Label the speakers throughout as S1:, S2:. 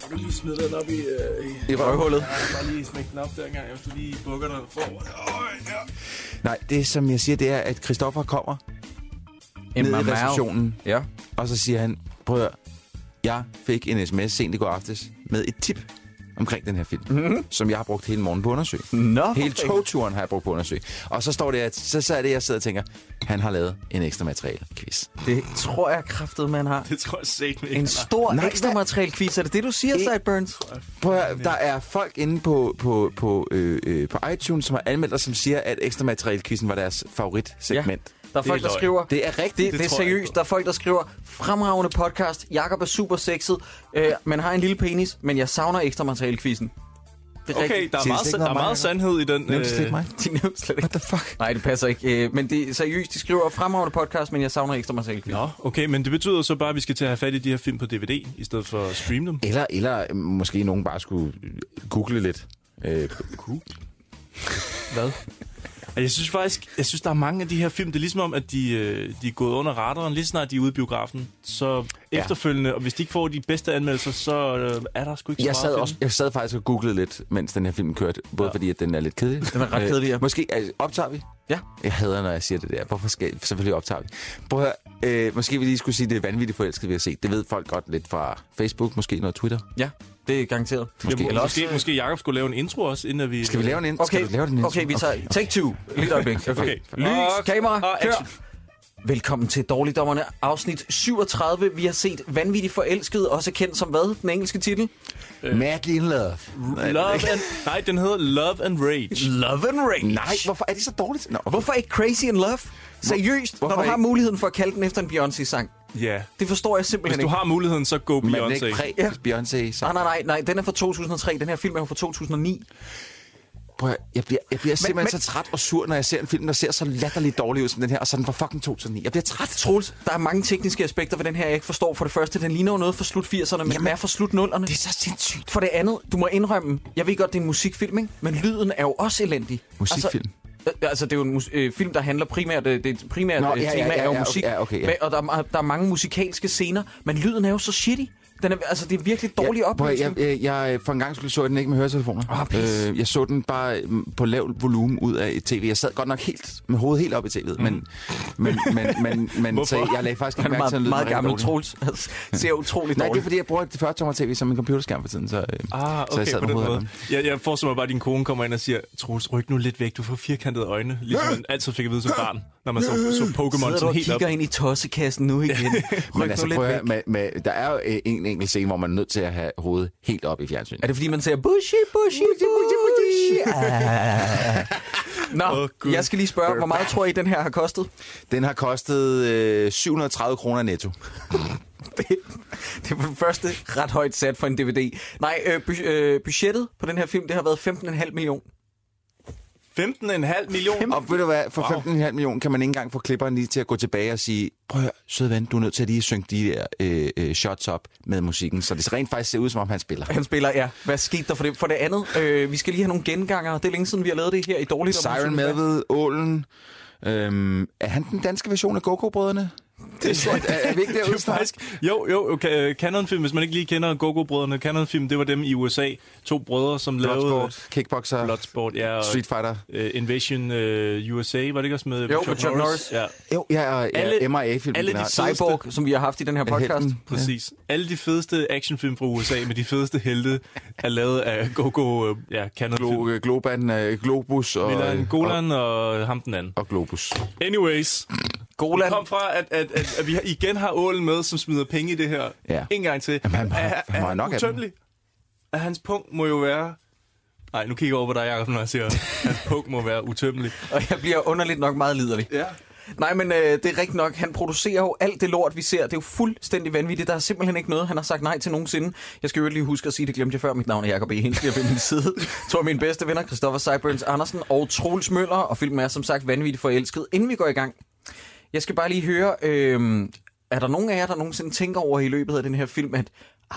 S1: Kan du lige smide den op i, øh, i,
S2: I røvhullet.
S1: bare lige smække den op der engang, hvis du lige bukker den forover. Øj, ja.
S2: Nej, det som jeg siger, det er, at Christoffer kommer Emma ned i receptionen,
S3: Ja.
S2: og så siger han, prøv at høre, jeg fik en sms sent i går aftes med et tip omkring den her film, mm-hmm. som jeg har brugt hele morgen på at undersøge.
S4: Nå,
S2: Hele
S4: for
S2: togturen har jeg brugt på at undersøge. Og så står det, at så, så er det, jeg sidder og tænker, han har lavet en ekstra materiale quiz.
S4: fanden. Det tror jeg kraftet, man har.
S1: Det tror jeg sæt ikke.
S4: En stor
S2: Nej,
S4: ekstra
S2: hvad-
S4: materiel quiz. Er det det, du siger,
S2: Ikke-
S4: Sideburns?
S2: Prøv at, høre, der er folk inde på, på, på, øh, øh, på iTunes, som har anmeldt os, som siger, at ekstra materiale quizzen var deres favoritsegment. Ja.
S4: Der er folk, der
S1: løgn.
S4: skriver...
S2: Det er rigtigt.
S4: Det, det, det er
S1: tror jeg
S4: seriøst.
S1: på.
S4: Der er folk, der skriver, fremragende podcast, Jakob er super sexet, øh, men har en lille penis, men jeg savner ekstra materialekvisen. Det er
S1: Okay,
S4: rigtigt.
S1: der er
S2: Siger
S1: meget,
S2: det ikke
S1: der er
S2: noget om
S1: meget
S2: mig,
S1: sandhed i den. øh,
S2: Nævnte slet ikke Øh, mig.
S4: De nævnte slet ikke.
S2: What the fuck?
S4: Nej, det passer ikke. Øh, men det er seriøst. De skriver, fremragende podcast, men jeg savner ekstra materialekvisen.
S1: Nå, okay, men det betyder så bare, at vi skal til at have fat i de her film på DVD, i stedet for at streame dem.
S2: Eller, eller øh, måske nogen bare skulle øh, google lidt. Øh,
S1: Hvad? Og jeg synes faktisk, jeg synes, der er mange af de her film, det er ligesom om, at de, øh, de er gået under radaren, lige snart de er ude i biografen. Så
S2: Ja.
S1: ja. efterfølgende, og hvis de ikke får de bedste anmeldelser, så øh, er der sgu ikke
S2: jeg,
S1: så meget
S2: sad
S1: at
S2: også,
S1: finde.
S2: jeg sad faktisk og googlede lidt, mens den her film kørte. Både ja. fordi, at den er lidt kedelig.
S4: Den er ret
S2: Øh,
S4: kedelig, ja.
S2: Måske altså, optager vi.
S4: Ja.
S2: Jeg hader, når jeg siger det der. Hvorfor skal jeg? Selvfølgelig optager vi. Prøv at høre, øh, måske vi lige skulle sige, det er vanvittigt forelsket, vi har set. Det ved folk godt lidt fra Facebook, måske noget Twitter.
S4: Ja, det er garanteret.
S2: Måske.
S1: Jamen,
S2: Eller
S1: måske, måske, måske Jacob skulle lave en intro også, inden at vi...
S2: Skal vi lave den ind?
S4: Okay,
S2: Skal du lave den ind?
S4: okay, vi tager okay. take two. Lidt øjeblik. Okay.
S1: Okay.
S4: Lys,
S1: Og-
S4: kamera,
S1: og
S4: kør.
S1: action.
S4: Velkommen til Dårligdommerne, afsnit 37. Vi har set Vanvittigt Forelsket, også kendt som hvad? Den engelske titel?
S2: Madly in love.
S1: Love and, nej, den hedder Love and Rage.
S4: Love and Rage.
S2: Nej, hvorfor er det så dårligt? Nå,
S4: Hvorfor ikke Crazy in Love? Seriøst,
S2: hvorfor
S4: når du har
S2: ikke?
S4: muligheden for at kalde den efter en Beyoncé-sang.
S1: Ja.
S4: Det forstår jeg
S1: Hvis
S4: simpelthen
S1: du
S4: ikke.
S1: har muligheden, så go
S2: Men er det ikke
S1: Beyoncé.
S2: præ
S4: Ja.
S2: Beyoncé. Så...
S4: Nej, nej, nej, nej, den er fra 2003. Den her film er jo fra 2009.
S2: Prøv at, høre, jeg bliver, jeg bliver simpelthen
S4: men-
S2: men... så træt og sur, når jeg ser en film, der ser så latterligt dårlig ud som den her, og så er den fra fucking 2009. Jeg bliver træt.
S4: Troels, der er mange tekniske aspekter ved den her, jeg ikke forstår. For det første, den ligner jo noget fra slut 80'erne, men den er fra slut 0'erne.
S2: Det er så sindssygt.
S4: For det andet, du må indrømme, jeg ved godt, det er en musikfilm, ikke? men lyden er jo også elendig.
S2: Musikfilm?
S4: Altså, øh, altså det er jo en mus- øh, film, der handler primært, øh, det primært Nå, ja, ja, tema ja, ja, er jo
S2: ja,
S4: musik,
S2: okay, ja, okay, ja.
S4: Med, og der, er ma- der er mange musikalske scener, men lyden er jo så shitty. Den er, altså, det er virkelig dårlig ja,
S2: Prøv at-
S4: opløsning.
S2: Jeg, jeg, jeg, for en gang skulle så jeg den ikke med høretelefoner. Øh,
S4: Åh, pis.
S2: jeg så den bare mm, på lav volumen ud af et tv. Jeg sad godt nok helt med hovedet helt op i tv'et, mm. men, men, men, men, men så
S1: Hvorfor?
S2: jeg lagde faktisk
S4: Han
S2: ikke
S4: er
S2: mærke til,
S4: meget,
S2: at lyden var
S4: meget
S2: rigtig
S4: gammel,
S2: dårlig.
S4: Troels. Altså, ser utroligt
S2: Nej, det er
S4: dårligt.
S2: fordi, jeg bruger et 40-tommer tv som en computerskærm for tiden, så, øh,
S1: Ah, okay,
S2: så jeg
S1: på
S2: sad med
S1: den
S2: hovedet
S1: måde. Jeg, jeg forestiller mig bare, at din kone kommer ind og siger, Troels, ryk nu lidt væk, du får firkantede øjne. Ligesom man altid fik at vide som barn, når man så, så Pokémon
S4: Sidder du
S1: sådan
S4: og
S1: helt op.
S4: kigger ind i tossekassen nu igen? Ryk
S2: Men
S4: nu
S2: altså,
S4: lidt
S2: prøv at,
S4: væk.
S2: høre, med, med, der er jo øh, en enkelt scene, hvor man er nødt til at have hovedet helt op i fjernsynet.
S4: Er det fordi, man siger bushy, bushy, bushy? Ah. Nå,
S1: Åh, Gud.
S4: jeg skal lige spørge, hvor meget tror I, den her har kostet?
S2: Den har kostet øh, 730 kroner netto.
S4: det, det er for det første ret højt sat for en DVD. Nej, øh, bu- øh, budgettet på den her film, det har været 15,5 millioner.
S1: 15,5 millioner.
S2: Og ved du hvad, for wow. 15,5 millioner kan man ikke engang få klipperen lige til at gå tilbage og sige, prøv at høre, søde ven, du er nødt til at lige synge de der øh, øh, shots op med musikken, så det rent faktisk ser ud, som om han spiller.
S4: Han spiller, ja. Hvad skete der for det? For det andet, øh, vi skal lige have nogle genganger. Det er længe siden, vi har lavet det her i dårligt.
S2: Siren Melville, Ålen, øhm, er han den danske version af GoGo-brødrene? Det er, er, er vi ikke
S1: Det er
S2: derude
S1: jo
S2: snart?
S1: faktisk, jo, jo, okay, Canonfilm, hvis man ikke lige kender Gogo-brødrene, Canonfilm, det var dem i USA, to brødre, som lavede
S2: Bloodsport, kickboxer,
S1: Bloodsport, ja, og
S2: Street Fighter.
S1: øh, Invasion øh, USA, var det ikke også med
S4: Jo, med Chuck Norris.
S1: Ja,
S2: Jo, ja, og ja,
S1: Alle-
S2: MIA-filmen.
S1: alle de
S4: Cyborg, som vi har haft i den her podcast.
S2: øh, Helten.
S1: præcis. Ja. Alle de fedeste actionfilm fra USA med de fedeste helte er lavet af Gogo, øh, ja, Canonfilm.
S2: Glo- Globan, øh, Globus og,
S1: Milan
S2: og,
S1: Golan og ham den anden.
S2: og Globus.
S1: Anyways,
S4: Golan.
S1: det kom fra, at, at, at, at vi igen har ålen med, som smider penge i det her.
S2: Ja.
S1: En gang til.
S2: Jamen, han har-
S1: Er- er
S2: han har nok af dem.
S1: utømmelig? Er hans punkt må jo være... Nej, nu kigger jeg over på dig, Jacob, når jeg siger, hans punkt må være utømmelig.
S4: Og jeg bliver underligt nok meget liderlig.
S1: Ja.
S4: Nej, men øh, det er rigtigt nok. Han producerer jo alt det lort, vi ser. Det er jo fuldstændig vanvittigt. Der er simpelthen ikke noget, han har sagt nej til nogensinde. Jeg skal jo lige huske at sige, det glemte jeg før. Mit navn er Jacob E. Hensley, og ved min side tror mine bedste venner, Christoffer Seiburns Andersen og Troels Møller. Og filmen er som sagt vanvittigt forelsket. Inden vi går i gang, jeg skal bare lige høre, øh, er der nogen af jer, der nogensinde tænker over i løbet af den her film, at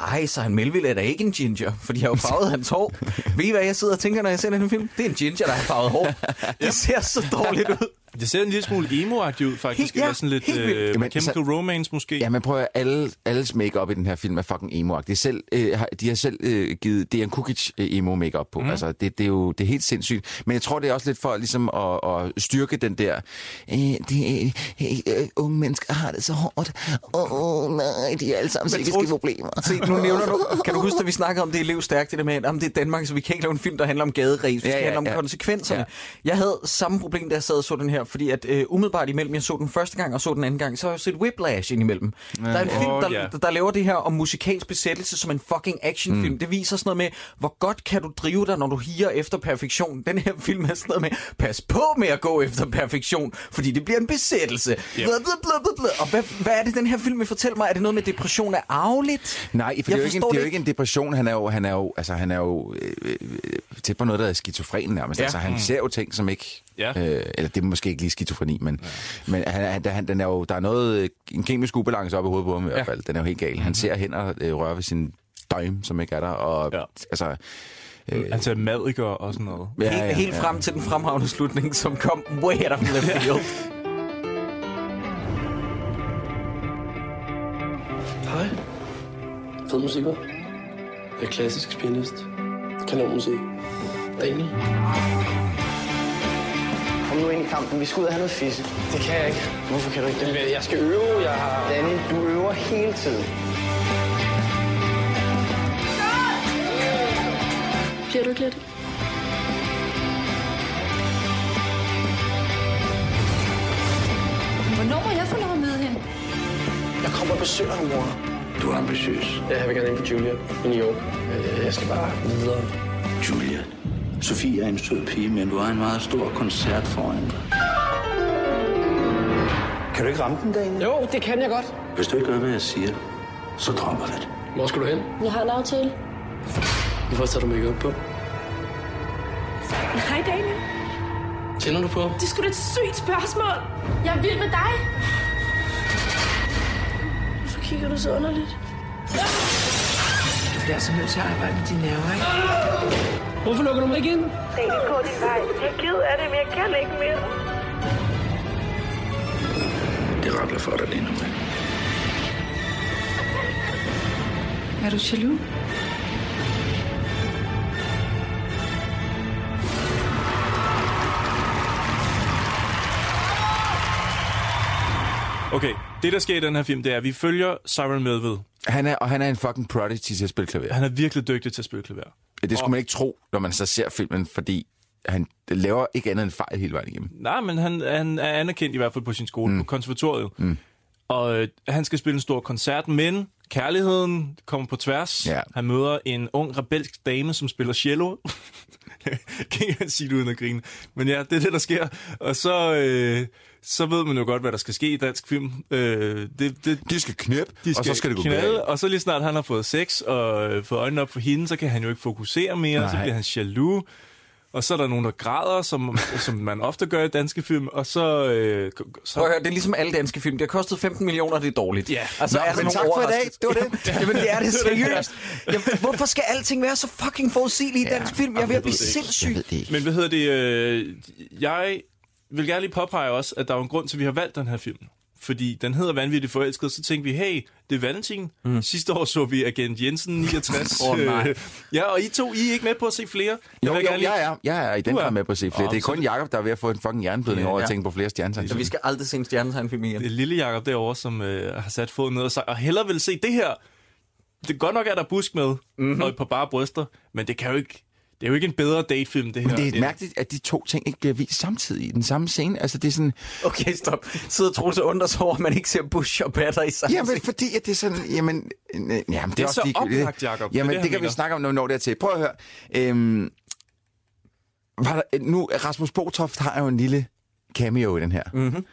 S4: ej, så han Melville er da ikke en ginger, fordi jeg har jo farvet hans hår. Ved I, hvad jeg sidder og tænker, når jeg ser den her film? Det er en ginger, der har farvet hår. Det ser så dårligt ud.
S1: Det ser en lille smule emo ud, faktisk.
S4: Helt-
S1: Helt,
S4: ja,
S1: ja, sådan lidt
S4: helt vildt.
S1: øh,
S2: Jamen, altså-
S1: Chemical
S2: så-
S1: Romance, måske.
S2: Ja, men prøv at høre, alle, alles makeup i den her film er fucking emo selv, øh, har- De har selv øh, givet Dejan Kukic øh, emo makeup på. Mm. Altså, det, det, er jo det er helt sindssygt. Men jeg tror, det er også lidt for ligesom at, at styrke den der... Øh, de, øh, øh, unge mennesker har det så hårdt. Åh, oh, nej, de har alle sammen psykiske
S4: Troels,
S2: problemer.
S4: Se, nu nævner du, kan du huske, at vi snakkede om det elevstærkt, det der med, at jamen, det er Danmark, så vi kan ikke lave en film, der handler om gaderæs, ja, ja, det handler om ja. konsekvenserne. Ja. Jeg havde samme problem, da jeg sad og så den her, fordi at øh, umiddelbart imellem, jeg så den første gang og så den anden gang, så har jeg set Whiplash indimellem. der er en film,
S1: Åh,
S4: der,
S1: ja.
S4: der, der laver det her om musikalsk besættelse som en fucking actionfilm. Mm. Det viser sådan noget med, hvor godt kan du drive dig, når du higer efter perfektion. Den her film er sådan noget med, pas på med at gå efter perfektion, fordi det bliver en besættelse. Yep. Bla, bla, bla, bla, bla. Og hvad, hvad er det, den her film vil fortælle mig? Er det noget med, at depression er arveligt?
S2: Nej, for det er,
S4: Jeg
S2: jo ikke en,
S4: forstår
S2: det er jo
S4: det
S2: ikke en depression. Han er jo, han er jo, altså, han er jo øh, øh, tæt på noget, der er skizofren nærmest.
S4: Ja.
S2: Ja. Altså, han ser jo ting, som ikke...
S1: Ja.
S2: Øh, eller det er måske ikke lige skizofreni, men, ja. men han, han, han, den er jo, der er noget, øh, en kemisk ubalance op i hovedet på ham i hvert fald. Den er jo helt gal. Han ser hænder øh, røre ved sin døgn, som ikke er der. Og, ja.
S1: Ja.
S2: altså,
S1: Altså madikker og sådan noget.
S2: ja,
S4: Helt,
S2: ja,
S4: helt
S2: ja.
S4: frem til den fremragende slutning, som kom way out of left field.
S5: Hej. Fed musik, hva'? Jeg er klassisk pianist. Kanonmusik. Daniel.
S6: Kom nu ind i kampen. Vi skal ud og have noget fisse.
S5: Det kan jeg ikke.
S6: Hvorfor kan du ikke det?
S5: Jamen, Jeg skal øve, jeg har...
S6: Danny, du øver hele tiden.
S7: Bliver du ikke lidt? Hvornår må jeg få lov at møde hende?
S6: Jeg kommer og besøger dig, mor.
S5: Du er ambitiøs. Jeg vil gerne ind på Julia i New York. Øh, Jeg skal bare videre.
S8: Julia, Sofie er en sød pige, men du har en meget stor koncert foran dig.
S6: Kan du ikke ramme den, Danny?
S5: Jo, det kan jeg godt.
S8: Hvis du ikke gør, hvad jeg siger, så dropper vi det.
S5: Hvor skal du hen?
S7: Jeg har en aftale.
S5: Hvorfor tager du mig op på?
S7: Hej, Daniel.
S5: Tænder du på?
S7: Det skulle sgu da et sygt spørgsmål. Jeg er vild med dig. Hvorfor kigger du så underligt?
S9: Du bliver så nødt til at arbejde med dine nerver, ikke?
S5: Hvorfor lukker du mig ikke ind?
S10: Daniel, gå din vej. Jeg er ked af det, men jeg kan ikke mere.
S8: Det rakler for dig lige nu. mand.
S9: Er du jaloux?
S1: Okay, det der sker i den her film, det er, at vi følger Siren Melville.
S2: Han er, og han er en fucking prodigy til at spille klaver.
S1: Han er virkelig dygtig til at spille klaver.
S2: Det skulle man ikke tro, når man så ser filmen, fordi han laver ikke andet end fejl hele vejen igennem.
S1: Nej, men han, han er anerkendt i hvert fald på sin skole, mm. på konservatoriet. Mm. Og øh, han skal spille en stor koncert, men kærligheden kommer på tværs.
S2: Ja.
S1: Han møder en ung rebelsk dame, som spiller cello. kan ikke sige det uden at grine. Men ja, det er det, der sker. Og så, øh, så ved man jo godt, hvad der skal ske i dansk film. Øh, det, det,
S2: De skal knæppe,
S1: de skal
S2: og så skal det gå
S1: knalde,
S2: galt.
S1: og så lige snart han har fået sex og øh, fået øjnene op for hende, så kan han jo ikke fokusere mere, Nej. så
S2: Nej.
S1: bliver han jaloux. Og så er der nogen, der græder, som, som man ofte gør i danske film, og så... Øh, så
S4: Prøv at høre, det er ligesom alle danske film. Det har kostet 15 millioner, og det er dårligt.
S1: Ja.
S4: Altså,
S2: Nå,
S4: er der
S2: men
S4: nogen
S2: tak for i dag.
S4: overraskelse?
S2: Det var det.
S4: Jamen, det er det seriøst. Jamen, hvorfor skal alting være så fucking forudsigeligt i dansk film? Jeg er ved at blive
S2: Jeg
S4: sindssyg.
S2: ved det ikke.
S1: Men hvad hedder det? Øh, jeg vil gerne lige påpege også, at der er jo en grund til, at vi har valgt den her film. Fordi den hedder Vanvittigt Forelsket, så tænkte vi, hey, det er Valentin. Mm. Sidste år så vi Agent Jensen 69.
S4: Åh, nej.
S1: Øh, ja, og I to, I er ikke med på at se flere?
S2: Jo,
S1: vil
S2: jo,
S1: gerne lige-
S2: jeg er, jeg er i den
S1: Du er.
S2: grad med på at se flere.
S1: Åh,
S2: det er
S1: så
S2: kun Jakob der er ved at få en fucking hjerneblødning
S4: Ja,
S2: over at
S4: ja.
S2: tænke på flere stjernetegn.
S4: Så vi skal aldrig se en stjernetegnfilm igen.
S1: Det er øh, lille Jakob derovre, som øh, har sat foden ned og sagt, og hellere vil se det her. Det er godt nok, at der er busk med,
S2: Mhm.
S1: mm-hmm. og et par bare bryster, men det kan jo ikke... Det er jo ikke en bedre datefilm, det her.
S2: Men det er
S1: end-
S2: mærkeligt, at de to ting ikke bliver vist samtidig i den samme scene. Altså, det er sådan...
S4: Okay, stop. Sidder Troels og undrer sig over, at man ikke ser Bush og Batter i samme
S2: Jamen,
S4: scene.
S2: fordi at det er sådan... Jamen, øh, jamen, det, er,
S1: altså. er
S2: også
S1: så
S2: ligegyldigt.
S1: oplagt, Jacob. Det er det,
S2: Jamen, det,
S1: han
S2: det kan vi
S1: mener.
S2: snakke om, når vi når dertil. Prøv at høre. Øhm,
S1: Mhm.
S2: var der, nu, Rasmus Botoft har jo en lille cameo i den her. Mm-hmm.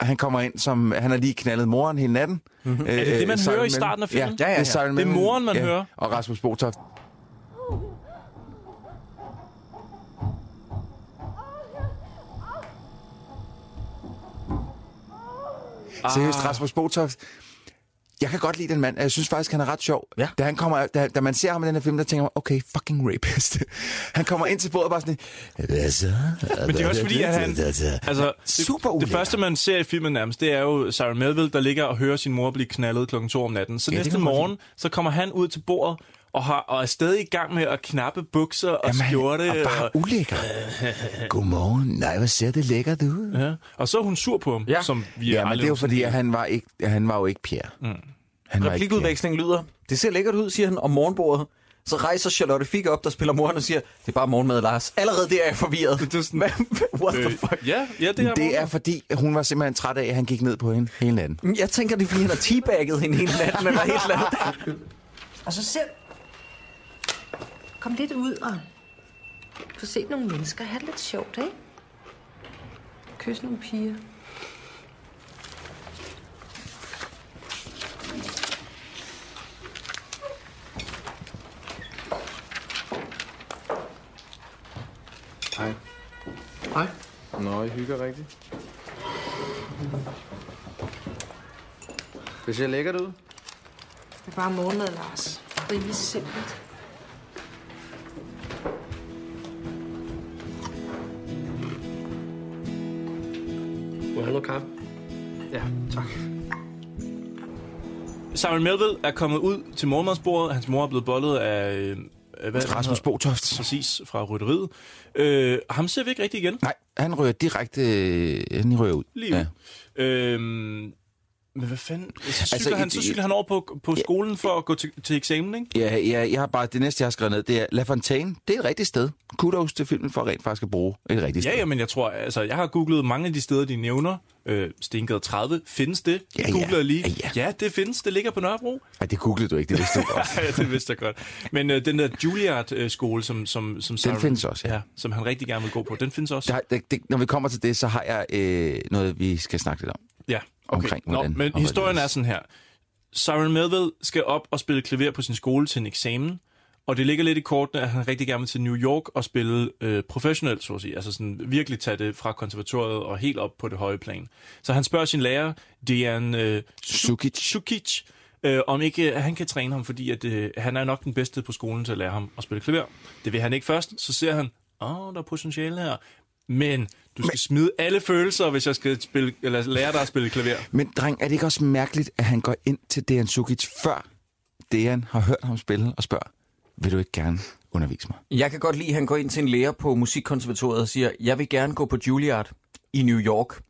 S2: han kommer ind som... Han har lige knaldet moren hele natten. Mm-hmm.
S1: Mhm. Er det det, man hører i starten af filmen?
S2: Ja, ja, ja, ja.
S1: Det er
S2: Simon Mellem.
S1: moren, man hører.
S2: Og Rasmus Botoft.
S1: Ah.
S2: Seriøst, Rasmus Botoft. Jeg kan godt lide den mand, og jeg synes faktisk, han er ret sjov.
S4: Ja.
S2: Da, han kommer, da, da man ser ham i den her film, der tænker man, okay, fucking rapist. Han kommer ind til bordet og bare sådan, hvad så?
S1: Men det er også fordi, at han... Altså,
S2: Super
S1: det, det
S2: ulækker.
S1: første, man ser i filmen nærmest, det er jo Sarah Melville, der ligger og hører sin mor blive knaldet klokken 2 om natten. Så
S2: Ja,
S1: ja,
S2: det
S1: næste
S2: kan man godt
S1: morgen, så kommer han ud til bordet og, har, og er stadig i gang med at knappe bukser og
S2: Jamen,
S1: Jamen,
S2: han
S1: skjorte.
S2: er bare
S1: og,
S2: ulækker. Godmorgen. Nej, hvor ser det lækkert ud.
S1: ja. og så er hun sur på ham, ja. som vi aldrig
S2: Ja, men det er jo
S1: nogensinde-
S2: fordi, at han var, ikke, han var jo ikke Pierre. Mm. Han var ikke Pierre.
S4: Replikudvekslingen lyder, det ser lækkert ud, siger han om morgenbordet. Så rejser Charlotte Fick op, der spiller moren og siger, det er bare morgenmad, Lars. Allerede der er jeg forvirret. Det er sådan, What the fuck?
S1: Øh, ja, ja, det er,
S2: Det er fordi, at hun var simpelthen træt af, at han gik ned på hende hele natten.
S4: Men Jeg tænker, det er, fordi han har teabagget hende hele natten, eller helt eller andet.
S11: Og så selv. Kom lidt ud og få set nogle mennesker. Ha' det lidt sjovt, ikke? Kys nogle piger.
S5: Hej. Hej. Nå, I hygger rigtigt. Det ser lækkert ud.
S11: Det er bare morgenmad, Lars. Rimelig simpelt.
S5: Må jeg have noget kaffe? Ja, tak.
S1: Simon Melville er kommet ud til morgenmadsbordet. Hans mor er blevet bollet af... øh, Hvad er det, han
S2: Rasmus
S1: hedder?
S2: Botoft.
S1: Præcis, fra rytteriet. Øh, ham ser vi ikke rigtig igen.
S2: Nej, han rører direkte øh, han rører ud.
S1: Lige ja. øhm, men hvad fanden? Så cykler,
S2: Altså,
S1: altså, han,
S2: i-
S1: så
S2: i-
S1: cykler han over på, på skolen for at gå til, til eksamen, ikke?
S2: Ja, ja, jeg har bare, det næste, jeg har skrevet ned, det er La Fontaine. Det er et rigtigt sted. Kudos til filmen for rent faktisk at bruge et rigtigt sted.
S1: Ja, ja, men jeg tror, altså, jeg har googlet mange af de steder, de nævner. Øh, Stengade 30, findes det?
S2: Ja, ja.
S1: Jeg googlede lige.
S2: Ja, ja.
S1: ja, det findes, det ligger på Nørrebro.
S2: Ej, det googlede du ikke, det vidste du godt.
S1: ja, det vidste jeg godt. Men øh, den der Juilliard-skole, som, som, som Sarah-
S2: findes også, ja.
S1: ja. som han rigtig gerne vil gå på, den findes også.
S2: Der, der, det, når vi kommer til det, så har jeg øh, noget, vi skal snakke lidt om.
S1: Ja,
S2: omkring,
S1: Nå,
S2: hvordan-
S1: men
S2: og
S1: historien er
S2: hvorledes.
S1: sådan her. Siren Melville skal op og spille klaver på sin skole til en eksamen, og det ligger lidt i kortene, at han rigtig gerne vil til New York og spille øh, professionelt, så at sige. Altså sådan virkelig tage det fra konservatoriet og helt op på det høje plan. Så han spørger sin lærer, Dian øh,
S2: Sukic.
S1: Sukic øh, om ikke øh, han kan træne ham, fordi at, øh, han er nok den bedste på skolen til at lære ham at spille klaver. Det vil han ikke først, så ser han, åh, oh, der er potentiale her. Men du skal Men... smide alle følelser, hvis jeg skal spille, eller lære dig at spille klaver.
S2: Men dreng, er det ikke også mærkeligt, at han går ind til Dejan Sukic, før Dejan har hørt ham spille og spørger, vil du ikke gerne undervise mig?
S4: Jeg kan godt lide, at han går ind til en lærer på Musikkonservatoriet og siger, jeg vil gerne gå på Juilliard i New York.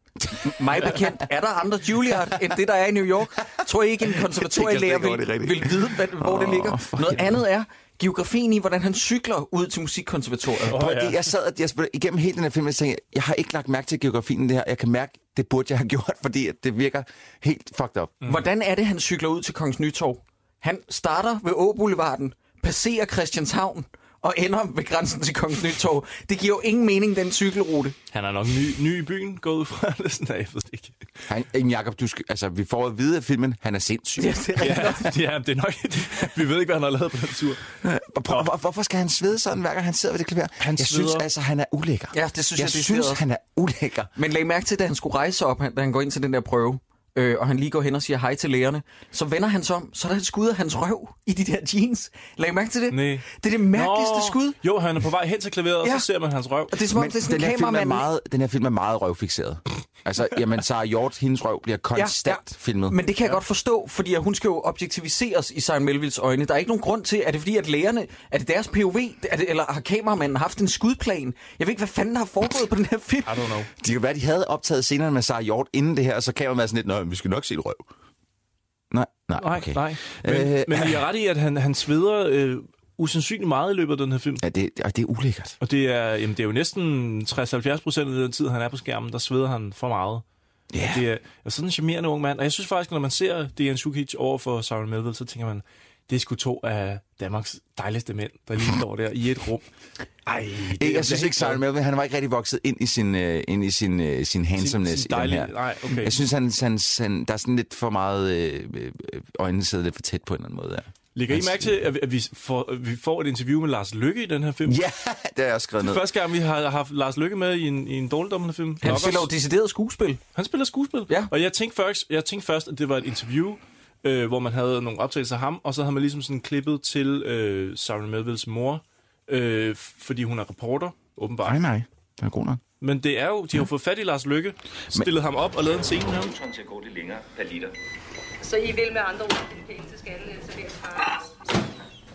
S4: Mig bekendt, er der andre Juilliard end det, der er i New York? Tror I ikke, en konservatorielærer
S2: Jeg tænker slet ikke over
S4: vil,
S2: det rigtigt.
S4: vil vide, hvad, hvor det
S2: Åh,
S4: ligger?
S2: fuck
S4: Noget
S2: ja.
S4: andet er geografien i, hvordan han cykler ud til Musikkonservatoriet.
S2: Oh, ja. Jeg sad og jeg spurgte igennem hele den her film, og jeg tænkte, jeg har ikke lagt mærke til geografien i det her. Jeg kan mærke, det burde jeg have gjort, fordi at det virker helt fucked up.
S4: Hvordan er det, han cykler ud til Kongens Nytorv? Han starter ved Åboulevarden, passerer Christianshavn og ender ved grænsen til Kongens Nytorv. Det giver jo ingen mening, den cykelrute.
S1: Han er nok ny, ny i byen, gået ud fra det. er Sådan, nej, jeg ved det ikke.
S2: Han, Jamen, Jacob, du skal, altså, vi får at vide af filmen, han er sindssyg.
S4: Ja, det er rigtigt.
S1: Ja, ja, det er nok Vi ved ikke, hvad han har lavet på den tur.
S2: Og prøv, hvor, hvorfor skal han svede sådan, hver gang han sidder ved det klaver? Han jeg
S1: sveder.
S2: synes altså, han er ulækker.
S4: Ja, det synes jeg,
S2: jeg
S4: det er
S2: synes,
S4: også.
S2: han er ulækker.
S4: Men lag mærke til, da han skulle rejse op, han- da han går ind til den der prøve, øh, og han lige går hen og siger hej til lærerne, så vender han sig om, så er der et skud af hans røv i de der jeans. Lag mærke til det.
S1: Nej.
S4: Det er det mærkeligste Nå. skud.
S1: Jo, han er på vej hen til klaveret, ja.
S4: Ja.
S1: og så ser man hans røv.
S4: Og det er som om, det er sådan
S2: den, her
S4: en
S2: film er
S4: kameramand.
S2: meget, den her film er meget røvfixeret. Altså, jamen, Sarah Hjort, hendes røv bliver konstant ja, ja. filmet.
S4: Men det kan jeg ja. godt forstå, fordi at hun skal jo objektiviseres i Søren Melvilles øjne. Der er ikke nogen grund til, er det fordi, at lægerne, er det deres POV, er det, eller har kameramanden haft en skudplan? Jeg ved ikke, hvad fanden der har foregået på den her film.
S1: I don't know.
S2: Det kan være, de havde optaget scenerne med Sarah Hjort inden det her, og så kan man være sådan lidt, nej, vi skal nok se et røv. Nej, nej,
S1: Nej,
S2: okay.
S1: nej. Men,
S2: Øh,
S1: øh, men I er ret i, at han, han sveder øh, usandsynligt meget i løbet af den her film.
S2: Ja, det, og det er ulækkert.
S1: Og det er, jamen, det er jo næsten 60-70 procent af den tid, han er på skærmen, der sveder han for meget.
S2: Ja.
S1: Det er, er sådan en charmerende ung mand. Og jeg synes faktisk, når man ser Dejan Sukic over for Sarah Melville, så tænker man, Det er sgu to af Danmarks dejligste mænd, der lige står der i et rum. Ej, det
S2: Ikke, jeg synes ikke, Simon Melvin, han var ikke rigtig vokset ind i sin, øh, ind i sin, øh, sin handsomeness
S1: sin
S2: i den
S1: dejlige-
S2: her.
S1: nej, okay.
S2: Jeg synes, han, han, han, der er sådan lidt for meget... Øh, øh, øjnene sidder lidt for tæt på en eller anden måde. Ja.
S1: Lægger I
S2: Hans-
S1: mærke til, at vi- at vi får, at vi får et interview med Lars Lykke i den her film?
S2: Ja, det har jeg også skrevet
S1: Det er
S2: ned.
S1: første gang, vi har haft Lars Lykke med i en, i en dårligdommende film.
S4: Han spiller jo decideret skuespil.
S1: Han spiller skuespil. Ja. Og jeg tænkte, først, jeg tænkte først, at det var et interview, øh, hvor man havde nogle optagelser af ham, og så havde man ligesom sådan klippet til øh, Sarah Melvilles mor, øh, f- fordi hun er reporter, åbenbart.
S2: Nej, nej. Den er god nok.
S1: Men det er jo, de har jo fået fat i Lars Lykke, stillet ham op og lavet en scene med ham.
S12: Motoren til at gå lidt længere per liter.
S13: Så I vil med andre ord give penge til skattelettelser ved at spare?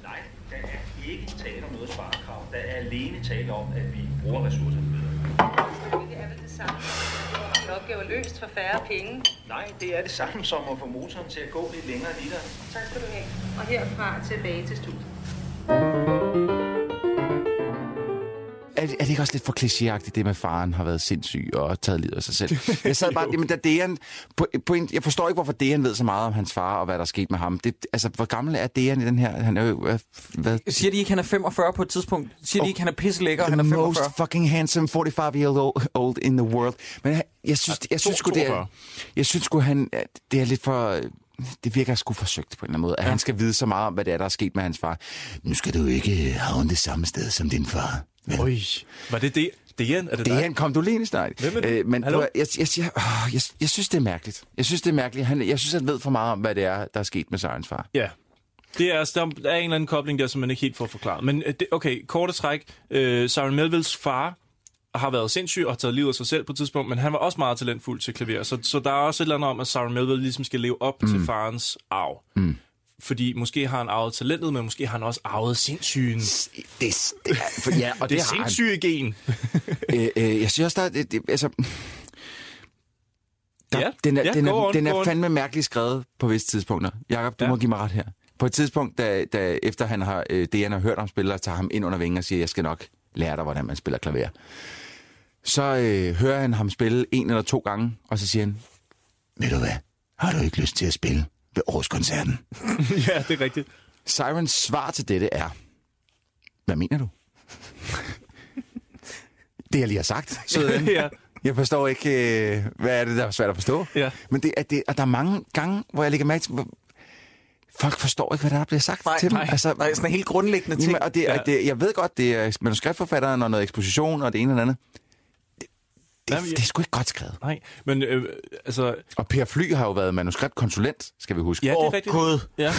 S12: Nej, der er ikke tale om noget sparekrav. Der er alene tale om, at vi bruger ressourcerne bedre.
S13: Det er vel det samme. En opgave løst for færre penge.
S12: Nej, det er det samme som at få motoren til at gå lidt længere i literen.
S13: Tak skal du have. Og herfra tilbage til studiet.
S2: Er, det- er det ikke også lidt for klichéagtigt, det med at faren har været sindssyg og har taget livet af sig selv? Jeg sad bare, jamen, da Dejan, på, på en, jeg forstår ikke, hvorfor Dejan ved så meget om hans far og hvad der er sket med ham. Det, altså, hvor gammel er Dejan i den her? Han er jo, hvad, hvad
S4: Siger de ikke, han er 45 på et tidspunkt? Siger de ikke, han er pisselækker, og han er
S2: Oh. the
S4: 45?
S2: most fucking handsome 45-year-old in the world. Men jeg- jeg synes, jeg synes sgu, det er,
S4: 42.
S2: jeg synes sgu, han, at det er lidt for... Det virker sgu forsøgt på en eller anden måde, at ja. han skal vide så meget om, hvad det er, der er sket med hans far. Nu skal du ikke havne det samme sted som din far.
S1: Øj, var det det? Dejan, er det,
S2: Det er en kondolenes, nej.
S1: Hvem er det?
S2: Øh, men
S1: Hallo?
S2: jeg, jeg, jeg, siger- åh, jeg, jeg, synes, det er mærkeligt. Jeg synes, det er mærkeligt. Han, jeg synes, han ved for meget om, hvad det er, der er sket med Sørens far.
S1: Ja. Det er, altså, der er en eller anden kobling der, som man ikke helt får forklaret. Men øh, det, okay, korte træk. Øh, Sarah Melvilles far har været sindssyg og har taget livet af sig selv på et tidspunkt, men han var også meget talentfuld til klaver. Så, så der er også et eller andet om, at Sarah Melville ligesom skal leve op mm. til farens arv. Mm. Fordi måske har han arvet talentet, men måske har han også arvet sindssygen. Det,
S2: det, det, for, ja,
S1: det
S2: og det
S1: er
S2: har han.
S1: sindssyge gen.
S2: øh, øh, jeg synes også, der er... Det, det, altså, der,
S1: Ja.
S2: den er,
S1: Ja,
S2: den, er,
S1: go on,
S2: den
S1: go
S2: er
S1: on.
S2: fandme mærkeligt skrevet på visse tidspunkter. Jakob, du ja. må give mig ret her. På et tidspunkt, da, da efter han har, øh, det, han har hørt om spiller, tager ham ind under vingen og siger, jeg skal nok lære dig, hvordan man spiller klaver. Så øh, hører han ham spille en eller to gange, og så siger han, ved du hvad, har du ikke lyst til at spille ved årskoncerten?
S1: ja, det er rigtigt.
S2: Sirens svar til dette er, hvad mener du? det, jeg lige har sagt. søde ven.
S1: Ja.
S2: Jeg forstår ikke, øh, hvad er det, der er svært at forstå.
S1: Ja.
S2: Men det, er det, og der er mange gange, hvor jeg lægger mærke til, hvor folk forstår ikke, hvad der bliver sagt
S4: Nej,
S2: til dem.
S4: nej, nej, sådan helt grundlæggende ting.
S2: Jamen, Og det, ja. og det, jeg ved godt, det er manuskriptforfatteren og noget eksposition og det ene og det andet. Det, det, det er sgu ikke godt skrevet.
S1: Nej, men øh, altså...
S2: Og Per Fly har jo været manuskriptkonsulent, skal vi huske.
S1: Ja, det er rigtigt. Ja.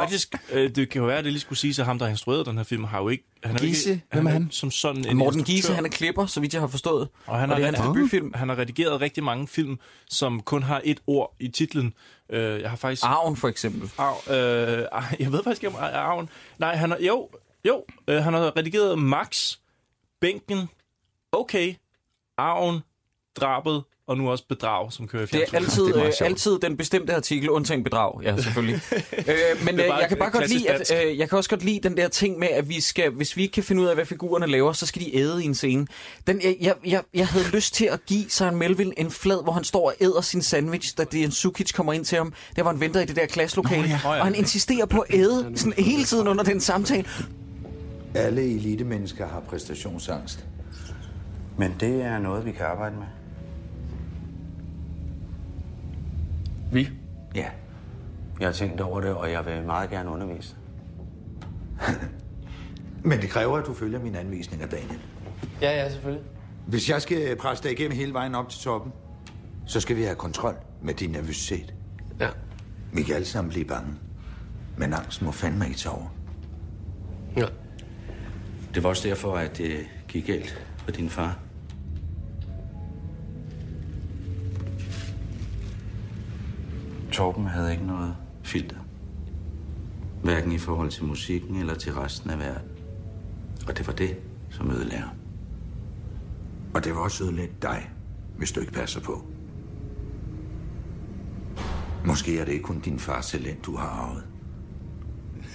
S1: Faktisk, øh, det kan jo være, at det lige skulle sige, at ham, der har instrueret den her film, har jo ikke... Han er jo
S2: Giese?
S1: ikke,
S2: Hvem er
S1: jo
S2: han?
S1: ikke Som sådan en
S4: Morten
S1: instruktør.
S4: Giese, han er klipper, så vidt jeg har forstået.
S1: Og han, har,
S4: og det er
S1: han,
S4: hans
S1: har,
S4: debutfilm.
S1: debutfilm. han har redigeret rigtig mange film, som kun har et ord i titlen. Øh, jeg har faktisk...
S4: Arven, for eksempel.
S1: Arv, øh, ej, jeg ved faktisk ikke, om Ar- Arven... Nej, han har... Jo, jo. Øh, han har redigeret Max, Bænken, Okay, Arven, Drabet, og nu også Bedrag, som kører i
S4: Det er
S1: fjernsynet.
S4: altid, øh, altid den bestemte artikel, undtagen bedrag, ja, selvfølgelig. øh, men
S1: Det
S4: øh,
S1: er bare
S4: jeg kan bare
S1: et
S4: godt lide,
S1: klassisk
S4: at, øh, jeg kan også godt lide den der ting med, at vi skal, hvis vi ikke kan finde ud af, hvad figurerne laver, så skal de æde i en scene. Den, jeg, jeg, jeg, jeg havde lyst til at give Søren Melville en flad, hvor han står og æder sin sandwich, da Dejan Sukic kommer ind til ham, der var han venter i det der klasselokale,
S14: Nå, ja.
S4: og han insisterer på at æde sådan, hele tiden under den samtale.
S14: Alle elitemennesker har præstationsangst. Men det er noget, vi kan arbejde med.
S6: Vi?
S14: Ja.
S6: Jeg har tænkt over det, og jeg vil meget gerne undervise.
S14: Men det kræver, at du følger mine anvisninger, Daniel.
S6: Ja, ja, selvfølgelig.
S14: Hvis jeg skal presse dig igennem hele vejen op til toppen, så skal vi have kontrol med din nervøsitet.
S6: Ja.
S14: Vi kan alle sammen blive bange. Men angsten må fandme ikke tage over.
S6: Ja. Det var også derfor, at det gik galt for din far. Torben havde ikke noget filter. Hverken i forhold til musikken eller til resten af verden. Og det var det, som ødelagde ham.
S14: Og det vil også ødelægge dig, hvis du ikke passer på. Måske er det ikke kun din fars talent, du har arvet.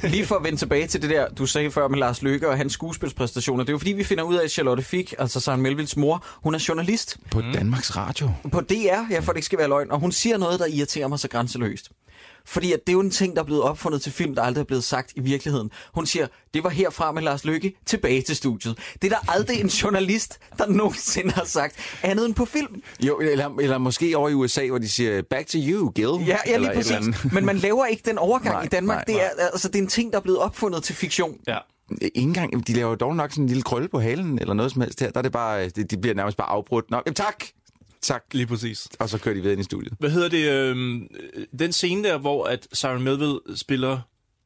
S4: Lige for at vende tilbage til det der, du sagde før med Lars Løkke og hans skuespilspræstationer. Det er jo fordi, vi finder ud af, at Charlotte Fick, altså Søren Melvilles mor, hun er journalist.
S2: Mm. På Danmarks Radio.
S4: På DR, ja, for det ikke skal være løgn. Og hun siger noget, der irriterer mig så grænseløst. Fordi at det er jo en ting, der er blevet opfundet til film, der aldrig er blevet sagt i virkeligheden. Hun siger, det var herfra med Lars Lykke tilbage til studiet. Det er der aldrig en journalist, der nogensinde har sagt andet end på film.
S2: Jo, eller, eller måske over i USA, hvor de siger, back to you, Gil.
S4: Ja, ja lige
S2: Eller et eller
S4: præcis.
S2: andet.
S4: Men man laver ikke den overgang
S2: Nej,
S4: i Danmark.
S2: nej,
S4: det, er, Altså, det er en ting, der er blevet opfundet til fiktion.
S1: Ja.
S2: Ikke engang, de laver jo dog nok sådan en lille krølle på halen, eller noget som helst her. Der er det bare, øh, det, de bliver nærmest bare afbrudt. Nå, jamen tak! Tak.
S1: Lige præcis.
S2: Og så kører de videre ind i studiet.
S1: Hvad hedder det? øhm, Øh, den scene der, hvor at Siren Melville spiller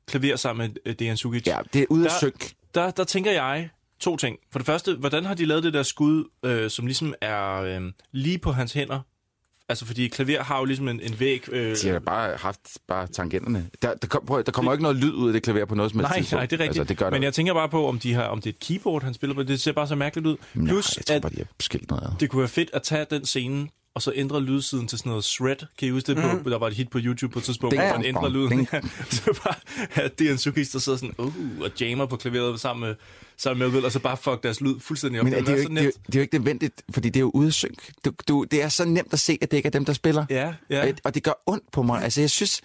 S1: klaver sammen med øh, Dejan Sukic. Ja,
S2: det er ude
S1: der,
S2: af sync.
S1: Der, der tænker jeg to ting. For det første, hvordan har de lavet det der skud, øh, som ligesom er øh, lige på hans hænder? Altså, fordi klaver har jo ligesom en, en væg... Øh,
S2: De har bare haft bare tangenterne. Der, der, kom, prøv, at- der kommer jo ikke noget lyd ud af det klaver på noget som helst
S1: Nej,
S2: tidspunkt.
S1: nej, det er rigtigt.
S2: Altså, det gør
S1: Men
S2: der.
S1: jeg tænker bare på, om, de har, om det er et keyboard, han spiller på. Det ser bare så mærkeligt ud.
S2: Nej,
S1: Plus,
S2: jeg tror bare, de har skilt noget ad.
S1: Det kunne være fedt at tage den scene, og så ændre lydsiden til sådan noget shred. Kan I huske det?
S2: Mhm.
S1: Mm. På, der var et hit på YouTube på et tidspunkt,
S2: Ding,
S1: hvor man
S2: dong,
S1: ændrer
S2: dong,
S1: lyden.
S2: ding.
S1: så bare at Dejan Sukis, der sidder sådan, uh, og jammer på klaveret sammen med, sammen med Melville, og så bare fuck deres lyd fuldstændig op.
S2: Men er
S1: ville
S2: det, er jo
S1: være
S2: ikke,
S1: så nemt.
S2: det, er jo, det er jo ikke nødvendigt, fordi det er jo ude af synk. Du, du, det er så nemt at se, at det ikke er dem, der spiller.
S1: Ja, ja.
S2: Og, og det gør ondt på mig. Altså, jeg synes...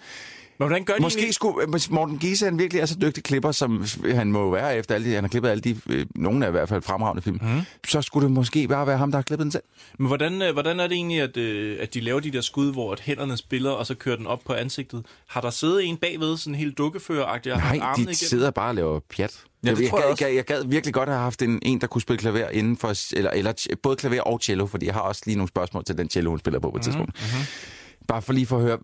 S1: Men hvordan gør de
S2: Måske
S1: egentlig-
S2: skulle øh, Morten Giese, han virkelig er så dygtig klipper, som han må jo være efter alle de, han har klippet alle de, øh, nogle af i hvert fald fremragende film.
S1: Mhm.
S2: Mm. Så skulle det måske bare være ham, der har klippet den selv.
S1: Men hvordan, øh, hvordan er det egentlig, at, øh, at de laver de der skud, hvor at hænderne spiller, og så kører den op på ansigtet? Har der siddet en bagved, sådan helt dukkefører-agtig, og haft
S2: Nej, de
S1: armene igennem?
S2: sidder bare og laver pjat.
S1: Ja, det
S2: jeg,
S1: tror jeg
S2: gad,
S1: også.
S2: gad, jeg gad virkelig godt have haft en, en der kunne spille klaver inden for, eller, eller t- både klaver og cello, fordi jeg har også lige nogle spørgsmål til den cello, hun spiller
S1: Mhm,
S2: på på et tidspunkt. Mm-hmm. Bare for lige for at høre,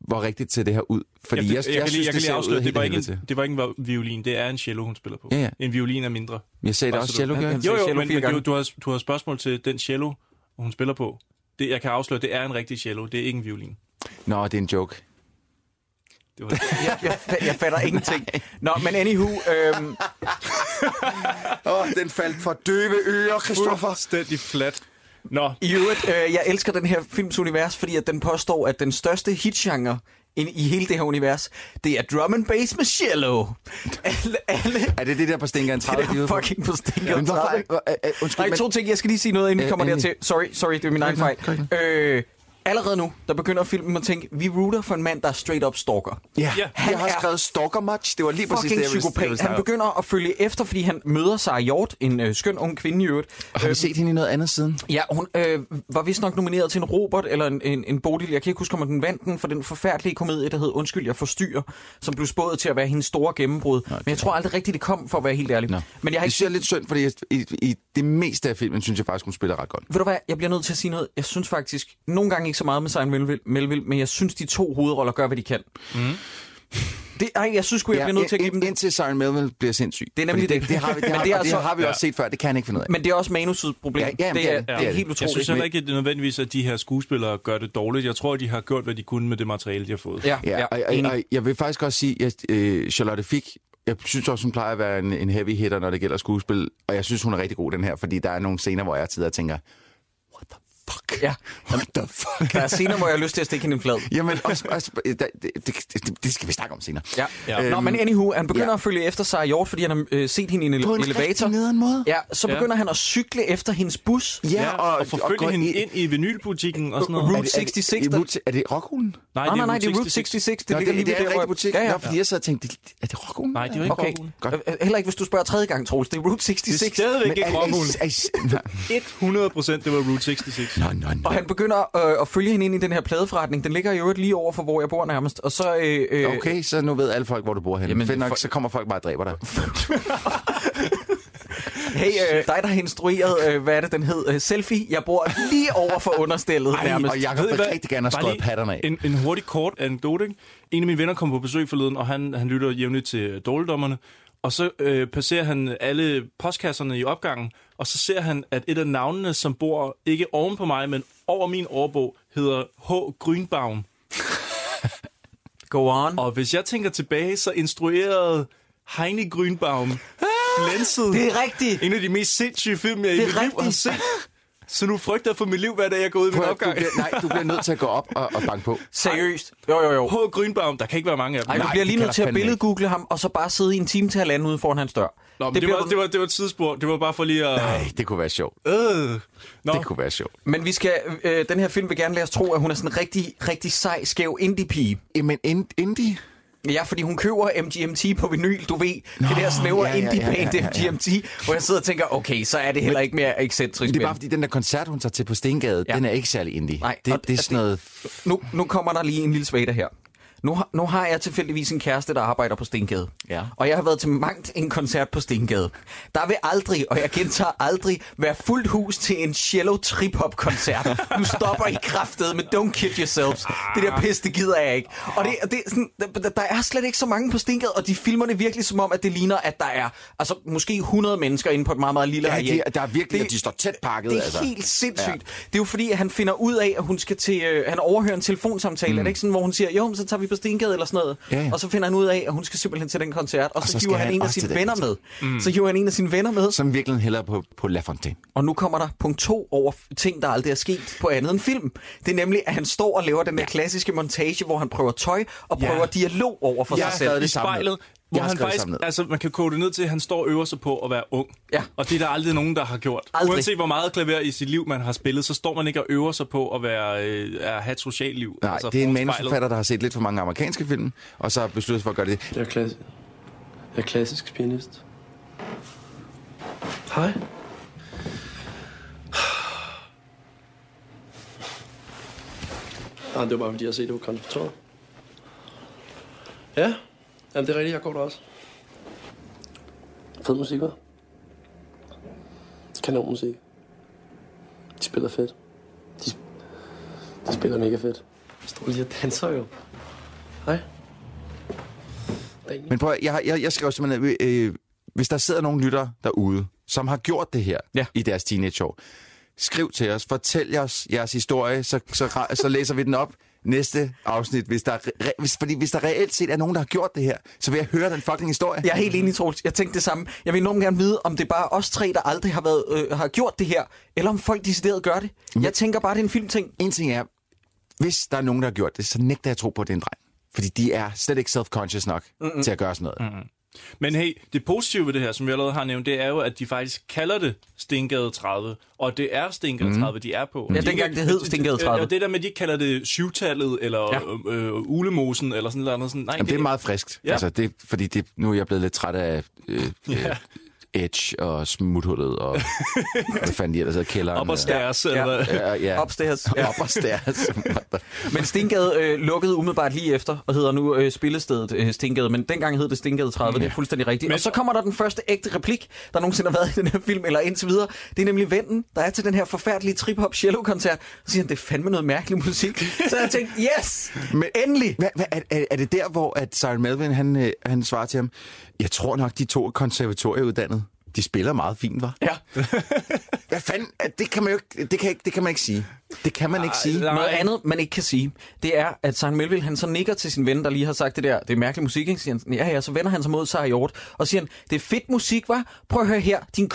S2: hvor rigtigt ser det her ud. Fordi
S1: Jamen,
S2: jeg, jeg, jeg, jeg
S1: kan lige- jeg
S2: synes,
S1: kan
S2: det
S1: lige
S2: ser ud
S1: afsløre,
S2: af
S1: det var, ikke
S2: til.
S1: en, det var ikke en va- violin, det er en cello, hun spiller på.
S2: Ja, ja.
S1: En violin er mindre.
S2: Jeg sagde det
S1: Bare
S2: også,
S1: så du-
S2: cello, gør jeg ikke?
S1: Jo,
S2: Jeg sagde
S1: jo,
S2: cello
S1: men,
S2: fire
S1: men du,
S2: gange.
S1: du, har, du har spørgsmål til den cello, hun spiller på. Det, jeg kan afsløre, det er en rigtig cello, det er ikke en violin.
S2: Nå, det er en joke.
S1: Det var det.
S4: jeg, jeg, fa- jeg fatter ingenting. Nå, men anywho... Øhm...
S2: oh, den faldt for døve ører, Christoffer.
S1: Fuldstændig flat. Nå.
S4: I øvrigt, øh, jeg elsker den her films univers, fordi at den påstår, at den største hitgenre ind i hele det her univers, det er drum and bass med cello. Alle, alle
S2: Er det det der på Stinkeren 30?
S4: det der fucking på stinker.
S2: Men hvorfor- øh, øh, undskyld,
S4: Nej,
S2: men-
S4: to ting. Jeg skal lige sige noget, inden vi
S2: Øh,
S4: kommer
S2: endelig.
S4: dertil. Sorry, sorry, det er min egen fejl. Øh, allerede nu, der begynder filmen at tænke, vi router for en mand, der er straight up stalker.
S2: Ja,
S4: han
S2: han jeg har
S4: er-
S2: skrevet stalker match. Det var lige præcis det, jeg
S4: fucking
S2: ville, jeg ville
S4: psykopat.
S2: snakke
S4: Han
S2: om.
S4: begynder at følge efter, fordi han møder Sarah Hjort, en øh, skøn ung kvinde i øvrigt.
S2: Har vi set hende i noget andet siden?
S4: Ja, hun øh, var vist nok nomineret til en Robert eller en, en, en Bodil. Jeg kan ikke huske, om den vandt den for den forfærdelige komedie, der hed Undskyld, jeg forstyrrer, som blev spået til at være hendes store gennembrud. Men jeg tror aldrig rigtigt, det kom, for at være helt ærlig. Nå. Men jeg har
S2: Det
S4: ikke
S2: synes jeg er lidt synd, fordi jeg, i, i det meste af filmen synes jeg faktisk, hun spiller ret godt.
S4: Ved du hvad, jeg bliver nødt til at sige noget. Jeg synes faktisk, nogle gange ikke så meget med Simon Melville, Melville men jeg synes, de to hovedroller gør, hvad de kan. Mm. Det, ej, jeg synes sgu, jeg ja, bliver nødt til at give dem
S2: ind, Indtil Siren Melville bliver sindssyg.
S4: Det er nemlig
S2: Fordi
S4: det.
S2: Det, det har vi, det
S4: Men
S2: har,
S4: det er
S2: og det
S4: altså-
S2: har vi
S4: Ja.
S2: også set før. Det kan han ikke finde ud af.
S4: Men det er også manusets problem.
S2: Ja, ja, men
S4: det, er, det, er, det er helt utroligt.
S1: Jeg synes heller ikke, at det er nødvendigvis, at de her skuespillere gør det dårligt. Jeg tror, at de har gjort, hvad de kunne med det materiale, de har fået.
S2: ja, og, og, og, jeg vil faktisk også sige, at øh, Charlotte Fick, jeg synes også, hun plejer at være en, en heavy hitter, når det gælder skuespil. Og jeg synes, hun er rigtig god, den her, fordi der er nogle scener, hvor jeg tider tænker,
S4: Ja.
S2: what the fuck?
S4: Der er scener, hvor jeg har lyst til at stikke hende en flad.
S2: Jamen, også, også, det, det, det, det skal vi snakke om senere.
S4: Ja. ja. Nå, men anywho, han begynder ja. at følge efter Sarah Hjort, fordi han har øh, set hende i en, ele-
S2: På en
S4: elevator.
S2: rigtig nederen måde.
S4: Ja, så
S2: Ja.
S4: begynder han at cykle efter hendes bus. Ah,
S2: Ja, Ja, og- og
S1: Forfølg hende ind i vinylbutikken og sådan noget.
S4: Route 66.
S2: Er det, er det, er det Rockhulen?
S1: Nej,
S4: nej, nej, nej, det er Route 66. Det
S2: Nå,
S4: ligger
S2: det-
S4: lige ved
S2: det er en
S4: der,
S2: rigtig
S4: hvor-
S2: butik.
S4: Ja, ja.
S2: Nå, fordi jeg sad og tænkte, det- er det Rockhulen?
S1: Nej, det er jo ikke
S4: okay.
S1: Rockhulen.
S4: Øh, Heller ikke, hvis du spørger tredje gang, Troels. Det er Route 66.
S1: Det er stadigvæk ikke Rockhulen.
S2: Rockhulen.
S1: 100 procent, det var Route 66.
S2: Nej, nej,
S4: Og han begynder øh, at følge hende ind i den her pladeforretning. Den ligger i øvrigt lige over for, hvor jeg bor nærmest. Og så, øh, øh,
S2: Okay, så nu ved alle folk, hvor du bor henne.
S4: Jamen,
S2: Jamen, Fedt nok,
S4: folk-
S2: så kommer folk bare og dræber dig.
S4: hey, øh, dig der har instrueret, øh, hvad er det, den hed? Øh, selfie. Jeg bor lige over for understillet
S2: Ej,
S4: nærmest.
S2: og Jacob
S1: Ved I
S2: vil
S1: hvad?
S2: rigtig gerne have
S1: Bare
S2: skåret
S1: lige
S2: patterne af.
S1: En, en hurtig kort anekdote. ikke? En af mine venner kom på besøg forleden, og han, han lytter jævnligt til dårligdommerne. Og så øh, passerer han alle postkasserne i opgangen, og så ser han, at et af navnene, som bor ikke oven på mig, men over min overbog, hedder H. Grønbaum.
S4: Go on.
S1: Og hvis jeg tænker tilbage, så instruerede Heine
S2: Ah!
S1: Grønbaum Flænset.
S4: Det er rigtigt.
S1: En af de mest sindssyge film, jeg i
S4: Det er
S1: mit liv har
S4: rigtigt.
S1: set. Så nu frygter jeg for mit liv, hver dag jeg går ud i min
S2: Prøv at-
S1: opgang.
S2: du bliver- nej, du bliver nødt til at gå op og, og banke på.
S4: Seriøst? Jo, jo, jo.
S1: H. Grønbaum, der kan ikke være mange af dem.
S4: Ej, du bliver lige nødt til at billedgoogle ham, og så bare sidde i en time til halvanden ude foran hans dør.
S1: Nå, men det, det,
S4: bliver
S1: var,
S4: du-
S1: det, var, det var et tidsspur. Det var bare for lige at... Nej,
S2: det kunne være sjovt.
S1: Øh. Nå.
S2: Det kunne være sjovt.
S4: Men vi skal, øh, den her film vil gerne lade os tro, at hun er sådan en rigtig, rigtig sej, skæv indie-pige.
S2: Jamen, Eh, ind, indie?
S4: Ja, fordi hun køber MGMT på vinyl, du ved. Nå, det der snævre
S2: ja,
S4: ja,
S2: ja,
S4: indie-band
S2: ja, ja, ja.
S4: MGMT, hvor jeg sidder og tænker, okay, så er det heller
S2: Men-
S4: ikke mere ekscentrisk.
S2: Men det er
S4: men-
S2: bare fordi, den der koncert, hun tager til på Stengade, ja. den er ikke særlig indie.
S4: Nej, og
S2: det, det er
S4: det-
S2: sådan noget...
S4: Nu, nu kommer der lige en lille svada her. Nu har, nu har jeg tilfældigvis en kæreste, der arbejder på Stengade.
S2: Ja.
S4: Og jeg har været til mangt en koncert på Stengade. Der vil aldrig, og jeg gentager aldrig, være fuldt hus til en cello trip hop koncert Nu stopper I kraftet med Don't Kid Yourselves. Det der pis, det gider jeg ikke. Og det, og det, er sådan, der, der er slet ikke så mange på Stengade, og de filmer det virkelig som om, at det ligner, at der er altså, måske 100 mennesker inde på et meget, meget lille
S2: Ja,
S4: areal.
S2: de, der er virkelig,
S4: Det-
S2: det, de står tæt pakket.
S4: det er
S2: altså.
S4: helt sindssygt.
S2: Ja.
S4: Ja. Det er jo fordi, at han finder ud af, at hun skal til... Øh, han overhører en telefonsamtale, mm. er det ikke sådan, hvor hun siger, jo, men så tager vi på Stengade eller sådan noget.
S2: Ja, ja.
S4: Og så finder han ud af, at hun skal simpelthen til den koncert, og, og så,
S2: så
S4: så
S2: skal
S4: hiver han
S2: han
S4: en af
S2: også til
S4: sine
S2: den
S4: venner med.
S2: koncert.
S4: Mm. Så hiver han en af sine venner med.
S2: Som virkelig hælder på, på La Fontaine.
S4: Og nu kommer der punkt to over f- ting, der aldrig er sket på andet end film. Det er nemlig, at han står og laver den der klassiske montage, hvor han prøver tøj og
S1: Ja.
S4: prøver dialog over for
S2: Jeg
S4: sig
S2: har
S4: selv.
S2: skrevet
S1: i
S2: det samme ned.
S1: spejlet,
S2: Jeg
S1: hvor
S2: har
S1: han
S2: skrevet det
S1: faktisk,
S2: samme ned.
S1: altså man kan kode det ned til, at han står og øver sig på at være ung.
S4: Ja.
S1: Og det er der aldrig nogen, der har gjort.
S4: Aldrig.
S1: Uanset hvor meget klaver i sit liv, man har spillet, så står man ikke og øver sig på at, være, øh, at have et socialt liv.
S2: Nej, altså, det er en
S1: foran spejlet.
S2: manusforfatter, der har set lidt for mange amerikanske film, og så har besluttet sig for at gøre det.
S5: Jeg er, klass... jeg er klassisk pianist. Hej. Nej, Ah, det var bare fordi, jeg set det på konservatoriet. Ja, Jamen, det er rigtigt, jeg går der også. Fed musik, hva'? Kanon musik. De spiller fedt. De, de spiller mega fedt. Jeg står lige og danser jo. Hej.
S2: Men prøv at- jeg, har- jeg, jeg skrev simpelthen, at, øh, hvis der sidder nogen lytter derude, som har gjort det her ja. i deres teenageår, skriv til os, fortæl os jeres historie, så, så, så læser vi den op næste afsnit. Hvis der, re- re, hvis, fordi hvis der reelt set er nogen, der har gjort det her, så vil jeg høre den fucking historie.
S4: Jeg er helt enig, Troels. Jeg tænkte det samme. Jeg vil enormt gerne vide, om det bare er os tre, der aldrig har, været, øh, har gjort det her, eller om folk decideret gør det. Jeg tænker bare, det er en filmting.
S2: En ting er, hvis der er nogen, der har gjort det, så nægter jeg at tro på, at det er en dreng. Fordi de er slet ikke self-conscious nok mm-hmm. til at gøre sådan noget. Mm-hmm.
S1: Men hey, det positive ved det her, som jeg allerede har nævnt, det er jo, at de faktisk kalder det Stengade 30, og det er Stengade
S4: Mm.
S1: 30, de er på.
S4: Ja,
S1: De-
S4: dengang det hed Stengade 30.
S1: Og det der med, at de ikke kalder det syvtallet, eller ja. øh, ulemosen, eller sådan noget andet. Sådan, nej,
S2: Jamen, det er meget friskt. Ja.
S1: Ja.
S2: Altså, det, fordi det, nu er jeg blevet lidt træt af øh,
S1: Ja.
S2: ja. Edge og smuthullet og hvad fanden de ellers hedder, kælderen.
S1: Upper stairs,
S2: ja.
S1: eller hvad?
S2: Ja, ja.
S4: Upstairs.
S2: Ja. Upper stairs.
S4: Men Stengade øh, lukkede umiddelbart lige efter, og hedder nu øh, Spillestedet øh, Stengade. Men dengang hed det Stengade 30, det er fuldstændig rigtigt. Men... Og så kommer der den første ægte replik, der nogensinde har været i den her film, eller indtil videre. Det er nemlig vennen, der er til den her forfærdelige trip-hop cello-koncert. Så siger han, det er fandme noget mærkelig musik. så jeg tænkte, yes!
S2: Men,
S4: Endelig!
S2: Hvad, hvad, er, er, er det der, hvor at Siren Melvin, han, øh, han svarer til ham, jeg tror nok, de to er konservatorieuddannede. De spiller meget fint, var.
S4: Ja.
S2: Hvad fanden? Er- Det kan man jo ikke, det kan, ikke- det kan man ikke sige. Det kan man ikke sige.
S4: Noget andet, man ikke kan sige, det er, at Søren Melville, han så nikker til sin ven, der lige har sagt det der, det er mærkelig musik, ikke? Siger han, sådan, ja, ja, så vender han sig mod Sarah Hjort, og siger han, det er fedt musik, var. Prøv at høre her, din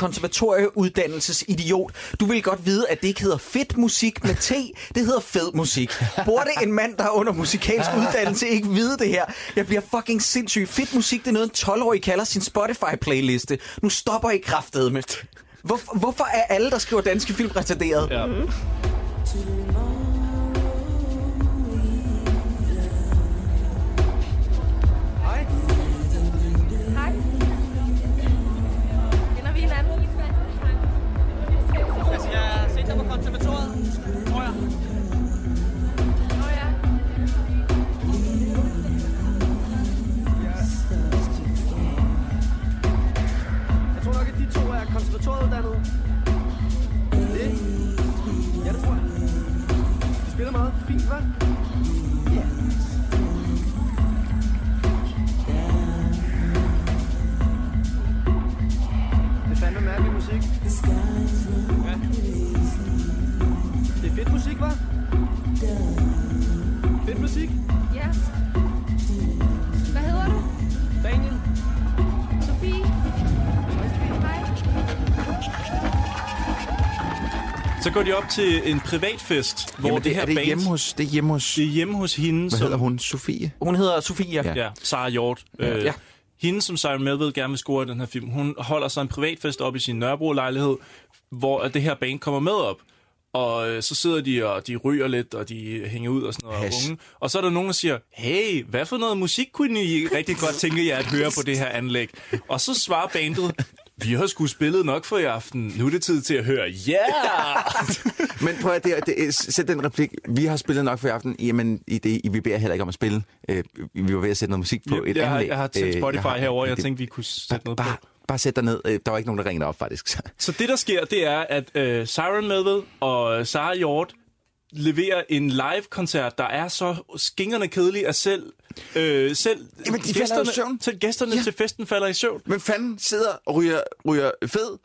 S4: konservatorieuddannelsesidiot. Du vil godt vide, at det ikke hedder fedt musik med T, det hedder fed musik. Burde en mand, der er under musikalsk uddannelse, ikke vide det her? Jeg bliver fucking sindssyg. Fedt musik, det er noget, en 12-årig kalder sin Spotify-playliste. Nu stopper I kraftet med. Hvorfor, hvorfor er alle, der skriver danske film, retarderet? Ja.
S10: Hej. Hej. Kender vi hinanden? Altså, jeg har set dig på konservatoriet, tror jeg. Nå ja. Jeg tror nok, at de to er konservatorieuddannede. Det? Ja, det tror jeg. De spiller meget fint, hva'? Det er fandme mærkelig musik. Ja. Det er fedt musik, hva'? Fedt musik.
S7: Ja. Hvad hedder du?
S10: Daniel.
S7: Sofie. Hej.
S1: Så går de op til en privatfest, hvor
S2: Jamen, det,
S1: det, her
S2: er det
S1: band...
S2: hjemme hos, det er hjemme hos...
S1: Det er hjemme hos hende,
S2: Hvad
S1: som-
S2: hedder hun? Sofie?
S4: Hun hedder Sofia.
S1: Ja. ja Sarah Hjort.
S2: Ja.
S1: Ja. Øh,
S2: Ja.
S1: Hende, som Simon Melville gerne vil score i den her film, hun holder sig en privatfest op i sin Nørrebro-lejlighed, hvor at det her band kommer med op. Og øh, så sidder de og de ryger lidt, og de hænger ud og sådan noget. Og,
S2: Hash.
S1: unge. og så er der nogen, der siger, hey, hvad for noget musik kunne I rigtig godt tænke jer at høre på det her anlæg? Og så svarer bandet, vi har sgu spillet nok for i aften. Nu er det tid til at høre, yeah!
S2: Men prøv at det, er- det, er- sæt den replik. Vi har spillet nok for i aften. Jamen, i det, I, vi beder heller ikke om at spille. Øh, vi var ved at sætte noget musik på et
S1: jeg, har,
S2: anlæg.
S1: jeg har tændt
S2: Øh,
S1: Spotify
S2: har-
S1: herover, jeg
S2: det-
S1: tænkte, vi kunne sætte noget
S2: bare,
S1: på.
S2: bare sæt dig ned. Øh, Der var ikke nogen, der ringede op, faktisk. Så-
S1: Så det, der sker, det er, at øh, Siren Melville og øh, Sarah Hjort leverer en live-koncert, der er så skingerne kedelig, at selv, øh, selv,
S2: Jamen, de falder jo i søvn.
S1: selv gæsterne ja. til festen falder i søvn.
S2: Men fanden sidder og ryger, ryger fed,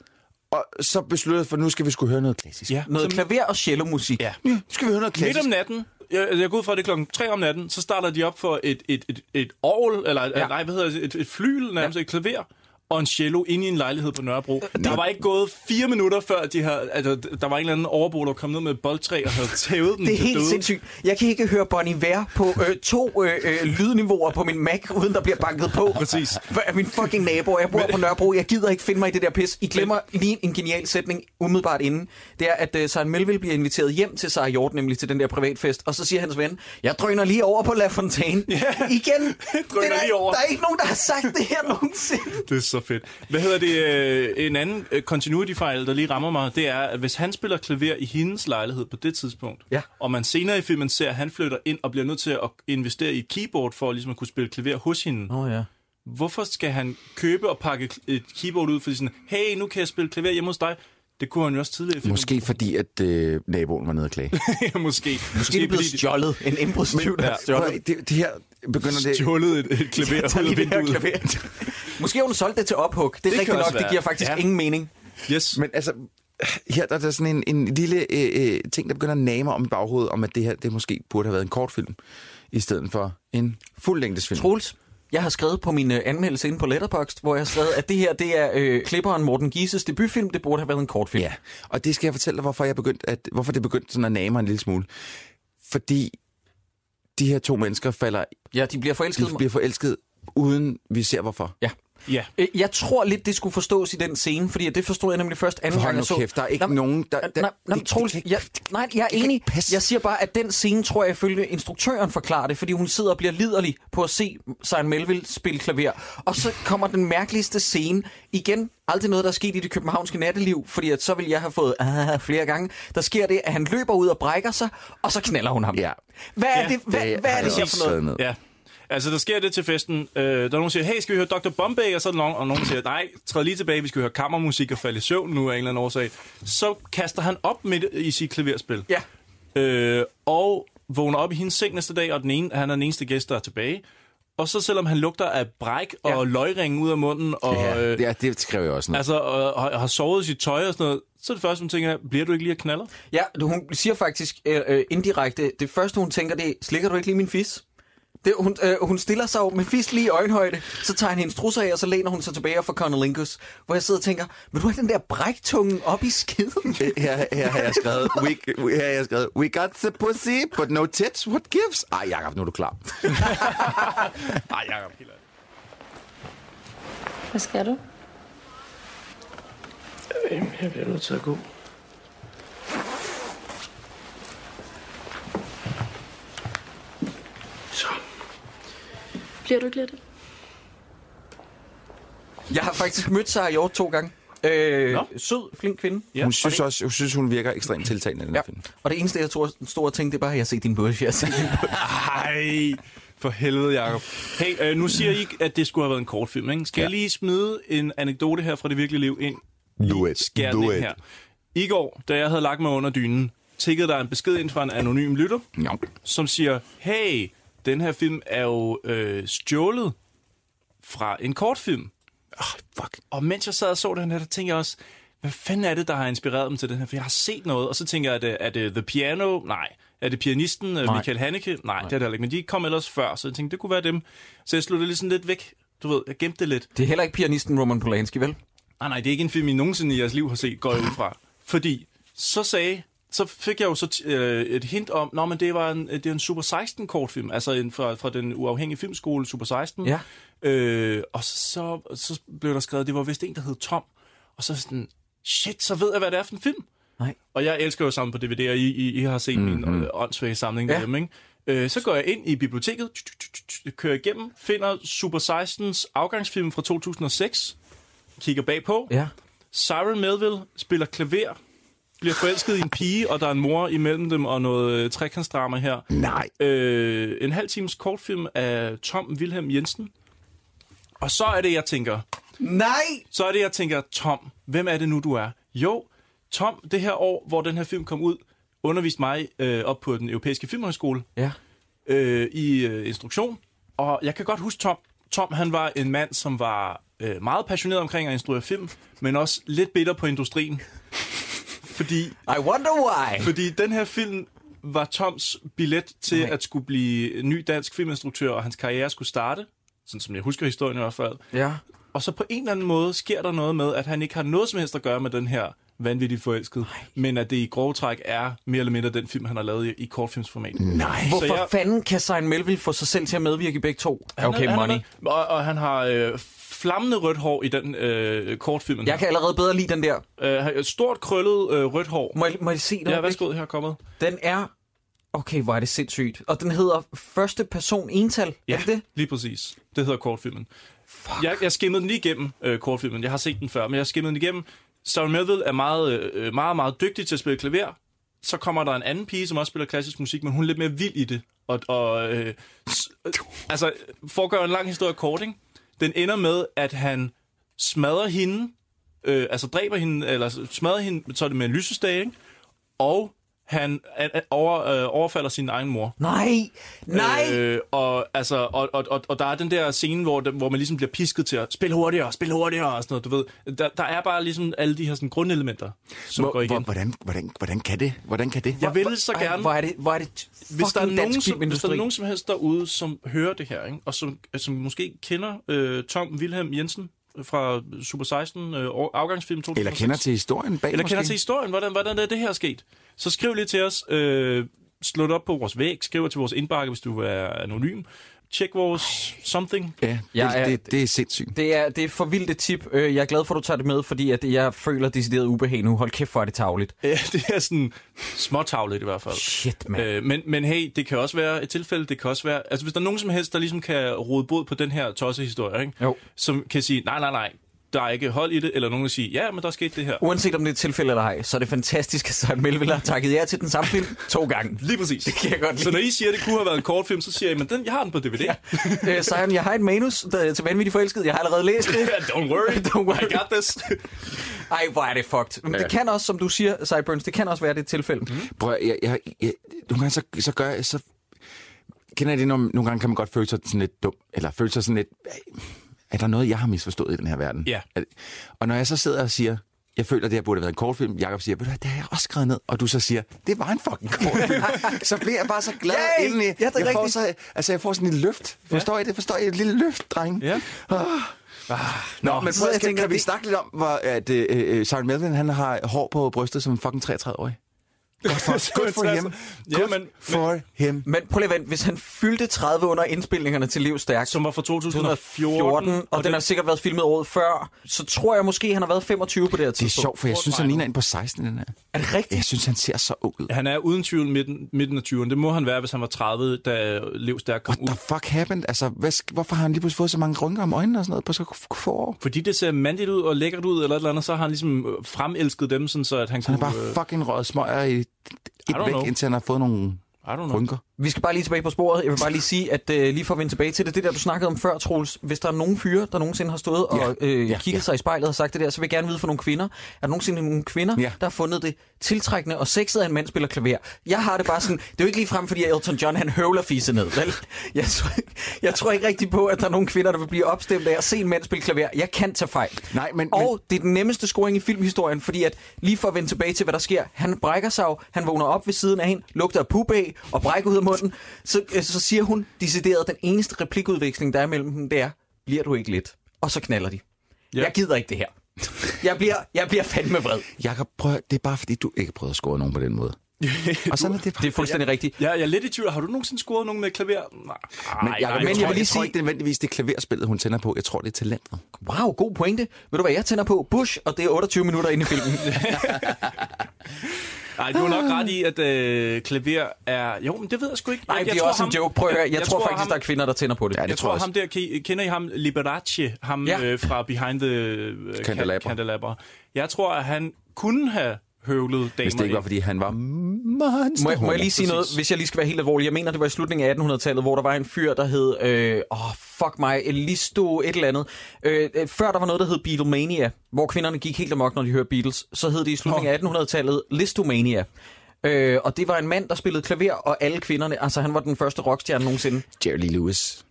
S2: og så beslutter for, nu skal vi skulle høre noget klassisk.
S1: Ja.
S4: Noget
S1: Som-
S4: klaver og cellomusik. Ja.
S2: Nu skal vi høre noget
S1: Midt
S2: klassisk.
S1: om natten, jeg, altså, jeg går ud fra, at det er klokken 3 om natten, så starter de op for et, et, et, et orgel, eller ja. nej, hvad hedder det, et, et flyl, nærmest ja. et klaver, og en cello inde i en lejlighed på Nørrebro. Der var ikke gået fire minutter før, de her, altså, der var en eller anden overbo, der kom ned med et boldtræ og havde tævet den
S4: Det er
S1: til
S4: helt
S1: døde.
S4: sindssygt. Jeg kan ikke høre Bon Iver på øh, to øh, øh, lydniveauer på min Mac, uden der bliver banket på.
S1: Præcis.
S4: Hvad er min fucking nabo? Jeg bor på Nørrebro. Jeg gider ikke finde mig i det der pis. I glemmer lige en genial sætning umiddelbart inden. Det er, at øh, Søren Melville bliver inviteret hjem til Sarah Hjort, nemlig til den der privatfest. Og så siger hans ven, jeg drøner lige over på La Fontaine. Yeah. Igen. Det er der,
S1: lige over.
S4: der er ikke nogen, der har sagt det her nogensinde.
S1: Det er så fedt. Hvad hedder det? Øh, en anden øh, continuity-fejl, der lige rammer mig, det er, at hvis han spiller klaver i hendes lejlighed på det tidspunkt,
S4: Ja.
S1: og man senere i filmen ser, at han flytter ind og bliver nødt til at investere i et keyboard for ligesom at kunne spille klaver hos hende.
S4: Nå ja.
S1: Hvorfor skal han købe og pakke et keyboard ud, fordi sådan, hey, nu kan jeg spille klaver hjemme hos dig? Det kunne han jo også tidligere i filmen.
S2: Måske fordi, at øh, naboen var nede og klage.
S1: Måske. Måske.
S4: Måske er det blevet
S1: fordi-
S4: stjålet. En indbrudstyv, der har
S2: Prøv
S4: stjålet.
S2: at- Det, det her begynder det...
S1: Stjålet et, et klaver
S4: Jeg tager
S1: ud af
S4: lige det her
S1: vinduet.
S4: klaver. Måske har hun solgt det til ophug. Det er
S1: kan
S4: rigtigt
S1: også
S4: nok, det
S1: være.
S4: giver faktisk
S1: Ja.
S4: ingen mening.
S1: Yes.
S2: Men altså, her der er der sådan en, en lille øh, øh, ting, der begynder at name om i baghovedet, om at det her det måske burde have været en kortfilm, i stedet for en fuldlængdesfilm.
S4: Troels, jeg har skrevet på min øh, anmeldelse inde på Letterboxd, hvor jeg har skrevet, at det her det er øh, klipperen Morten Gises debutfilm. Det burde have været en kortfilm.
S2: Ja, og det skal jeg fortælle dig, hvorfor, jeg begyndte at, hvorfor det begyndte sådan at nage mig en lille smule. Fordi de her to mennesker falder,
S4: ja de bliver
S2: de
S4: forelskede.
S2: bliver forelsket, uden vi ser hvorfor.
S4: Ja.
S1: Ja.
S4: Øh, Jeg tror lidt, det skulle forstås i den scene, fordi det forstod jeg nemlig først anden
S2: For hold
S4: gang,
S2: nu
S4: jeg så.
S2: kæft, der er ikke
S4: Nå, men-
S2: nogen, der-
S4: Øh,
S2: der-
S4: nej, nej,
S2: det-
S4: Troels,
S2: det kan
S4: jeg, nej, jeg er enig. Jeg siger bare, at den scene, tror jeg, ifølge instruktøren forklarer det, fordi hun sidder og bliver liderlig på at se Søren Melville spille klaver. Og så kommer den mærkeligste scene. Igen, aldrig noget, der er sket i det københavnske natteliv, fordi at så vil jeg have fået ah, flere gange. Der sker det, at han løber ud og brækker sig, og så knaller hun ham.
S2: Ja.
S4: Hvad er
S1: Ja,
S4: det, hvad,
S2: det
S4: hvad
S2: har
S4: er det
S2: jeg
S4: her
S2: også
S4: for noget?
S2: skrevet ned.
S1: Ja. Altså, der sker det til festen. Øh, der er nogen, der siger, hey, skal vi høre Dr. Bombay? Og så er der nogen, og nogen der siger, nej, træd lige tilbage, vi skal høre kammermusik og falde i søvn nu af en eller anden årsag. Så kaster han op midt i sit klaverspil.
S4: Ja.
S1: Øh, og vågner op i hendes seng næste dag, og den ene, han er den eneste gæst, der er tilbage. Og så selvom han lugter af bræk og ja. løgringen ud af munden, og,
S2: Ja,
S1: øh,
S2: ja, det skrev jeg også ned.
S1: altså, og, og, har sovet i sit tøj og sådan noget, så er det første, hun tænker, bliver du ikke lige at knaller?
S4: Ja, hun siger faktisk øh, øh, indirekte, det første hun tænker, det er, slikker du ikke lige min fis? Det, hun, øh, hun stiller sig jo med fis lige i øjenhøjde, så tager han hendes trusser af, og så læner hun sig tilbage for Conor Linkus, hvor jeg sidder og tænker, vil du have den der bræktungen op i skeden?
S2: Øh, Her, her har jeg skrevet, we, her har jeg skrevet, we got the pussy, but no tits, what gives? Ej, Jacob, nu er du klar.
S1: Nej, Jacob, helt
S15: Hvad skal du?
S5: Øhm, Jeg bliver nødt til at gå. Så.
S15: Bliver du ikke lidt?
S4: Jeg har faktisk mødt Sarah Hjort to gange. Øh,
S2: Nå.
S4: sød, flink kvinde.
S2: Ja. Hun synes
S4: og,
S2: også, hun synes, hun virker ekstremt tiltalende i den her film.
S4: det, og det eneste, jeg tror, stod og tænkte, det er bare, at jeg har set din bøsse. Jeg har set din bøsse.
S1: Ej, for helvede, Jacob. Hey, øh, nu siger I, at det skulle have været en kortfilm, ikke? Skal ja. jeg lige smide en anekdote her fra det virkelige liv ind?
S2: Do it.
S1: Skærten her. I går, da jeg havde lagt mig under dynen, tikkede der en besked ind fra en anonym lytter,
S2: Ja.
S1: som siger, hey, den her film er jo øh, stjålet fra en kortfilm. Oh, fuck. Og mens jeg sad og så den her, der tænkte jeg også, hvad fanden er det, der har inspireret dem til den her? For jeg har set noget, og så tænker jeg, er det, er det The Piano? Nej. Er det pianisten Nej. Michael Haneke? Nej, Nej, det er det heller ikke. Men de kom ellers før, så jeg tænkte, det kunne være dem. Så jeg sluttede lidt sådan lidt væk. Du ved, jeg gemte det lidt.
S4: Det er heller ikke pianisten Roman Polanski, vel?
S1: Ah, Nej, nej, det er ikke en film, I nogensinde i jeres liv har set, går jeg ud fra. Fordi så sagde så fik jeg jo så t- øh, et hint om, nå, men det var en, det er en Super 16 kortfilm, altså en fra, fra den uafhængige filmskole Super 16.
S4: Ja.
S1: Øh, og så, så blev der skrevet, det var vist en, der hed Tom. Og så sådan, shit, så ved jeg, hvad det er for en film.
S4: Nej.
S1: Og jeg elsker jo sammen på DVD, og I, I, I har set mm-hmm.
S4: Mhm.
S1: min øh, åndssvage samling ja. derhjemme, ikke? Øh, så går jeg ind i biblioteket, tsk, tsk, tsk, tsk, kører igennem, finder Super 16's afgangsfilm fra 2006, kigger bagpå.
S4: Ja.
S1: Siren Melville spiller klaver, bliver forelsket i en pige, og der er en mor imellem dem og noget øh, trekantsdrama her.
S2: Nej.
S1: Øh, en halv times kortfilm af Tom Wilhelm Jensen. Og så er det, jeg tænker...
S4: Nej!
S1: Så er det, jeg tænker, Tom, hvem er det nu, du er? Jo, Tom, det her år, hvor den her film kom ud, underviste mig øh, op på den europæiske filmhøjskole
S4: Ja.
S1: øh, i øh, instruktion. Og jeg kan godt huske Tom. Tom, han var en mand, som var øh, meget passioneret omkring at instruere film, men også lidt bitter på industrien. fordi...
S4: I wonder why!
S1: Fordi den her film var Toms billet til Nej. at skulle blive ny dansk filminstruktør, og hans karriere skulle starte. Sådan som jeg husker historien i hvert fald.
S4: Ja.
S1: Og så på en eller anden måde sker der noget med, at han ikke har noget som helst at gøre med den her vanvittigt forelskede, men at det i grove træk er mere eller mindre den film, han har lavet i, i kortfilmsformat.
S4: Nej. Hvorfor
S1: jeg-
S4: jeg... fanden kan Signe Melville få sig selv til at medvirke i begge to?
S1: Han er- han er med. Og, og han har øh, flammende rødt hår i den øh, kortfilm.
S4: Mm-hmm. Jeg kan allerede bedre lide den der.
S1: Øh, stort krøllet øh, rødt hår.
S4: Må jeg, må jeg se det?
S1: Ja, værsgo, her er kommet.
S4: Den er... Okay, hvor er det sindssygt. Og den hedder første person ental.
S1: Ja,
S4: Er det det?
S1: lige præcis. Det hedder kortfilmen. Fuck. Jeg, jeg skimmede den lige igennem, øh, kortfilmen. Jeg har set den før, men jeg skimmede den igennem. Sarah Melville er meget, øh, meget, meget dygtig til at spille klaver. Så kommer der en anden pige, som også spiller klassisk musik, men hun er lidt mere vild i det. Og, og øh, s- øh, altså, for at gøre en lang historie kort, ikke? den ender med, at han smadrer hende, øh, altså dræber hende, eller smadrer hende, så er det med en lysestage, ikke? og han øh, over, øh, overfalder sin egen mor.
S4: Nej! Nej!
S1: Øh, og, altså, og, og, og, og der er den der scene, hvor, der, hvor man ligesom bliver pisket til at spille hurtigere, spille hurtigere og sådan noget, du ved. Der, der er bare ligesom alle de her sådan, grundelementer, som
S2: Hvor-
S1: går igen.
S2: hvor- Hvordan, hvordan, hvordan kan det? Hvordan kan det?
S1: Jeg ville så
S4: Ej,
S1: gerne...
S4: Hvor er det, hvor er det
S1: hvis der, er nogen, som, hvis der er
S4: filmindustri.
S1: nogen som helst derude, som hører det her, ikke? og som, som måske kender øh, Tom Wilhelm Jensen fra Super 16 øh, år- afgangsfilm 2006.
S2: Eller kender til historien bag
S1: Eller kender
S2: måske?
S1: til historien, hvordan, hvordan er det her sket? Så skriv lige til os, øh, slå det op på vores væg, skriv til vores indbakke, hvis du er anonym. Tjek vores something.
S2: Ja,
S4: Jeg
S2: det,
S4: er-
S2: det, det er sindssygt.
S4: Det er, det er for vildt et tip. Øh, Jeg er glad for, at du tager det med, fordi at jeg føler decideret ubehag nu. Hold kæft, hvor er det tavligt.
S1: Ja, det er sådan småtavligt i hvert fald.
S4: Shit, mand.
S1: Øh, men, men hey, det kan også være et tilfælde, det kan også være... Altså, hvis der er nogen som helst, der ligesom kan rode bod på den her tossehistorie, ikke?
S4: Jo.
S1: som kan sige, nej, nej, nej, der er ikke hold i det, eller nogen der siger, ja, men der er sket det her.
S4: Uanset om det er et tilfælde eller ej, så er det fantastisk, at Søren Melville har takket jer til den samme film to gange.
S1: Lige præcis.
S4: Det kan jeg godt lide.
S1: Så når I siger, at det kunne have været en kortfilm, så siger I, men den, jeg har den på DVD. Ja.
S4: Øh, Søren, jeg har et manus der er til vanvittig forelsket. Jeg har allerede læst det.
S1: Don't worry,
S4: Don't worry.
S1: I got this.
S4: Ej, hvor er det fucked. Men
S2: Ja. Mhm.
S4: det kan også, som du siger, Cyburns, det kan også være det er et tilfælde.
S2: Prøv, at- jeg, jeg, jeg, nogle gange så, så gør jeg, så kender jeg det, når, nogle gange kan man godt føle sig sådan lidt dum, eller føle sig sådan lidt, er der noget, jeg har misforstået i den her verden?
S1: Ja.
S2: Er det- Og når jeg så sidder og siger, jeg føler, det her burde have været en kortfilm, Jakob siger, ved du hvad, det har jeg også skrevet ned, og du så siger, det var en fucking kortfilm, så bliver jeg bare så glad
S4: Yay!
S2: indeni.
S4: Ja, det er
S2: jeg, får
S4: rigtigt.
S2: så, altså, jeg får sådan en løft. Forstår ja. I det? Forstår I et lille løft, dreng?
S1: Ja.
S2: Ah. Nå, Nå, men
S4: så
S2: prøv,
S4: jeg
S2: skal,
S4: tænker,
S2: kan vi
S4: det-
S2: snakke lidt om, hvor, at øh, øh, Søren Melvin, han har hår på brystet som en fucking 33-årig? Good for him.
S1: Ja,
S2: Good
S1: men-
S2: for him.
S4: Men prøv lige at vente, hvis han fyldte 30 under indspilningerne til Liv Stærk,
S1: Som var fra 2014.
S4: 2014, og, og den har sikkert været filmet året før, så tror jeg måske, han har været 25 på det her
S2: Det er
S4: tidspunkt.
S2: sjovt, for jeg synes, han ligner en på 16, den her.
S4: Er det rigtigt?
S2: Jeg synes, han ser så ung ud.
S1: Han er uden tvivl midten, midten af 20'erne. Det må han være, hvis han var 30, da Lev Stærk kom
S2: What the fuck happened? Altså, hvad, sk- hvorfor har han lige pludselig fået så mange rynker om øjnene og sådan noget på så k- få år?
S1: fordi det ser mandigt ud og lækkert ud, eller et eller andet, så har han ligesom øh, fremelsket dem, sådan så at han
S2: Så han
S1: kunne... øh,
S2: har bare fucking røget smøger i et
S1: Uh. don't
S2: væk,
S1: know.
S2: indtil han har fået nogle
S1: I don't know.
S2: rynker.
S4: Vi skal bare lige tilbage på sporet. Jeg vil bare lige sige, at øh, lige for at vende tilbage til det, det der du snakkede om før, Troels, hvis der er nogen fyre, der nogensinde har stået og
S2: Ja,
S4: øh,
S2: ja,
S4: kigget
S2: ja.
S4: sig i spejlet og sagt det der, så vil jeg gerne vide for nogle kvinder, er der nogensinde nogle kvinder,
S2: Ja.
S4: der har fundet det tiltrækkende og sexet, at en mand spiller klaver? Jeg har det bare sådan, det er jo ikke lige frem, fordi Elton John han høvler fisse ned, vel? Jeg tror, jeg tror ikke rigtig på, at der er nogle kvinder, der vil blive opstemt af at se en mand spille klaver. Jeg kan tage fejl.
S2: Nej, men-
S4: og
S2: men-
S4: det er den nemmeste scoring i filmhistorien, fordi at lige for at vende tilbage til, hvad der sker, han brækker sig jo, han vågner op ved siden af hende, lugter af pup af og brækker ud af munden, så, øh, så siger hun decideret, den eneste replikudveksling, der er mellem dem, det er, bliver du ikke lidt? Og så knaller de.
S1: Ja.
S4: Jeg gider ikke det her. Jeg bliver, jeg bliver fandme vred.
S2: Jakob, prøv, at høre, det er bare fordi, du ikke prøvede at score nogen på den måde. Og sådan er det bare.
S4: Det er fuldstændig
S1: jeg,
S4: rigtigt.
S1: Jeg, jeg er lidt i tvivl. Har du nogensinde scoret nogen med klaver? Nej.
S2: Men, Jacob,
S1: nej,
S2: jeg, tror,
S1: jeg
S2: jeg,
S1: vil lige
S2: jeg tror
S1: sige-
S2: ikke, det er nødvendigvis det klaverspillet, hun tænder på. Jeg tror, det er talentet.
S4: Wow, god pointe. Ved du, hvad jeg tænder på? Bush, og det er 28 minutter inde i filmen.
S1: Nej, du har nok ret i, at øh, klaver er... Jo, men det ved jeg sgu ikke.
S4: Nej,
S1: jeg,
S4: det er
S1: tror
S4: også en joke. Prøv at høre. Jeg, jeg tror, faktisk,
S1: ham,
S4: der er kvinder, der tænder på det. Ja,
S1: Jeg tror, ham der, ke- kender I ham? Liberace, ham ja. øh, fra Behind the øh,
S2: Candelabra.
S1: Candelabra. Jeg tror, at han kunne have høvlet damer
S2: Hvis det ikke var,
S1: ind.
S2: fordi han var
S4: Må
S2: monster.
S4: jeg, må jeg lige sige noget, hvis jeg lige skal være helt alvorlig? Jeg mener, det var i slutningen af 1800-tallet, hvor der var en fyr, der hed... Øh, oh, fuck mig, Elisto et eller andet. Øh, øh, før der var noget, der hed Beatlemania, hvor kvinderne gik helt amok, når de hørte Beatles, så hed det i slutningen af 1800-tallet Listomania. Øh, og det var en mand, der spillede klaver, og alle kvinderne... Altså, han var den første rockstjerne nogensinde.
S2: Jerry Lee Lewis.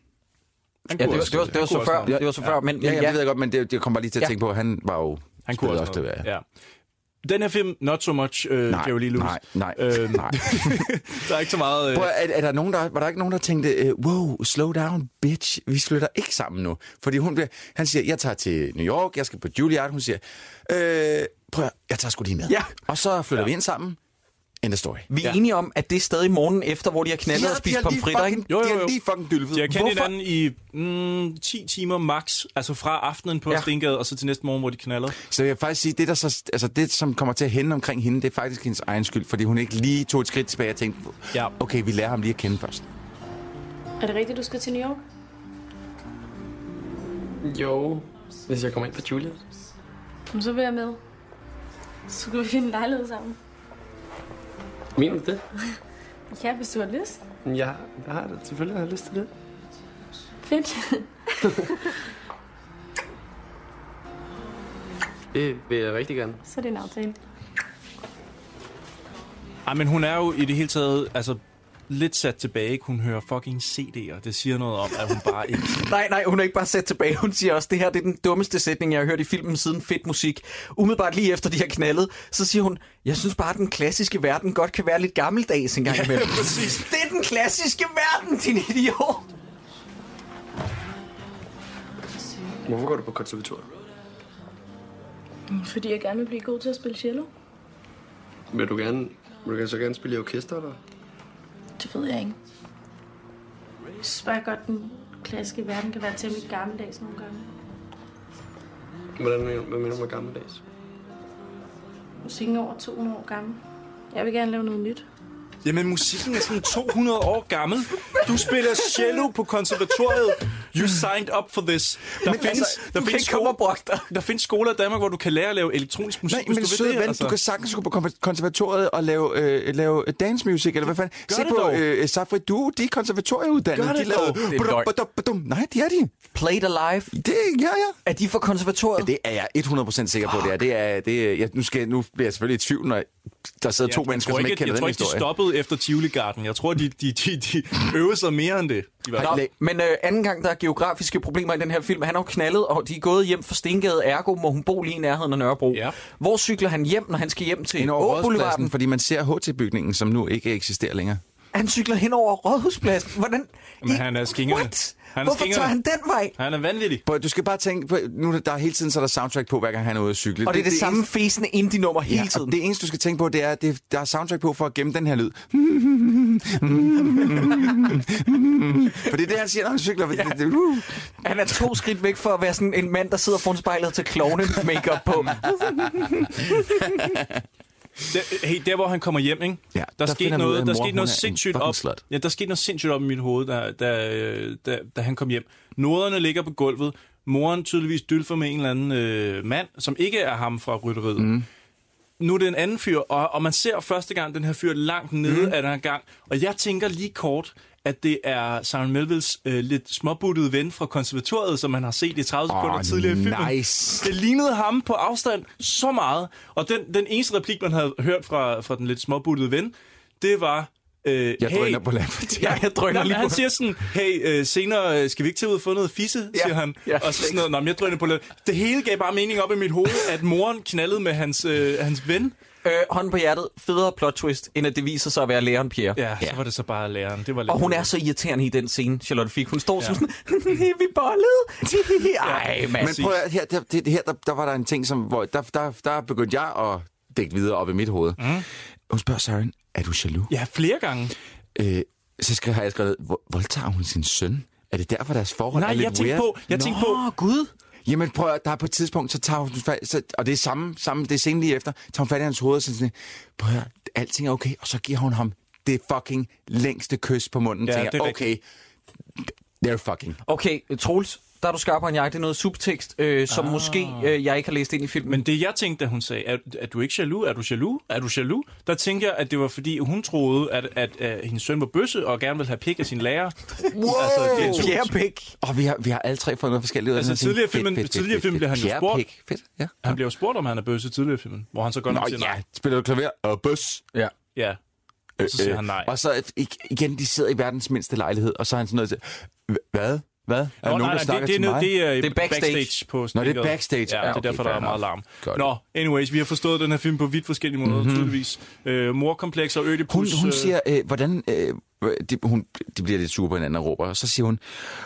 S4: Ja, det var, det var, det var så før, det var så før, men... men
S2: Ja, ja, det ved jeg godt, men det, jeg kom bare lige til at
S4: Ja.
S2: tænke på, at han var jo...
S1: Han
S2: spillede
S1: kunne også
S2: også
S1: noget.
S2: klaver.
S1: Ja. Den her film, not so much, øh,
S2: Nej,
S1: Jerry Lee Lewis.
S2: nej, nej,
S1: Øhm,
S2: nej.
S1: der er ikke så meget... Øh,
S2: Prøv, at- er, er der nogen, der, var der ikke nogen, der tænkte, øh, wow, slow down, bitch, vi flytter ikke sammen nu? Fordi hun bliver, han siger, jeg tager til New York, jeg skal på Juilliard. Hun siger, øh, prøv, at- jeg tager sgu lige med.
S4: Ja.
S2: Og så flytter ja. vi ind sammen. End of story.
S4: Vi er enige om, at det er stadig morgenen efter, hvor de har knaldet
S2: Ja,
S4: og
S2: de
S4: spist
S2: har lige
S4: pomfritter, ikke?
S2: fucking- Jo, jo, de har jo. lige fucking dylvet.
S1: De har kendt
S2: Hvorfor-
S1: hinanden i mm, 10 timer max, altså fra aftenen på
S2: Ja.
S1: ja. Stengade, og så til næste morgen, hvor de knaller.
S2: Så jeg vil faktisk sige, det, der så, altså det, som kommer til at hænde omkring hende, det er faktisk hendes egen skyld, fordi hun ikke lige tog et skridt tilbage og tænkte,
S1: ja.
S2: okay, vi lærer ham lige at kende først.
S15: Er det rigtigt, du skal til New York?
S5: Jo, hvis jeg kommer ind på Juliet.
S15: Kom, så vil jeg med. Så kan vi finde en lejlighed sammen.
S5: Mener du det?
S15: Ja, hvis du har lyst.
S5: Ja, jeg har det. Selvfølgelig har jeg lyst til det.
S15: Fedt.
S5: Det vil jeg rigtig gerne.
S15: så er det en aftale.
S1: Ej, men hun er jo i det hele taget, altså lidt sat tilbage, ikke? hun hører fucking CD'er. Det siger noget om, at hun bare ikke...
S4: Nej, nej, hun er ikke bare sat tilbage. Hun siger også, det her det er den dummeste sætning, jeg har hørt i filmen siden fedt musik. Umiddelbart lige efter de har knaldet, så siger hun, jeg synes bare, at den klassiske verden godt kan være lidt gammeldags en gang imellem.
S1: præcis.
S4: Det er den klassiske verden, din idiot!
S5: Hvorfor går du på konservatoriet?
S15: Fordi jeg gerne vil blive god til at spille cello.
S5: Vil du gerne, vil du så gerne spille i orkester, eller?
S15: Det ved jeg ikke. Jeg synes bare godt, den klassiske verden kan være temmelig gammeldags nogle gange.
S5: Hvordan mener, hvad mener du med gammeldags?
S15: Musikken er over 200 år gammel. Jeg vil gerne lave noget nyt.
S1: Jamen, musikken er sådan 200 år gammel. Du spiller cello på konservatoriet. You signed up for this. Der
S2: Men
S1: findes,
S2: altså,
S1: der
S2: du kan
S1: findes
S2: ikke komme og
S1: der findes skoler i Danmark, hvor du kan lære at lave elektronisk musik,
S2: Nej,
S1: hvis
S2: men
S1: du vil
S2: søde
S1: det.
S2: ven, altså. du kan sagtens gå på kon- konservatoriet og lave, øh, lave dance music, eller hvad fanden.
S1: Gør
S2: Se
S1: det
S2: på
S1: dog.
S2: øh, Safri Du, de er konservatorieuddannede.
S4: Gør det
S2: de lavede-
S4: dog. Det er løgn.
S2: Badum, badum. Nej, det er de.
S4: Played Alive.
S2: Det ja, ja.
S4: Er de fra konservatoriet?
S2: Ja, det er jeg 100% sikker på, det er. Det er, det er jeg, nu, skal, nu bliver jeg selvfølgelig i tvivl, når der sidder to
S1: jeg
S2: mennesker,
S1: tror
S2: som ikke
S1: jeg
S2: kender den
S1: tror ikke, de
S2: historie.
S1: stoppede efter Tivoli Garden. Jeg tror, de, de, de, de øvede sig mere end det. De var
S4: Nå, men øh, anden gang, der er geografiske problemer i den her film. Han har jo knaldet, og de er gået hjem fra Stengade Ergo, hvor hun bor lige i nærheden af Nørrebro. Ja. Hvor cykler han hjem, når han skal hjem til
S2: Ind over
S4: Åboulevarden?
S2: rådspladsen, fordi man ser HT-bygningen, som nu ikke eksisterer længere.
S4: Han cykler hen over Rådhuspladsen. Hvordan?
S1: Men han er skingerne. Han er
S4: Hvorfor
S1: skingerne.
S4: tager han den vej?
S1: Han er vanvittig.
S2: Prøv, du skal bare tænke, på, nu er der- der er hele tiden så er der soundtrack på, hver gang han er ude at cykle.
S4: Og det er det, samme fæsende indie-nummer hele
S2: og
S4: tiden.
S2: Det eneste, du skal tænke på, det er, at det, der er soundtrack på for at gemme den her lyd. For det er det, han siger, når han cykler. Ja. Det, det,
S4: Han er to skridt væk for at være sådan en mand, der sidder foran spejlet til klovne makeup på.
S1: Der, hey, der hvor han kommer hjem, ikke? Ja, der, der
S2: der finder
S1: skete
S2: man ud af,
S1: noget,
S2: at
S1: der
S2: mor,
S1: skete
S2: hun
S1: noget
S2: er en
S1: sindssygt
S2: fucking
S1: op.
S2: slut.
S1: Ja, der skete noget sindssygt op i mit hoved, da, da, øh, da, da han kom hjem. Noderne ligger på gulvet. Moren tydeligvis dylfer med en eller anden øh, mand, som ikke er ham fra rytteriet. Mm. Nu er det en anden fyr, og, og man ser første gang den her fyr langt nede mm. af den her gang. Og jeg tænker lige kort, at det er Simon Melvilles øh, lidt småbuttede ven fra konservatoriet, som man har set i 30 sekunder
S2: Åh,
S1: tidligere i filmen.
S2: nice.
S1: Det lignede ham på afstand så meget. Og den, den eneste replik, man havde hørt fra, fra den lidt småbuttede ven, det var... Øh,
S2: Jeg
S1: hey,
S2: drøner på Lafferty.
S4: Ja, jeg drøner
S1: Nå, men
S4: lige på-
S1: Han siger sådan, hey, øh, senere øh, skal vi ikke til ud og få noget fisse,
S4: Ja,
S1: siger han.
S4: ja.
S1: Og så sådan noget, "Nå, men jeg drøner på Lafferty. Det hele gav bare mening op i mit hoved, at moren knaldede med hans, øh, hans ven.
S4: Øh, hånden på hjertet, federe plot twist, end at det viser sig at være læreren Pierre.
S1: Ja, så var det så bare læreren. Det var lidt
S4: Og hun er så irriterende i den scene, Charlotte Fik. Hun står ja. som sådan, vi bollede. Ej,
S2: Men prøv at, her, der, det, her der, der, var der en ting, som, hvor der, der, der begyndte jeg at dække videre op i mit hoved. Mm. Hun spørger Søren, er du jaloux?
S1: Ja, flere gange.
S2: Øh, så skal, har jeg skrevet, ned, "Vo- voldtager hun sin søn? Er det derfor, deres forhold
S1: Nej,
S2: er lidt
S1: jeg tænkte
S2: weird?
S1: på- jeg tænkte på-
S2: Nå, Gud. Jamen prøv at, der er på et tidspunkt, så tager hun, fa- så, og det er samme, samme det er scenen lige efter, tager hun fat i hans hoved og sådan, sådan prøv at, høre, alting er okay, og så giver hun ham det fucking længste kys på munden.
S4: Ja,
S2: Ja, tænker,
S4: det er
S2: okay, they're fucking.
S4: Okay, Troels, der er du skarpere end jeg. Det er noget subtekst, øh, som ah. måske øh, jeg ikke har læst ind i filmen.
S1: Men det jeg tænkte, da hun sagde, er, er du ikke jaloux? Er du jaloux? Er du jaloux? Der tænkte jeg, at det var fordi, hun troede, at, at, at hendes søn var bøsse og gerne ville have pik af sin lærer. Altså,
S2: Wow!
S1: to-
S4: Pjærpik.
S2: Og vi har, vi har alle tre fået noget forskelligt ud af
S1: Altså,
S2: den
S1: tidligere
S2: her
S1: i
S2: ting. Fedt,
S1: filmen,
S2: fedt, fedt,
S1: tidligere
S2: fedt,
S1: film
S2: fedt.
S1: blev han jo spurgt.
S2: Pjærpik. Fedt, ja.
S1: Han bliver jo spurgt, om han er bøsse tidligere i filmen, hvor han så godt nok
S2: Nå,
S1: siger
S2: ja.
S1: nej.
S2: Spiller du klaver? Og bøs.
S4: Ja.
S1: Ja. Og så siger han nej.
S2: Og så i- igen, de sidder i verdens mindste lejlighed, og så er han sådan noget til, "Hva- hvad? Hvad? Er der nogen, der
S1: det,
S2: snakker
S1: det, er
S2: til
S1: nede-
S2: mig?
S1: Det er, det er backstage. på
S2: Nå, det er
S1: speakeret.
S2: backstage. Ah,
S1: Ja, det er
S2: okay,
S1: derfor, der
S2: fair
S1: er meget
S2: enough.
S1: larm.
S2: Godt.
S1: Nå, anyways, vi har forstået den her film på vidt forskellige måder,
S2: Mhm.
S1: mm-hmm. tydeligvis. Øh, morkompleks og Ødipus.
S2: Hun, hun
S1: øh,
S2: siger, øh, hvordan... Øh, de, hun, de bliver lidt sure på hinanden og råber, og så siger hun,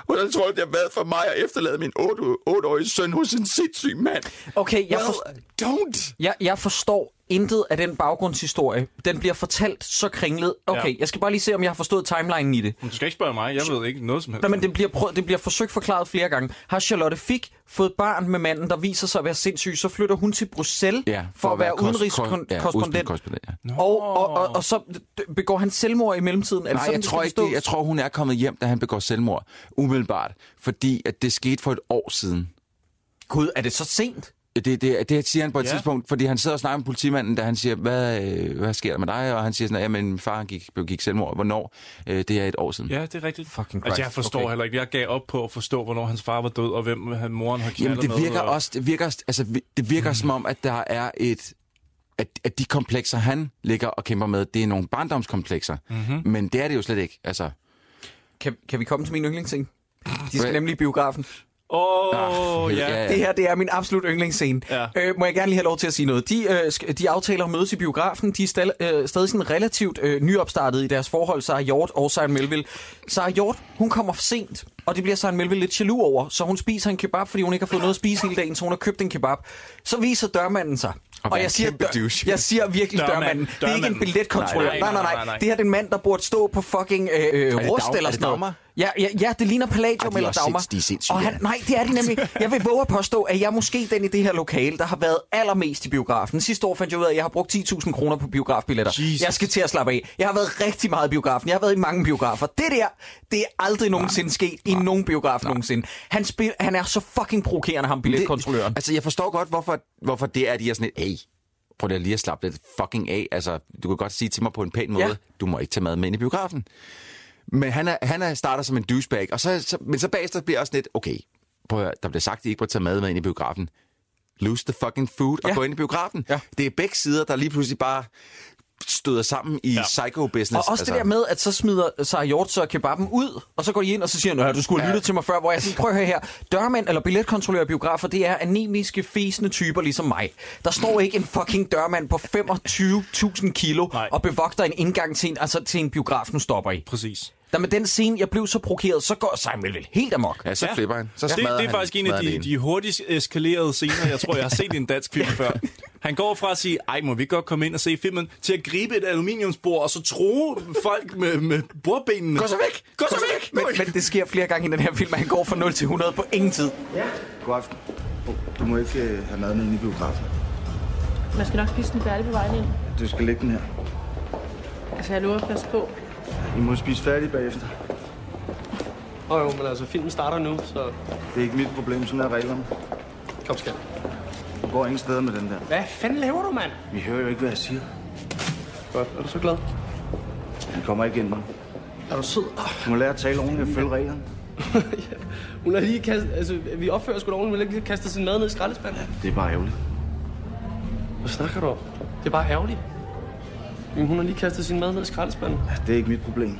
S2: hvordan tror du, det har været for mig at efterlade min 8 8-årige søn hos en sindssyg mand?
S4: Okay, jeg,
S2: well,
S4: for...
S2: don't.
S4: Jeg, jeg forstår intet af den baggrundshistorie. Den bliver fortalt så kringlet. Okay,
S1: Ja.
S4: ja. jeg skal bare lige se, om jeg har forstået timelinen i det.
S1: Men Du skal ikke spørge mig, jeg ved ikke noget som helst.
S4: Nå, men det bliver, prøvet, det bliver forsøgt forklaret flere gange. Har Charlotte Fik fået barn med manden, der viser sig at være sindssyg, så flytter hun til Bruxelles ja, for, at være udenrigskorrespondent.
S2: Ja, udenrigskorrespondent, ja.
S4: og, og, og, og så d- begår han selvmord i mellemtiden. Er
S2: Nej,
S4: sådan,
S2: jeg
S4: det
S2: tror
S4: skal
S2: ikke det. Jeg tror, hun er kommet hjem, da han begår selvmord. Umiddelbart. Fordi at det skete for et år siden.
S4: Gud, er det så sent?
S2: Det, det, det siger han på et
S4: Ja.
S2: ja. tidspunkt, fordi han sidder og snakker med politimanden, da han siger, hvad, øh, hvad sker der med dig? Og han siger sådan, at min far han gik, begik selvmord. Hvornår? Øh, det er et år siden.
S1: Ja, det er rigtigt.
S2: Fucking
S1: Altså,
S2: Christ.
S1: jeg forstår
S2: Okay.
S1: heller ikke. Jeg gav op på at forstå, hvornår hans far var død, og hvem han, moren har knaldet
S2: Jamen, det virker
S1: med, og...
S2: også, det virker, altså, vi- det virker mm. som om, at der er et, at, at de komplekser, han ligger og kæmper med, det er nogle barndomskomplekser.
S4: Mhm.
S2: Men det er det jo slet ikke, altså.
S4: Kan, kan vi komme til min yndlingsscene? De skal nemlig i biografen.
S1: Åh,
S2: ah,
S1: oh, ja.
S4: Det her det er min absolut yndlingsscene.
S1: Ja.
S4: Øh, må jeg gerne lige have lov til at sige noget? De, øh, sk- de aftaler at mødes i biografen. De er stal, øh, stadig sådan relativt øh, nyopstartet i deres forhold, Sarah Hjort og Sarah Melville. Sarah Hjort, hun kommer for sent, og det bliver Sarah Melville lidt jaloux over, så hun spiser en kebab, fordi hun ikke har fået noget at spise hele dagen, så hun har købt en kebab. Så viser dørmanden sig. Og,
S2: hvad
S4: jeg
S2: en
S4: siger,
S2: kæmpe douche.
S4: jeg siger virkelig
S2: Dørmanden.
S4: dørmanden. dørmanden. Det er ikke en
S2: Dørmanden.
S4: billetkontrollør. Nej
S2: Nej,
S4: nej nej, nej, nej, nej. Det her det er en mand, der burde stå på fucking øh,
S2: det
S4: øh, rust
S2: Dag- er
S4: eller
S2: det
S4: sådan noget.
S2: Dagmar?
S4: Ja, ja, ja, det ligner
S2: Ej,
S4: Palladium
S2: de er
S4: eller
S2: også
S4: Dagmar.
S2: sinds- de er sindssyge,
S4: og han,
S2: ja.
S4: nej, det er de nemlig. Jeg vil våge at påstå, at jeg er måske den i det her lokale, der har været allermest i biografen. Sidste år fandt jeg ud af, at jeg har brugt 10.000 kroner på biografbilletter. Jesus. Jeg skal til at slappe af. Jeg har været rigtig meget i biografen. Jeg har været i mange biografer. Det der, det er aldrig nogensinde sket i nogen biograf nogensinde. Han, spil, han er så fucking provokerende, ham billetkontrolløren.
S2: Altså, jeg forstår godt, hvorfor, hvorfor det er, at de er sådan et, hey, prøv da lige at slappe lidt fucking af. Altså, du kan godt sige til mig på en pæn måde,
S4: Ja.
S2: ja. du må ikke tage mad med ind i biografen. Men han, er, han er, starter som en douchebag, og så, så, men så bagefter bliver jeg også lidt, okay, prøv at, høre, der bliver sagt, at I ikke må tage mad med ind i biografen. Lose the fucking food og
S4: Ja.
S2: gå ind i biografen. Ja. Det er begge sider, der lige pludselig bare støder sammen i ja. psycho-business.
S4: Og også altså. det der med, at så smider Sarah Hjort så kebaben ud, og så går de ind, og så siger han, "Nå, du skulle have lyttet til mig før, hvor jeg siger, prøv at høre her, dørmænd eller billetkontrollører og biografer, det er anemiske, fæsende typer ligesom mig. Der står ikke en fucking dørmand på 25.000 kilo Nej. og bevogter en indgang til en, altså til en biograf, nu stopper I.
S1: Præcis.
S4: Da med den scene, jeg blev så provokeret, så går Simon vel helt amok.
S2: Ja, så flipper han. Så
S1: det,
S2: smadrer
S1: det er
S2: han-
S1: faktisk en af
S2: smadrer
S1: de,
S2: han
S1: de hurtigst eskalerede scener, jeg tror, jeg har set i en dansk film før. Han går fra at sige, ej, må vi ikke godt komme ind og se filmen, til at gribe et aluminiumsbord og så true folk med, med bordbenene.
S4: Gå så væk!
S1: Gå så væk!
S4: Men, men det sker flere gange i den her film, at han går fra 0 til 100 på ingen tid.
S16: Ja. God aften. Du- Du må ikke øh, have mad med ind i biografen.
S15: Man skal nok spise den færdig på vejen ind.
S16: Du skal lægge den her.
S15: Altså, jeg lover at passe på.
S16: I må spise færdig bagefter.
S5: Åh oh, jo, men altså, filmen starter nu, så...
S16: Det er ikke mit problem, sådan er reglerne.
S5: Kom, skat.
S16: Du går ingen steder med den der.
S5: Hvad fanden laver du, mand?
S16: Vi hører jo ikke, hvad jeg siger.
S5: Godt, er du så glad?
S16: Vi kommer ikke ind, mand.
S5: Er du sød?
S16: Du må lære at tale ordentligt og følge reglerne.
S5: Hun har lige kastet... Altså, vi opfører sgu da ordentligt, men ikke lige kastet sin mad ned i skraldespanden.
S16: Det er bare ærgerligt.
S5: Hvad snakker du om? Det er bare ærgerligt. Men hun har lige kastet sin mad ned i skraldespanden.
S16: Det er ikke mit problem.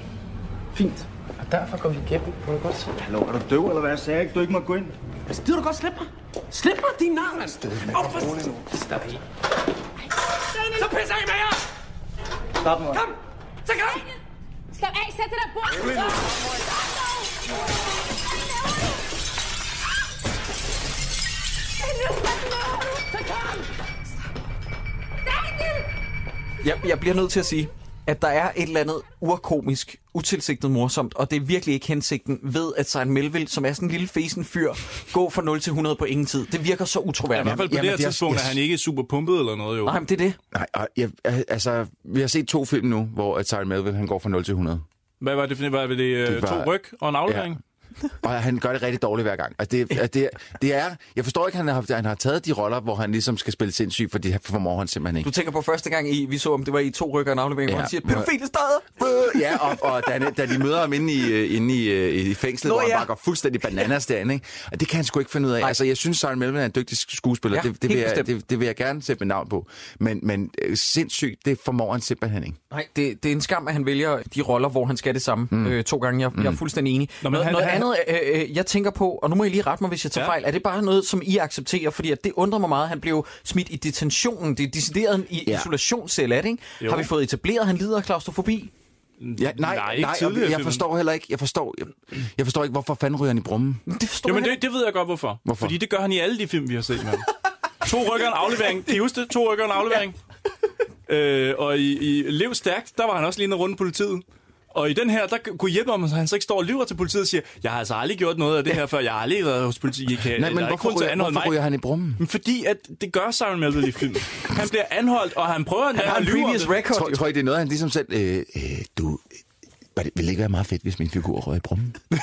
S5: Fint. Og derfor går vi igennem. Kan du godt se?
S16: Hallo, er du døv, eller hvad? Jeg sagde ikke, du ikke må gå ind.
S5: Altså, gider du godt slippe mig? Slip mig, din nar, mand! Stille, mand. Rolig nu. Slap af.
S7: Daniel!
S10: Så pisser I med jer!
S16: Stop mig.
S10: Kom! Så kom!
S7: Slap af, sæt det der bord!
S4: Jeg, jeg bliver nødt til at sige, at der er et eller andet urkomisk, utilsigtet morsomt, og det er virkelig ikke hensigten ved, at Simon Melville, som er sådan en lille fesen fyr, går fra 0 til 100 på ingen tid. Det virker så
S1: I hvert
S4: utroværdigt.
S1: fald på Jamen, det her tidspunkt er han ikke super pumpet eller noget, jo.
S4: Nej, men det er det.
S2: Nej, og jeg, altså, vi har set to film nu, hvor at Tyron Melville han går fra 0 til 100.
S1: Hvad var det for Var det, øh,
S2: Det var-
S1: to ryg og en aflevering?
S2: Og han gør det rigtig dårligt hver gang. Altså det, at det, det er, jeg forstår ikke, at han har, at han har taget de roller, hvor han ligesom skal spille sindssyg, fordi det formår han simpelthen
S4: Du
S2: ikke.
S4: tænker på første gang, I, vi så, om det var i to rykker og en aflevering, ja, hvor han siger, pædofile
S2: stadig! Ja, og, og da, han- da, de møder ham inde i, øh, inde i, øh, i fængslet,
S4: Nå,
S2: Nå, hvor han
S4: ja.
S2: bare går fuldstændig bananas derinde, ikke? og det kan han sgu ikke finde ud af. Altså, jeg synes, Søren Melvin er en dygtig skuespiller.
S4: Ja,
S2: Ja, det, det,
S4: helt
S2: vil jeg,
S4: bestemt.
S2: det, det vil jeg gerne sætte mit navn på. Men, men øh, sindssygt, det formår han simpelthen ikke.
S4: Nej, det, det er en skam, at han vælger de roller, hvor han skal det samme mm. øh, to gange. Jeg, mm. jeg er fuldstændig enig. Nå,
S1: men
S4: noget
S1: han-
S4: noget
S1: han-
S4: andet, øh, øh, jeg tænker på, og nu må I lige rette mig, hvis jeg tager ja. fejl. Er det bare noget, som I accepterer? Fordi at det undrer mig meget. Han blev smidt i detentionen. Det er decideret i ja.
S2: Ja.
S4: isolationscelle, er det ikke?
S2: Jo.
S4: Har vi fået etableret, at han lider af klaustrofobi?
S2: Ja, nej,
S4: Nej,
S2: nej,
S4: ikke
S2: nej
S4: tidligere
S2: jeg, jeg
S4: film.
S2: forstår heller ikke, jeg forstår, jeg, jeg forstår ikke, hvorfor fanden ryger han i brummen.
S4: Det forstår
S1: Jamen, det, det ved jeg godt, hvorfor.
S2: Hvorfor?
S1: Fordi det gør han i alle de film, vi har set med ham. To rykker og en aflevering. Kan I huske det? To rykker og en aflevering. Øh, og i, i Lev Stærkt, der var han også lige inde og runde politiet. Og i den her, der kunne Jeppe, om han så ikke står og lyver til politiet og siger, jeg har altså aldrig gjort noget af det her før, jeg har aldrig været hos politiet, I kan,
S2: Nej, men hvorfor ryger, hvorfor ryger han i brummen?
S1: Men fordi at det gør Simon Melville i filmen. Han bliver anholdt, og han prøver endda at lyve om det.
S2: Tror, tror I, det er noget, han ligesom selv... Øh, øh, du, var det, ville det ikke være meget fedt, hvis min figur røg i brummen?
S4: Kunne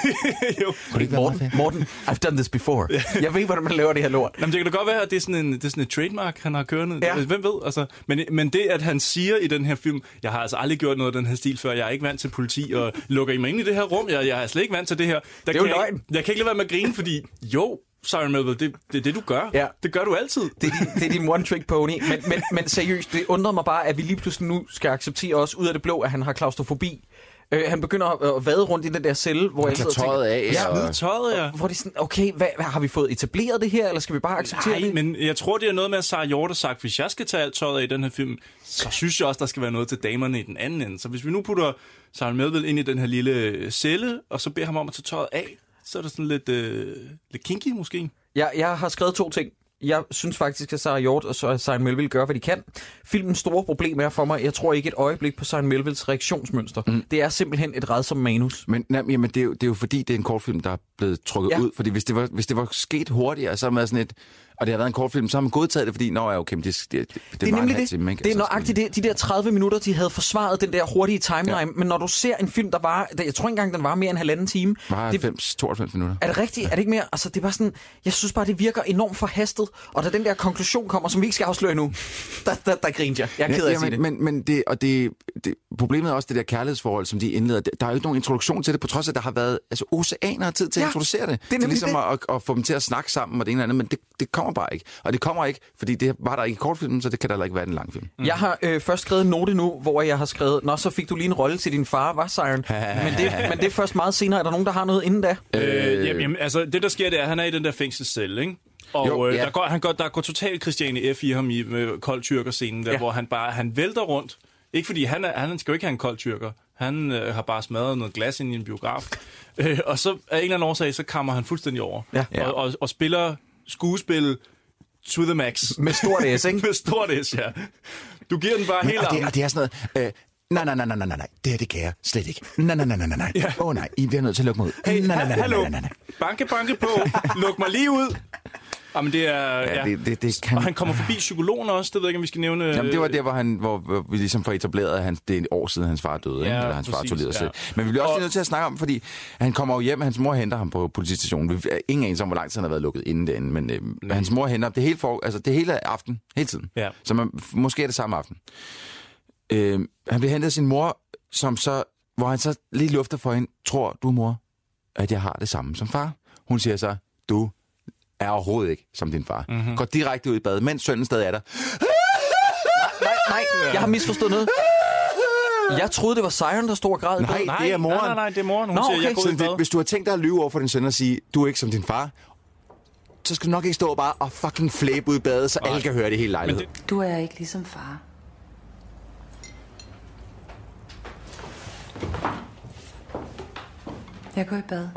S4: det ikke Morten, Morten, I've done this before. jeg ved, hvordan man laver det her lort.
S1: Jamen, det kan da godt være, at det er sådan en, det er sådan et trademark, han har kørende. Ja. Hvem ved? Altså, men, men det, at han siger i den her film, jeg har altså aldrig gjort noget af den her stil før, jeg er ikke vant til politi, og lukker I mig ind i det her rum, jeg, jeg er slet ikke vant til det her. Der det
S4: jo
S1: kan Jeg,
S4: løgn.
S1: ikke- jeg kan ikke lade være med at grine, fordi jo, Simon Melville, det, det er det, du gør. Ja. Det gør du altid.
S4: Det, er din- det er din one-trick pony. Men, men, men seriøst, det undrer mig bare, at vi lige pludselig nu skal acceptere os ud af det blå, at han har klaustrofobi. Øh, han begynder at, at vade rundt i den der celle, hvor
S2: Han
S4: jeg
S2: tager
S4: sidder og tænker,
S2: tøjet af,
S4: Ja,
S2: og-
S4: smid
S1: tøjet, ja.
S4: Hvor det er sådan, okay, hvad, hvad, har vi fået etableret det her, eller skal vi bare acceptere
S1: Nej,
S4: det?
S1: men jeg tror, det er noget med, at Sarah Hjort har sagt, hvis jeg skal tage alt tøjet af i den her film, så synes jeg også, der skal være noget til damerne i den anden ende. Så hvis vi nu putter Sarah Melville ind i den her lille øh, celle, og så beder ham om at tage tøjet af, så er det sådan lidt, øh, lidt kinky måske.
S4: Jeg, jeg har skrevet to ting. Jeg synes faktisk, at Sarah Hjort og Søren Melville gør, hvad de kan. Filmens store problem er for mig, jeg tror ikke et øjeblik på Søren Melvilles reaktionsmønster. Mm. Det er simpelthen et redsomt manus.
S2: Men nej, men jamen, det, er jo, det er jo fordi, det er en kortfilm, der er blevet trukket
S4: Ja.
S2: ja. ud. Fordi hvis det, var, hvis det var sket hurtigere, så havde sådan et... Og det har været en kortfilm, så har man godtaget det, fordi... Nå ja, okay, men det, det, det, det,
S4: det er
S2: bare en
S4: nemlig
S2: halv
S4: det.
S2: Time, ikke?
S4: det er
S2: Altså,
S4: nøjagtigt det. De der 30 minutter, de havde forsvaret den der hurtige timeline. Ja. Men når du ser en film, der var... Der, jeg tror ikke engang, den var mere end halvanden time.
S2: Var
S4: det,
S2: 90, 92 minutter.
S4: er det rigtigt? Er det ikke mere? Altså, det er bare sådan... Jeg synes bare, det virker enormt forhastet. Og da den der konklusion kommer, som vi ikke skal afsløre nu, der, der, der grinte jeg. Jeg er ked af at sige
S2: men,
S4: det.
S2: Men, men det, og det, det, problemet er også det der kærlighedsforhold, som de indleder. Der er jo ikke nogen introduktion til det, på trods af, at der har været altså, oceaner af tid til ja,
S4: Ja,
S2: at introducere det. Det er,
S4: nemlig
S2: ligesom
S4: det.
S2: At, at, få dem til at snakke sammen og det ene eller andet, men det, det kommer bare ikke. Og det kommer ikke, fordi det var der ikke i kortfilmen, så det kan der heller ikke være i den lange film.
S4: Mm. Jeg har øh, først skrevet en note nu, hvor jeg har skrevet, Nå, så fik du lige en rolle til din far, var Siren? men, det, men det er først meget senere. Er der nogen, der har noget inden da?
S1: Øh, jamen, jamen, altså, det der sker, det er, at han er i den der fængselscelle, ikke? Og
S4: Jo,
S1: jo, øh,
S4: ja.
S1: der, går, han går, der går totalt Christiane F. i ham i øh, kold tyrker-scenen, der,
S4: Ja.
S1: ja. hvor han bare han vælter rundt. Ikke fordi han, er, han skal jo ikke have en kold tyrker. Han øh, har bare smadret noget glas ind i en biograf. Øh, og så af en eller anden årsag, så kammer han fuldstændig over.
S4: Ja.
S1: Og, og, og spiller skuespil to the max.
S4: Med stort S, ikke?
S1: Med stort S, ja. Du giver den bare
S2: Men,
S1: helt
S2: og, det,
S1: af.
S2: og det er sådan noget... Øh, Nej, nej, nej, nej, nej, nej, nej. Det her, det kan jeg slet ikke. Nej, nej, nej, nej, nej, nej. Åh oh, nej, I bliver nødt til at lukke mig ud. Hey, nej, nej, nej, nej,
S1: Hallo,
S2: nej, nej, nej.
S1: banke, banke på. Luk mig lige ud. Jamen, det er...
S2: Ja, det, det, det kan...
S1: Og han kommer forbi psykologen også, det ved jeg ikke, om vi skal nævne. øh,
S2: Jamen, det var der, hvor, han, hvor, hvor vi ligesom får etableret, at han, det er en år siden, hans far døde,
S1: Ja,
S2: ja, ikke? eller hans
S1: præcis,
S2: far tog livet
S1: ja.
S2: ja. Men vi bliver også lige nødt til at snakke om, fordi han kommer jo hjem, hans mor henter ham på politistationen. Vi er ingen anelse om, hvor lang tid han har været lukket inden den, men øh, hans mor henter ham det hele, for, altså, det hele aften, hele tiden.
S1: Ja.
S2: Så man, f- måske er det samme aften. Øh, han bliver hentet af sin mor, som så, hvor han så lige lufter for hende, tror du, mor, at jeg har det samme som far? Hun siger så, du er overhovedet ikke som din far.
S1: Mhm.
S2: Mm-hmm. Går direkte ud i badet, mens sønnen stadig er der.
S4: Nej, nej, jeg har misforstået noget. Jeg troede, det var Siren, der stod og græd. i
S2: Nej,
S4: badet.
S2: det er moren.
S1: Nej, nej, nej, det er moren. Hun
S4: Nå,
S1: Nå, siger, okay.
S4: okay.
S1: jeg går ud
S2: Så
S1: i
S2: det,
S1: bad.
S2: hvis du har tænkt dig at lyve over for din søn og sige, du er ikke som din far, så skal du nok ikke stå bare og fucking flæbe ud i badet, så alle kan høre det i hele lejligheden.
S9: Du er ikke ligesom far.
S11: Jeg går i bad.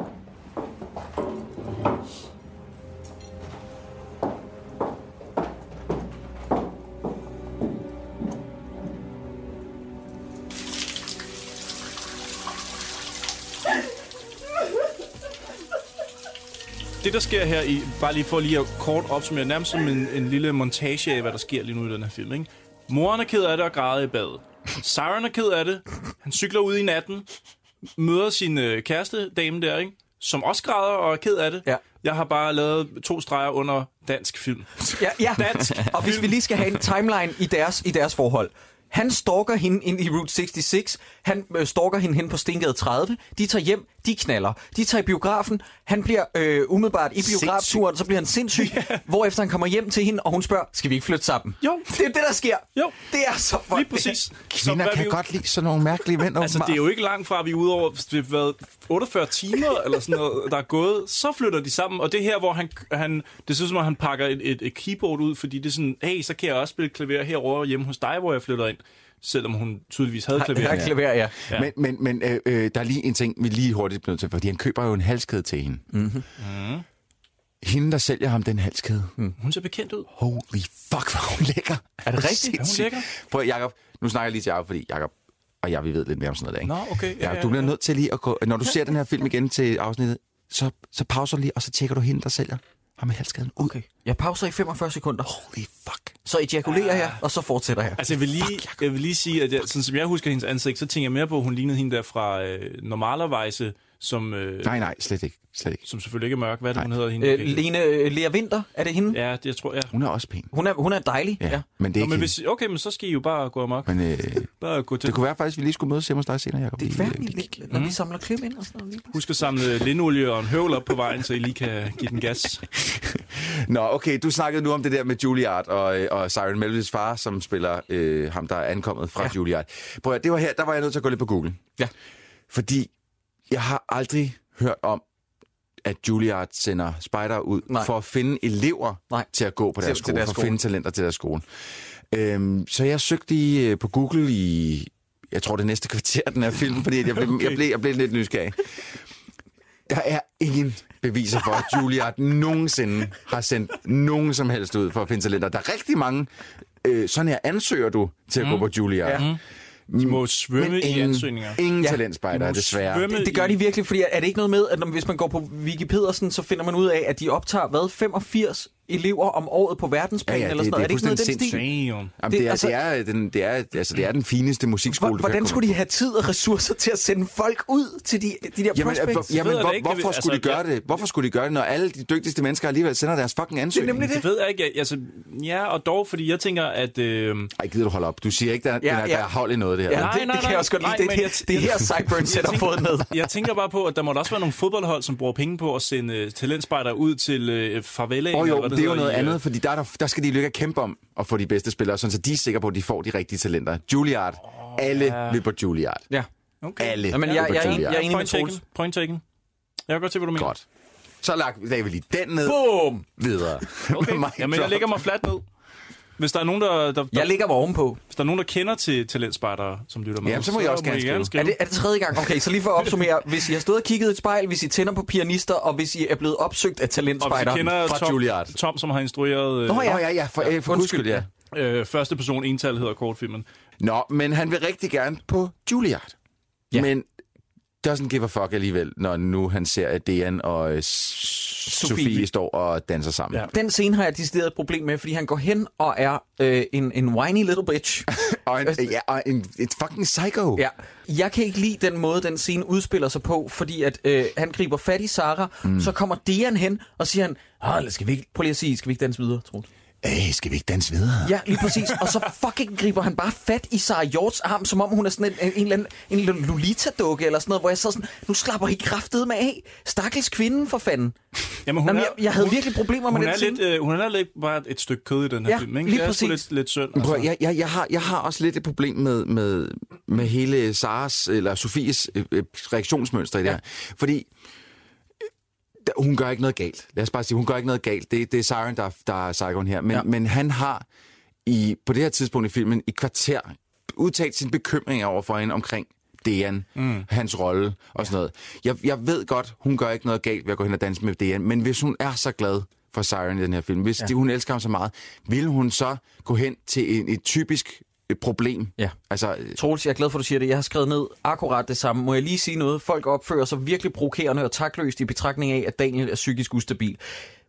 S1: Det, der sker her i, bare lige for lige at kort opsummere, nærmest som en, en lille montage af, hvad der sker lige nu i den her film, ikke? Moren er ked af det og græder i badet. Siren er ked af det. Han cykler ud i natten, møder sin øh, kæreste, dame der, ikke? Som også græder og er ked af det. Ja. Jeg har bare lavet to streger under dansk film.
S4: Ja, ja.
S1: Dansk
S4: og hvis vi lige skal have en timeline i deres, i deres forhold. Han stalker hende ind i Route 66. Han øh, stalker hende hen på Stengade 30. De tager hjem. De knaller. De tager i biografen. Han bliver øh, umiddelbart i biografturen, så bliver han sindssyg. Yeah. Hvorefter han kommer hjem til hende, og hun spørger, skal vi ikke flytte sammen?
S1: Jo.
S4: Det er det, der sker.
S1: Jo.
S4: Det er så fuck.
S1: Lige præcis. Så
S2: Kvinder
S1: hvad
S2: kan
S1: vi-
S2: godt lide sådan nogle mærkelige mænd.
S1: Altså, det er jo ikke langt fra, at vi er ude over det har været 48 timer, eller sådan noget, der er gået. Så flytter de sammen, og det er her, hvor han, han det synes som om, han pakker et, et, et keyboard ud, fordi det er sådan, hey, så kan jeg også spille klaver herovre hjemme hos dig, hvor jeg flytter ind. Selvom hun tydeligvis havde klaver.
S2: ja. Men, men, men øh, øh, der er lige en ting, vi lige hurtigt bliver nødt til, fordi han køber jo en halskæde til hende. Mm-hmm.
S1: Mm.
S2: Hende, der sælger ham den halskæde. Mm.
S1: Hun ser bekendt ud.
S2: Holy fuck, hvor er hun lækker.
S1: Er det rigtigt? Er hun
S2: Sindssygt.
S1: lækker?
S2: Prøv, Jacob, nu snakker jeg lige til Jacob, fordi Jacob og jeg, vi ved lidt mere om sådan noget der, ikke?
S1: Nå, okay, ja,
S2: Jacob,
S1: ja,
S2: du bliver nødt til lige at gå... Når du ser den her film igen til afsnittet, så, så pauser du lige, og så tjekker du hende, der sælger ham med halskæden ud. Okay.
S4: Jeg pauser i 45 sekunder.
S2: Holy fuck.
S4: Så ejakulerer jeg, og så fortsætter jeg.
S1: Ah. Altså, jeg vil lige, jeg vil lige sige, at jeg, sådan som jeg husker hendes ansigt, så tænker jeg mere på, at hun lignede hende der fra øh, Normalerweise, som... Øh,
S2: Nej, nej, slet ikke. Slet ikke.
S1: Som selvfølgelig ikke er mørk. Hvad er det, hun hedder? Hende?
S4: Øh, Lene øh, Lea Winter, er det hende?
S1: Ja, det jeg tror jeg.
S2: Hun er også pæn.
S4: Hun er, hun er dejlig.
S2: Ja, ja. men det er
S1: Nå,
S2: ikke
S1: men
S2: hende.
S1: hvis, okay, men så skal I jo bare gå amok.
S2: Men, øh,
S1: bare gå til.
S2: Det kunne være faktisk, at vi lige skulle mødes hjemme hos dig senere, Jacob. øh, Det er
S4: Når vi samler klip ind og sådan noget.
S1: Husk at samle lindolie og en høvl op på vejen, så I lige kan give den gas.
S2: Nå, okay, du snakkede nu om det der med Juilliard og, øh, og Siren Melvilles far, som spiller øh, ham, der er ankommet fra ja. Juilliard. Prøv at, høre, det var her, der var jeg nødt til at gå lidt på Google.
S4: Ja.
S2: Fordi jeg har aldrig hørt om, at Juilliard sender spejder ud
S4: Nej.
S2: Nej. for at finde elever
S4: Nej.
S2: til at gå på
S4: Til-
S2: deres
S4: til
S2: skole,
S4: deres
S2: for
S4: skole.
S2: at finde talenter til deres skole. Øhm, så jeg søgte i, øh, på Google i, jeg tror det næste kvarter, den her film, fordi jeg blev, okay. jeg, blev, jeg blev lidt nysgerrig. Der er ingen beviser for, at Juilliard nogensinde har sendt nogen som helst ud for at finde talenter. Der er rigtig mange, øh, sådan her ansøger du til at mm. gå på Juilliard.
S1: Ja.
S2: De må
S1: svømme i
S2: øhm,
S1: ansøgninger.
S2: Ingen
S4: Ja.
S2: ja. talentspejder, desværre.
S4: Det, det gør de virkelig, fordi er det ikke noget med, at når, hvis man går på Wikipedersen, så finder man ud af, at de optager, hvad, 85 elever om året på verdensplan
S2: Ja, ja,
S4: eller sådan noget?
S2: det, det, er,
S4: ikke noget i den
S2: fuldstændig
S4: stil?
S2: sindssygt.
S4: Det-
S2: Jamen, det, er,
S4: altså-
S2: det, er, den, det, er, altså, det er den fineste musikskole, du kan
S4: Hvordan
S2: komme
S4: skulle de have tid og ressourcer til at sende folk ud til de, de der
S2: Jamen,
S4: prospects?
S2: hvor, jamen hvor, hvorfor skulle
S1: altså,
S2: de gøre det? Hvorfor skulle de gøre det, når alle de dygtigste mennesker alligevel sender deres fucking ansøgning?
S1: Det ved jeg ikke. Jeg- Altså, ja, og dog, fordi jeg tænker, at... Øh...
S2: Ej, gider du holde op. Du siger ikke, der,
S1: Ja,
S2: ja, den
S1: ja.
S2: er, der er hold i noget, det her.
S1: Nej, nej, nej, nej, men jeg- jeg tænker- Jeg tænker bare på, at der må da også være nogle fodboldhold, som bruger penge på at sende uh, talentspejdere ud til uh, favelaen.
S2: Og
S1: eller
S2: jo,
S1: hvad
S2: det er jo
S1: hedder
S2: noget
S1: i, øh,
S2: andet, fordi der, er der, der skal de lykke at kæmpe om at få de bedste spillere, sådan så de er sikre på, at de får de rigtige talenter. Juilliard. Alle
S1: ja.
S2: vil på Juilliard.
S4: Ja.
S1: Okay.
S2: Alle
S1: Jamen,
S2: vil
S1: jeg-
S2: på
S1: jeg er enig-
S2: Juilliard.
S1: jeg er enig med øh, Point taken. Troels. Point taken. Jeg kan godt se, hvad du mener.
S2: Godt. Så lag, lagde vi lige den ned.
S4: Boom!
S2: Videre.
S1: Okay. Jamen, jeg lægger mig fladt ned. Hvis der er nogen, der... der
S4: jeg ligger mig ovenpå.
S1: Hvis der er nogen, der kender til talentspejdere, som lytter med,
S2: Jamen, så må I også gerne skrive.
S4: Er det, er det tredje gang? Okay, så lige for at opsummere. Hvis I har stået og kigget i et spejl, hvis I tænder på pianister, og hvis I er blevet opsøgt af
S1: Og hvis
S4: talentspejder
S1: I kender Tom, Tom, som har instrueret...
S4: Nå, ja. Nå, ja, ja, for- øh, for guds skyld, ja.
S1: Øh, første person ental hedder kortfilmen.
S2: Nå, men han vil rigtig gerne på Juilliard. Ja. Men doesn't give a fuck alligevel, når nu han ser, at Dejan og øh, Sofie. Sofie står og danser sammen. Ja.
S4: Den scene har jeg decideret et problem med, fordi han går hen og er øh, en, en whiny little bitch.
S2: og en, ja, og en, et fucking psycho.
S4: Ja. Jeg kan ikke lide den måde, den scene udspiller sig på, fordi at øh, han griber fat i Sara, mm. så kommer Dejan hen, og siger han, Hold, skal vi ikke, prøv lige at sige, skal vi ikke danse videre, Troels?
S2: Æh, skal vi ikke danse videre?
S4: Ja, lige præcis. Og så fucking griber han bare fat i Sarah Hjorts arm, som om hun er sådan en, en, en, eller anden- en lille Lolita-dukke eller sådan noget, hvor jeg sad sådan, nu slapper I kraftet med af. Stakkels kvinden for fanden.
S1: Jamen, hun
S4: Jamen,
S1: er-
S4: jeg, jeg havde
S1: hun-
S4: virkelig problemer med
S1: Hun
S4: den
S1: er,
S4: scene.
S1: lidt, øh, hun er lidt bare et stykke kød i den her
S4: Ja,
S1: film, ikke?
S4: lige
S1: det er sgu
S4: præcis.
S1: lidt, lidt synd. altså.
S2: Men Prøv, at- jeg, jeg, jeg, har, jeg har også lidt et problem med, med, med hele Saras, eller Sofies øh, øh, reaktionsmønster i det ja. her. Fordi øh, der- hun gør ikke noget galt. Lad os bare sige, hun gør ikke noget galt. Det, det er Saren, der, der er psykoen her. Men, ja. men han har i, på det her tidspunkt i filmen i kvarter udtalt sine bekymringer over for hende omkring Dejan, mm. hans rolle og sådan noget. Jeg, jeg ved godt, hun gør ikke noget galt ved at gå hen og danse med Dejan, men hvis hun er så glad for Siren i den her film, hvis
S4: Ja.
S2: ja. hun elsker ham så meget, vil hun så gå hen til en, et typisk øh, problem?
S4: Ja.
S2: Altså,
S4: Troels, jeg er glad for, at du siger det. Jeg har skrevet ned akkurat det samme. Må jeg lige sige noget? Folk opfører sig virkelig provokerende og takløst i betragtning af, at Daniel er psykisk ustabil.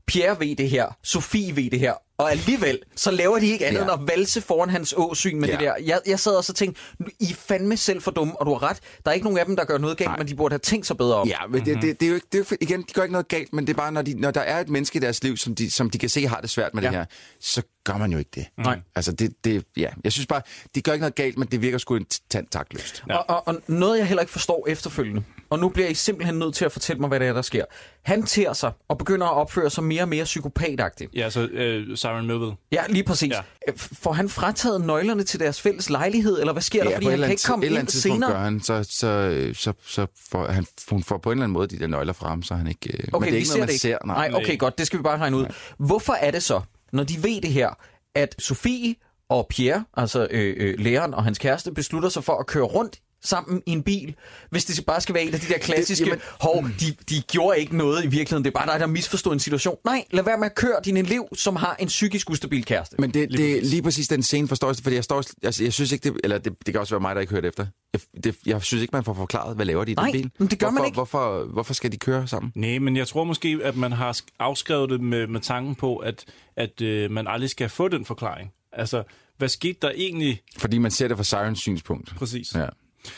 S4: Pierre ved det her, Sofie ved det her, og alligevel, så laver de ikke andet ja.
S2: Ja.
S4: end at valse foran hans åsyn med ja.
S2: Ja.
S4: det der. Jeg, jeg sad og så tænkte, I er fandme selv for dumme, og du har ret. Der er ikke nogen af dem, der gør noget galt, Nej. men de burde have tænkt sig bedre om.
S2: Ja, men det, det, det, er jo ikke, det er jo ikke, igen, de gør ikke noget galt, men det er bare, når, de, når der er et menneske i deres liv, som de, som de kan se har det svært med ja.
S4: Ja.
S2: det her, så gør man jo ikke det.
S4: Nej.
S2: Altså, det, det, ja. Jeg synes bare, de gør ikke noget galt, men det virker sgu en tand takløst.
S4: Ja. Og, og, og noget, jeg heller ikke forstår efterfølgende, og nu bliver I simpelthen nødt til at fortælle mig, hvad det er, der sker. Han tærer sig og begynder at opføre sig mere og mere psykopatagtigt.
S1: Ja, så øh, Siren Melville.
S4: Ja, lige præcis. Ja. Får han frataget nøglerne til deres fælles lejlighed, eller hvad sker der? Fordi han kan ikke komme
S2: et eller
S4: ind
S2: andet tidspunkt
S4: senere.
S2: gør han, så, så, øh, så, så får han, hun får på en eller anden måde de der nøgler fra ham, så han ikke... øh, men
S4: Okay,
S2: det er
S4: vi
S2: ikke
S4: ser
S2: noget, man
S4: det ikke.
S2: ser.
S4: nej. nej, okay, godt. Det skal vi bare regne ud. Nej. Hvorfor er det så, når de ved det her, at Sofie og Pierre, altså øh, øh, læreren og hans kæreste, beslutter sig for at køre rundt sammen i en bil, hvis det bare skal være en af de der klassiske,
S2: jamen-
S4: hov, de, de gjorde ikke noget i virkeligheden, det er bare dig, der misforstod en situation. Nej, lad være med at køre din elev, som har en psykisk ustabil kæreste.
S2: Men det, det er lige præcis den scene forståelse, fordi jeg, står, altså, jeg synes ikke, det, eller det, det kan også være mig, der ikke hørte efter. Jeg, det, jeg synes ikke, man får forklaret, hvad laver de i
S1: Nej,
S2: den bil?
S1: men det gør man
S2: hvorfor,
S1: ikke.
S2: Hvorfor, hvorfor skal de køre sammen?
S1: Nej, men jeg tror måske, at man har sk- afskrevet det med, med tanken på, at, at øh, man aldrig skal få den forklaring. Altså, hvad skete der egentlig?
S2: Fordi man ser det fra Sirens synspunkt.
S1: Præcis.
S2: Ja.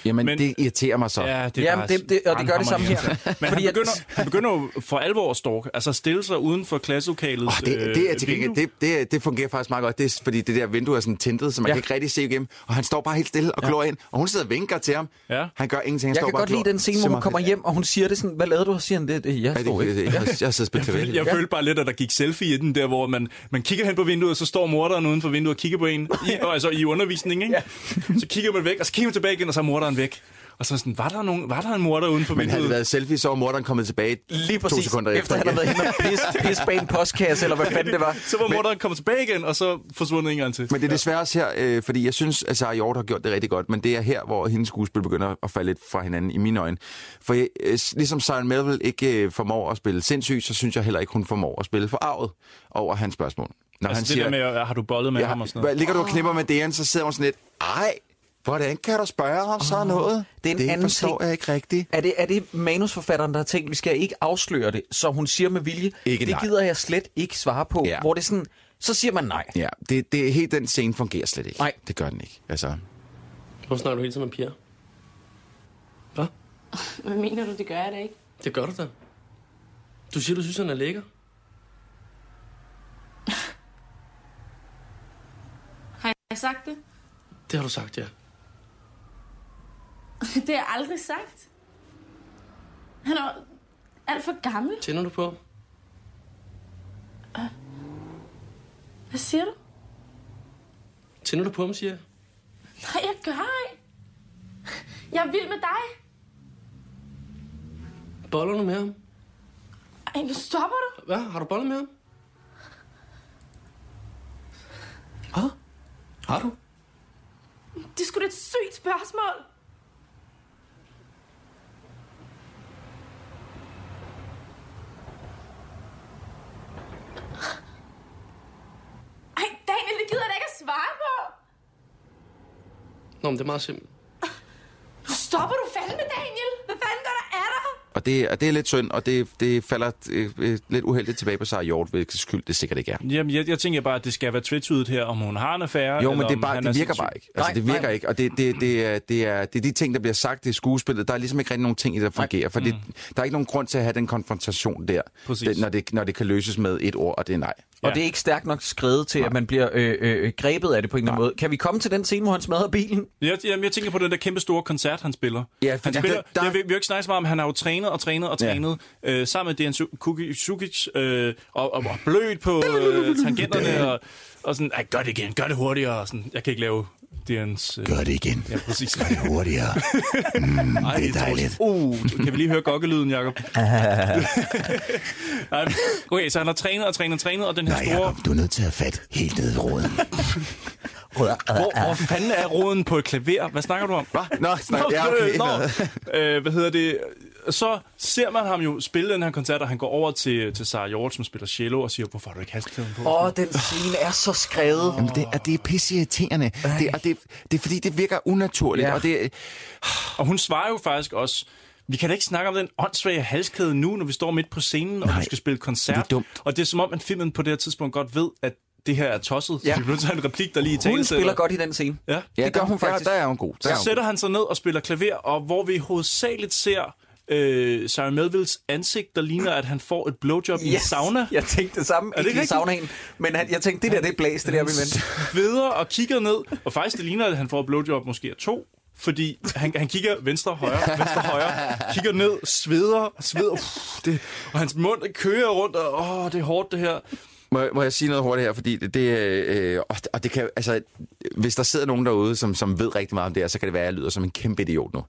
S2: Jamen, men, det irriterer mig så.
S1: Ja, det er
S2: Jamen,
S1: bare
S2: det, det, og det gør det samme her.
S1: brandhammerende irriterende. Men han begynder, han begynder jo for alvor at stalke, altså stille sig uden for øh, klasselokalet.
S2: Oh, det, det, er til gengæld, det, det, er- det fungerer faktisk meget godt, det er, fordi det der vindue er sådan tintet, så man
S1: Ja.
S2: ja. kan ikke rigtig se igennem. Og han står bare helt stille og glor ind, og hun sidder og vinker til ham.
S1: Ja.
S2: Han gør ingenting, han
S4: Jeg
S2: står
S4: kan
S2: bare
S4: godt lide den scene, hvor hun kommer hjem, og hun siger det sådan, hvad lavede du? Og siger han, det, det jeg stod
S2: det-
S4: ikke.
S2: det- jeg- jeg sidder og spiller
S1: Jeg, følte, jeg
S2: Ja.
S1: følte bare lidt, at der gik selfie i den der, hvor man, man kigger hen på vinduet, og så står morderen uden for vinduet og kigger på en, i, og altså i undervisning, ikke? Så kigger man væk, og så kigger man tilbage igen, og så er morderen væk. Og så er sådan, var der, nogen, var der en morder uden for
S2: Men havde
S1: vinduet?
S2: det været selfie, så var morderen kommet tilbage
S4: Lige
S2: to
S4: præcis,
S2: sekunder
S4: efter
S2: efter.
S4: han har
S2: igen.
S4: været henne og pisse- pisse bag en postkasse, eller hvad fanden det var.
S1: Så var morderen kommet tilbage igen, og så forsvundet en gang til.
S2: Men det er desværre også her, øh, fordi jeg synes, at Sarah Hjort har gjort det rigtig godt, men det er her, hvor hendes skuespil begynder at falde lidt fra hinanden i mine øjne. For øh, s- ligesom Sarah Melville ikke øh, formår at spille sindssygt, så synes jeg heller ikke, hun formår at spille forarvet over hans spørgsmål. Når
S1: altså
S2: han
S1: det siger, der med, øh, har du bollet med
S2: jeg,
S1: ham og sådan
S2: "Hvad,
S1: noget?
S4: Ah.
S2: Ligger du og knipper med Dejan, så sidder hun sådan lidt, ej, hvordan kan du spørge om sådan noget?
S4: Ah. Det er en
S2: det
S4: anden
S2: forstår
S4: ting.
S2: jeg ikke rigtigt.
S4: Er det, er det manusforfatteren, der har tænkt, vi skal ikke afsløre det, så hun siger med vilje,
S2: Ikke
S4: det
S2: nej.
S4: gider jeg slet ikke svare på, ja.
S2: Ja.
S4: hvor det er sådan, så siger man nej.
S2: Ja, det, det, helt den scene fungerer slet ikke. Nej. Det gør den ikke. Altså,
S5: Hvorfor snakker du hele tiden med Pia?
S15: Hvad mener du, det gør jeg da ikke?
S5: Det gør du da. Du siger, du synes, han er lækker.
S15: Har jeg sagt det?
S5: Det har du sagt, ja.
S15: Det har jeg aldrig sagt. Han er jo alt for gammel.
S5: Tænder du på ham?
S15: Hvad siger du?
S5: Tænder du på ham, siger jeg.
S15: Nej, jeg gør ikke. Jeg er vild med dig.
S5: Boller du med ham?
S15: Ej, nu stopper du.
S5: Hvad? Har du bollet med ham? Hvad? Har du?
S15: Det er sgu da et sygt spørgsmål. Ej, Daniel, det gider jeg da ikke at svare på.
S5: Nå, men det er meget simpelt.
S15: Nu stopper du fandme, Daniel. Hvad fanden gør der er der?
S2: og, det, og det er lidt synd, og det, det falder øh, øh, lidt uheldigt tilbage på Sarah Hjort, hvilket skyld det sikkert ikke er.
S1: Jamen, jeg, jeg tænker bare, at det skal være tvetydigt her, om hun har en affære. eller
S2: Jo, men det, er
S1: om
S2: bare,
S1: han
S2: det virker
S1: sindssyg.
S2: bare ikke. Altså, det virker ikke, og det, det, det, er, det, er, det er de ting, der bliver sagt i skuespillet. Der er ligesom ikke rigtig nogen ting i det, der fungerer, for
S1: Mm.
S2: det, der er ikke nogen grund til at have den konfrontation der, det, når, det, når det kan løses med et ord, og det er nej.
S4: Og det er ikke stærkt nok skrevet til, at man bliver øh, øh, grebet af det på en eller anden måde. Kan vi komme til den scene, hvor han smadrer bilen?
S1: Jeg, jamen, jeg tænker på den der kæmpe store koncert, han spiller.
S4: Ja,
S1: han
S4: fordi
S1: spiller,
S4: der-
S1: der... jeg, vi, vi har ikke snakket så meget om, han har jo trænet og trænet og
S2: Ja.
S1: trænet øh, sammen med Dejan Su- Kuki- Sukic øh, og, og, og blødt på øh, tangenterne og, og sådan, Ej, gør det igen, gør det hurtigere. Og sådan, jeg kan ikke lave Deans... Øh, gør det igen. Ja, præcis. Gør det hurtigere. Mm, Ej, det er dejligt. Uh, kan vi lige høre gokkelyden, Jacob? Ej, okay, så han har trænet og trænet og trænet, og den her store...
S17: Du er nødt til at fatte helt ned ved roden.
S1: Hvor, hvor fanden er roden på et klaver? Hvad snakker du om? Hvad?
S2: Nå, snak- ja, okay.
S1: nå, øh, hvad hedder det? Så ser man ham jo spille den her koncert, og han går over til, til Sarah Hjort, som spiller cello, og siger, hvorfor har du ikke halsklæden på?
S4: Åh, den scene er så skrevet.
S2: Jamen, det, er, det er pisseirriterende. Det, og det, det er fordi, det virker unaturligt.
S1: Ja.
S2: Ja. Og det,
S1: Og hun svarer jo faktisk også, vi kan da ikke snakke om den åndssvage halskæde nu, når vi står midt på scenen, og vi skal spille koncert. Det er dumt. Og det er som om, at filmen på det her tidspunkt godt ved, at det her er tosset. Ja.
S4: Ja.
S1: Så vi bliver nødt til at have en replik, der lige i tale
S4: Hun spiller godt i den scene.
S1: Ja.
S4: Det gør hun faktisk.
S1: Så sætter han sig ned og spiller klaver, og hvor vi hovedsageligt ser øh, Sarah Melvilles ansigt, der ligner, at han får et blowjob yes. i en
S4: Yes.
S1: sauna.
S4: Jeg tænkte det samme.
S1: Er det
S4: Ikke
S1: ikke
S4: i saunaen, men han, jeg tænkte, det der, det er blæs, det der, vi
S1: venter. videre og kigger ned, og faktisk det ligner, at han får et blowjob måske af to, fordi han, han kigger venstre, højre, venstre, højre, kigger ned, sveder, sveder, uff, det, og hans mund kører rundt, og åh, det er hårdt det her.
S2: Må, jeg- må jeg sige noget hurtigt her, fordi det, det øh, og, og det kan, altså, hvis der sidder nogen derude, som, som ved rigtig meget om det her, så kan det være, at jeg lyder som en kæmpe idiot nu.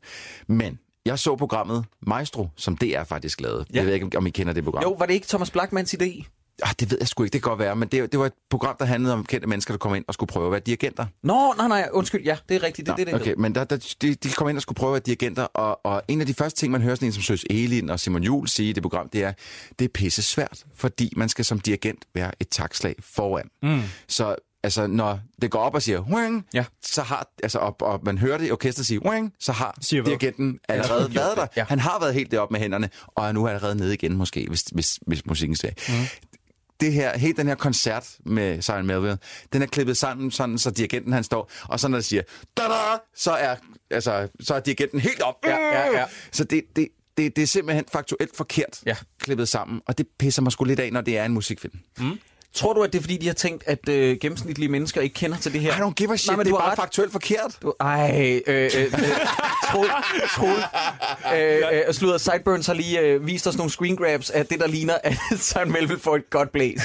S2: Men jeg så programmet Maestro, som DR faktisk lavede. Ja. Jeg ved ikke, om I kender det program.
S4: Jo, var det ikke Thomas Blackmans idé?
S2: Ah, det ved jeg sgu ikke, det kan godt være, men det, det var et program, der handlede om kendte mennesker, der kom ind og skulle prøve at være dirigenter.
S4: Nå, nej, nej, undskyld, ja, det er rigtigt, det, er det, det
S2: okay, men der, der, de, de kom ind og skulle prøve at være dirigenter, og, og en af de første ting, man hører sådan en som Søs Elin og Simon Juhl sige i det program, det er, det er pisse svært, fordi man skal som dirigent være et takslag foran.
S1: Mm.
S2: Så altså, når det går op og siger, Wang, ja. så har, altså, og, og man hører det i orkestret sige, Wang, så har siger dirigenten allerede
S1: Ja.
S2: været der. Ja. Han har været helt deroppe med hænderne, og er nu allerede nede igen måske, hvis, hvis, hvis musikken skal. Mm. Det her, helt den her koncert med Simon Melville, den er klippet sammen, sådan, så dirigenten han står, og så når det siger, da da, så er, altså, så er dirigenten helt op. Ja,
S4: ja, ja.
S2: Så det, det, det, det er simpelthen faktuelt forkert ja. klippet sammen, og det pisser mig sgu lidt af, når det er en musikfilm.
S4: Mm. Tror du, at det er, fordi de har tænkt, at øh, gennemsnitlige mennesker ikke kender til det her? I don't
S2: give a shit, det er bare faktuelt forkert.
S4: Du, ej, øh, øh, øh, Troel, Troel, øh, øh, Sludder Sideburns har lige øh, vist os nogle screen grabs af det, der ligner, at Søren Melville får et godt blæs.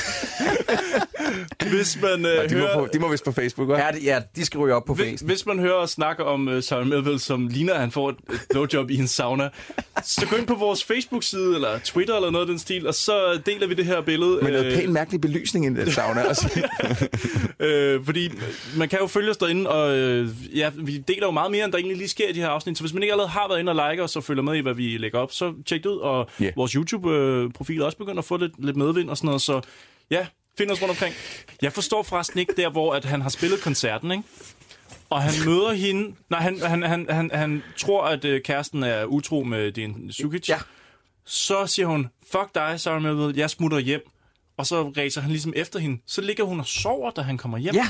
S1: Hvis man øh,
S2: de, må
S1: hører...
S2: på, de må vist på Facebook, hva'?
S4: Ja, de, ja, de skal ryge op på
S1: Hvis, hvis man hører os snakke om uh, Søren Melville, som ligner, at han får et, et blowjob i en sauna, så gå ind på vores Facebook-side, eller Twitter, eller noget af den stil, og så deler vi det her billede.
S2: Med noget
S1: øh,
S2: pænt mærkelig belysning i den sauna. Og så,
S1: øh, fordi man kan jo følge os derinde, og øh, ja, vi deler jo meget mere, end der egentlig lige sker i de her afsnit. Så hvis man ikke allerede har været inde og like os og følger med i, hvad vi lægger op, så tjek det ud. Og
S2: Ja.
S1: yeah. vores YouTube-profil er også begyndt at få lidt, lidt medvind og sådan noget, så ja, find os rundt omkring. Jeg forstår forresten ikke der, hvor at han har spillet koncerten, ikke? Og han møder hende... Nej, han, han, han, han, han tror, at øh, kæresten er utro med din Sukic. Ja. Så siger hun, fuck dig, Sarah Melville, jeg smutter hjem. Og så racer han ligesom efter hende. Så ligger hun og sover, da han kommer hjem.
S4: Ja.